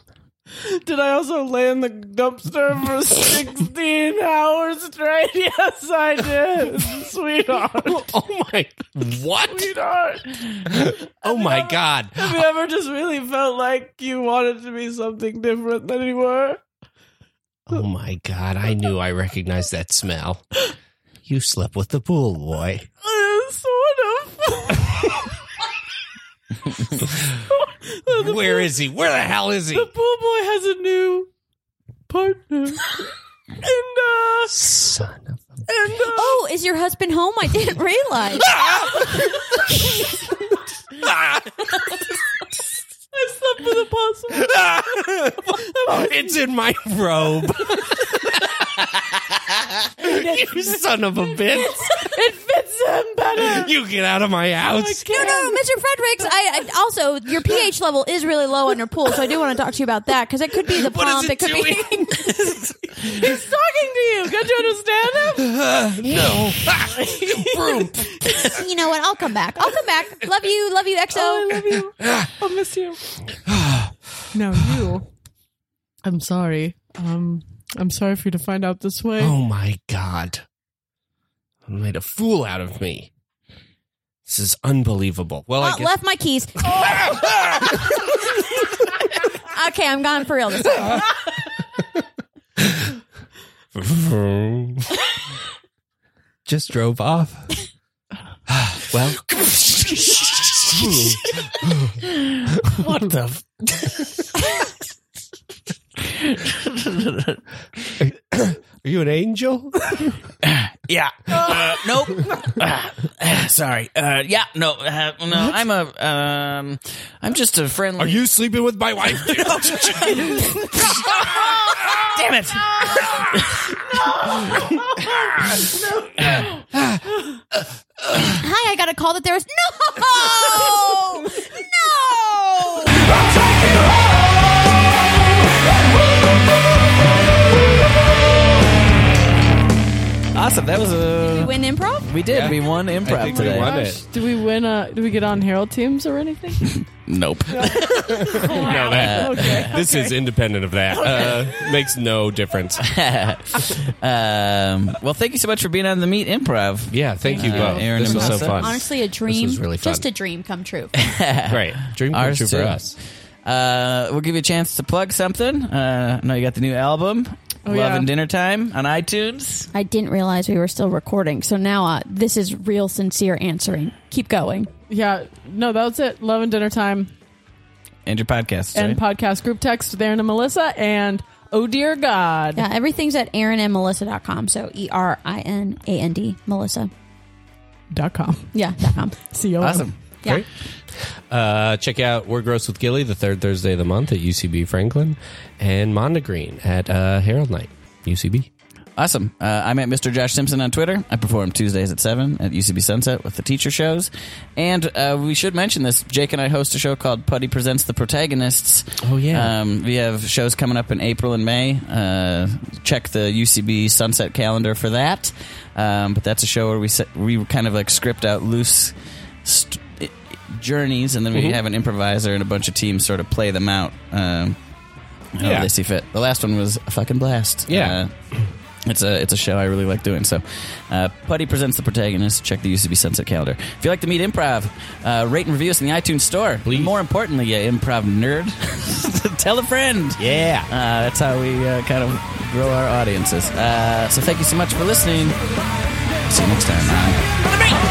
Speaker 6: Did I also lay in the dumpster for 16 hours straight? Yes, I did. Sweetheart.
Speaker 4: Oh my! What?
Speaker 6: Sweetheart.
Speaker 4: Oh my God!
Speaker 6: Have you ever just really felt like you wanted to be something different than you were?
Speaker 4: Oh my God! I knew I recognized that smell. You slept with the pool boy.
Speaker 6: Uh, sort of.
Speaker 4: Where is he? Where the hell is he?
Speaker 6: the pool boy has a new partner. And, uh,
Speaker 4: Son of a
Speaker 6: and, uh,
Speaker 7: Oh, is your husband home? I didn't realize.
Speaker 6: I slept with a possum.
Speaker 4: It's in my robe. you son of a bitch.
Speaker 6: It fits him um, better.
Speaker 4: You get out of my house.
Speaker 7: No, no, Mr. Fredericks. I, I also your pH level is really low in your pool, so I do want to talk to you about that because it could be the
Speaker 4: What
Speaker 7: pump.
Speaker 4: is it
Speaker 7: could be.
Speaker 4: doing?
Speaker 6: He's talking to you. Can't you understand him?
Speaker 4: no. Ah, broom.
Speaker 7: you know what? I'll come back. I'll come back. Love you. Love you, XO.
Speaker 6: Oh, I love you. I'll miss you. Now you. I'm sorry. Um, I'm sorry for you to find out this way.
Speaker 4: Oh my god. You made a fool out of me. This is unbelievable. Well, I
Speaker 7: Oh,
Speaker 4: guess
Speaker 7: left my keys. okay, I'm gone for real this time.
Speaker 4: just drove off. well,
Speaker 3: What the? F-
Speaker 4: are you an angel?
Speaker 3: yeah. Uh, nope. Uh, sorry. Uh, yeah. No. Uh, no. I'm a. Um. I'm just a friendly.
Speaker 4: Are you sleeping with my wife?
Speaker 3: Damn it.
Speaker 7: Hi, I got a call that there was no, no.
Speaker 3: Awesome. That was
Speaker 7: You
Speaker 3: a.
Speaker 7: win improv.
Speaker 3: We did. We won improv
Speaker 4: I think we
Speaker 3: today.
Speaker 4: won it.
Speaker 6: Gosh, do we win? Uh, do we get on Herald teams or anything?
Speaker 3: Nope.
Speaker 4: No, that,
Speaker 6: Okay.
Speaker 4: this is independent of that. Uh, makes no difference.
Speaker 3: um, well, thank you so much for being on the Meet Improv.
Speaker 4: Yeah, thank you
Speaker 3: Uh,
Speaker 4: both.
Speaker 3: Aaron
Speaker 4: this
Speaker 3: and
Speaker 4: was so
Speaker 3: Melissa.
Speaker 4: fun.
Speaker 7: Honestly, a dream.
Speaker 4: was really fun.
Speaker 7: Just a dream come true.
Speaker 4: Great. Dream come
Speaker 3: Ours
Speaker 4: true for
Speaker 3: too.
Speaker 4: us.
Speaker 3: Uh, we'll give you a chance to plug something. Uh, I know you got the new album, Love
Speaker 6: Oh, yeah.
Speaker 3: and Dinner Time, on iTunes.
Speaker 7: I didn't realize we were still recording, so now uh, this is real sincere answering. Keep going.
Speaker 6: Yeah. No, that was it. Love and dinner time
Speaker 3: And your podcast.
Speaker 6: and podcast group text with Aaron and Melissa. And oh dear God,
Speaker 7: Yeah, everything's at aaronandmelissa.com. So E R I N A N D Melissa.
Speaker 6: dot com.
Speaker 7: Yeah, dot com.
Speaker 6: See you.
Speaker 3: awesome.
Speaker 7: Yeah.
Speaker 4: Great. Uh, check out We're Gross with Gilly the third Thursday of the month at UCB Franklin and Mondegreen at uh, Herald Night, UCB.
Speaker 3: Awesome. Uh, I'm at Mr. Josh Simpson on Twitter. I perform Tuesdays at 7 at UCB Sunset with the teacher shows. And uh, we should mention this Jake and I host a show called Putty Presents the Protagonists.
Speaker 4: Oh, yeah.
Speaker 3: Um, we have shows coming up in April and May. Uh, check the UCB Sunset calendar for that. Um, but that's a show where we, set, we kind of like script out loose. St- journeys and then
Speaker 4: Mm-hmm.
Speaker 3: we have an improviser and a bunch of teams sort of play them out um however
Speaker 4: Yeah.
Speaker 3: they see fit the last one was a fucking blast
Speaker 4: Yeah.
Speaker 3: Uh, it's a it's a show I really like doing. So, uh, Putty presents the protagonist. Check the UCB Sunset calendar. If you like to meet improv, uh, rate and review us in the iTunes store.
Speaker 4: Please.
Speaker 3: More importantly, you improv nerd, tell a friend.
Speaker 4: Yeah.
Speaker 3: Uh, that's how we uh, kind of grow our audiences. Uh, so, thank you so much for listening. See you next time.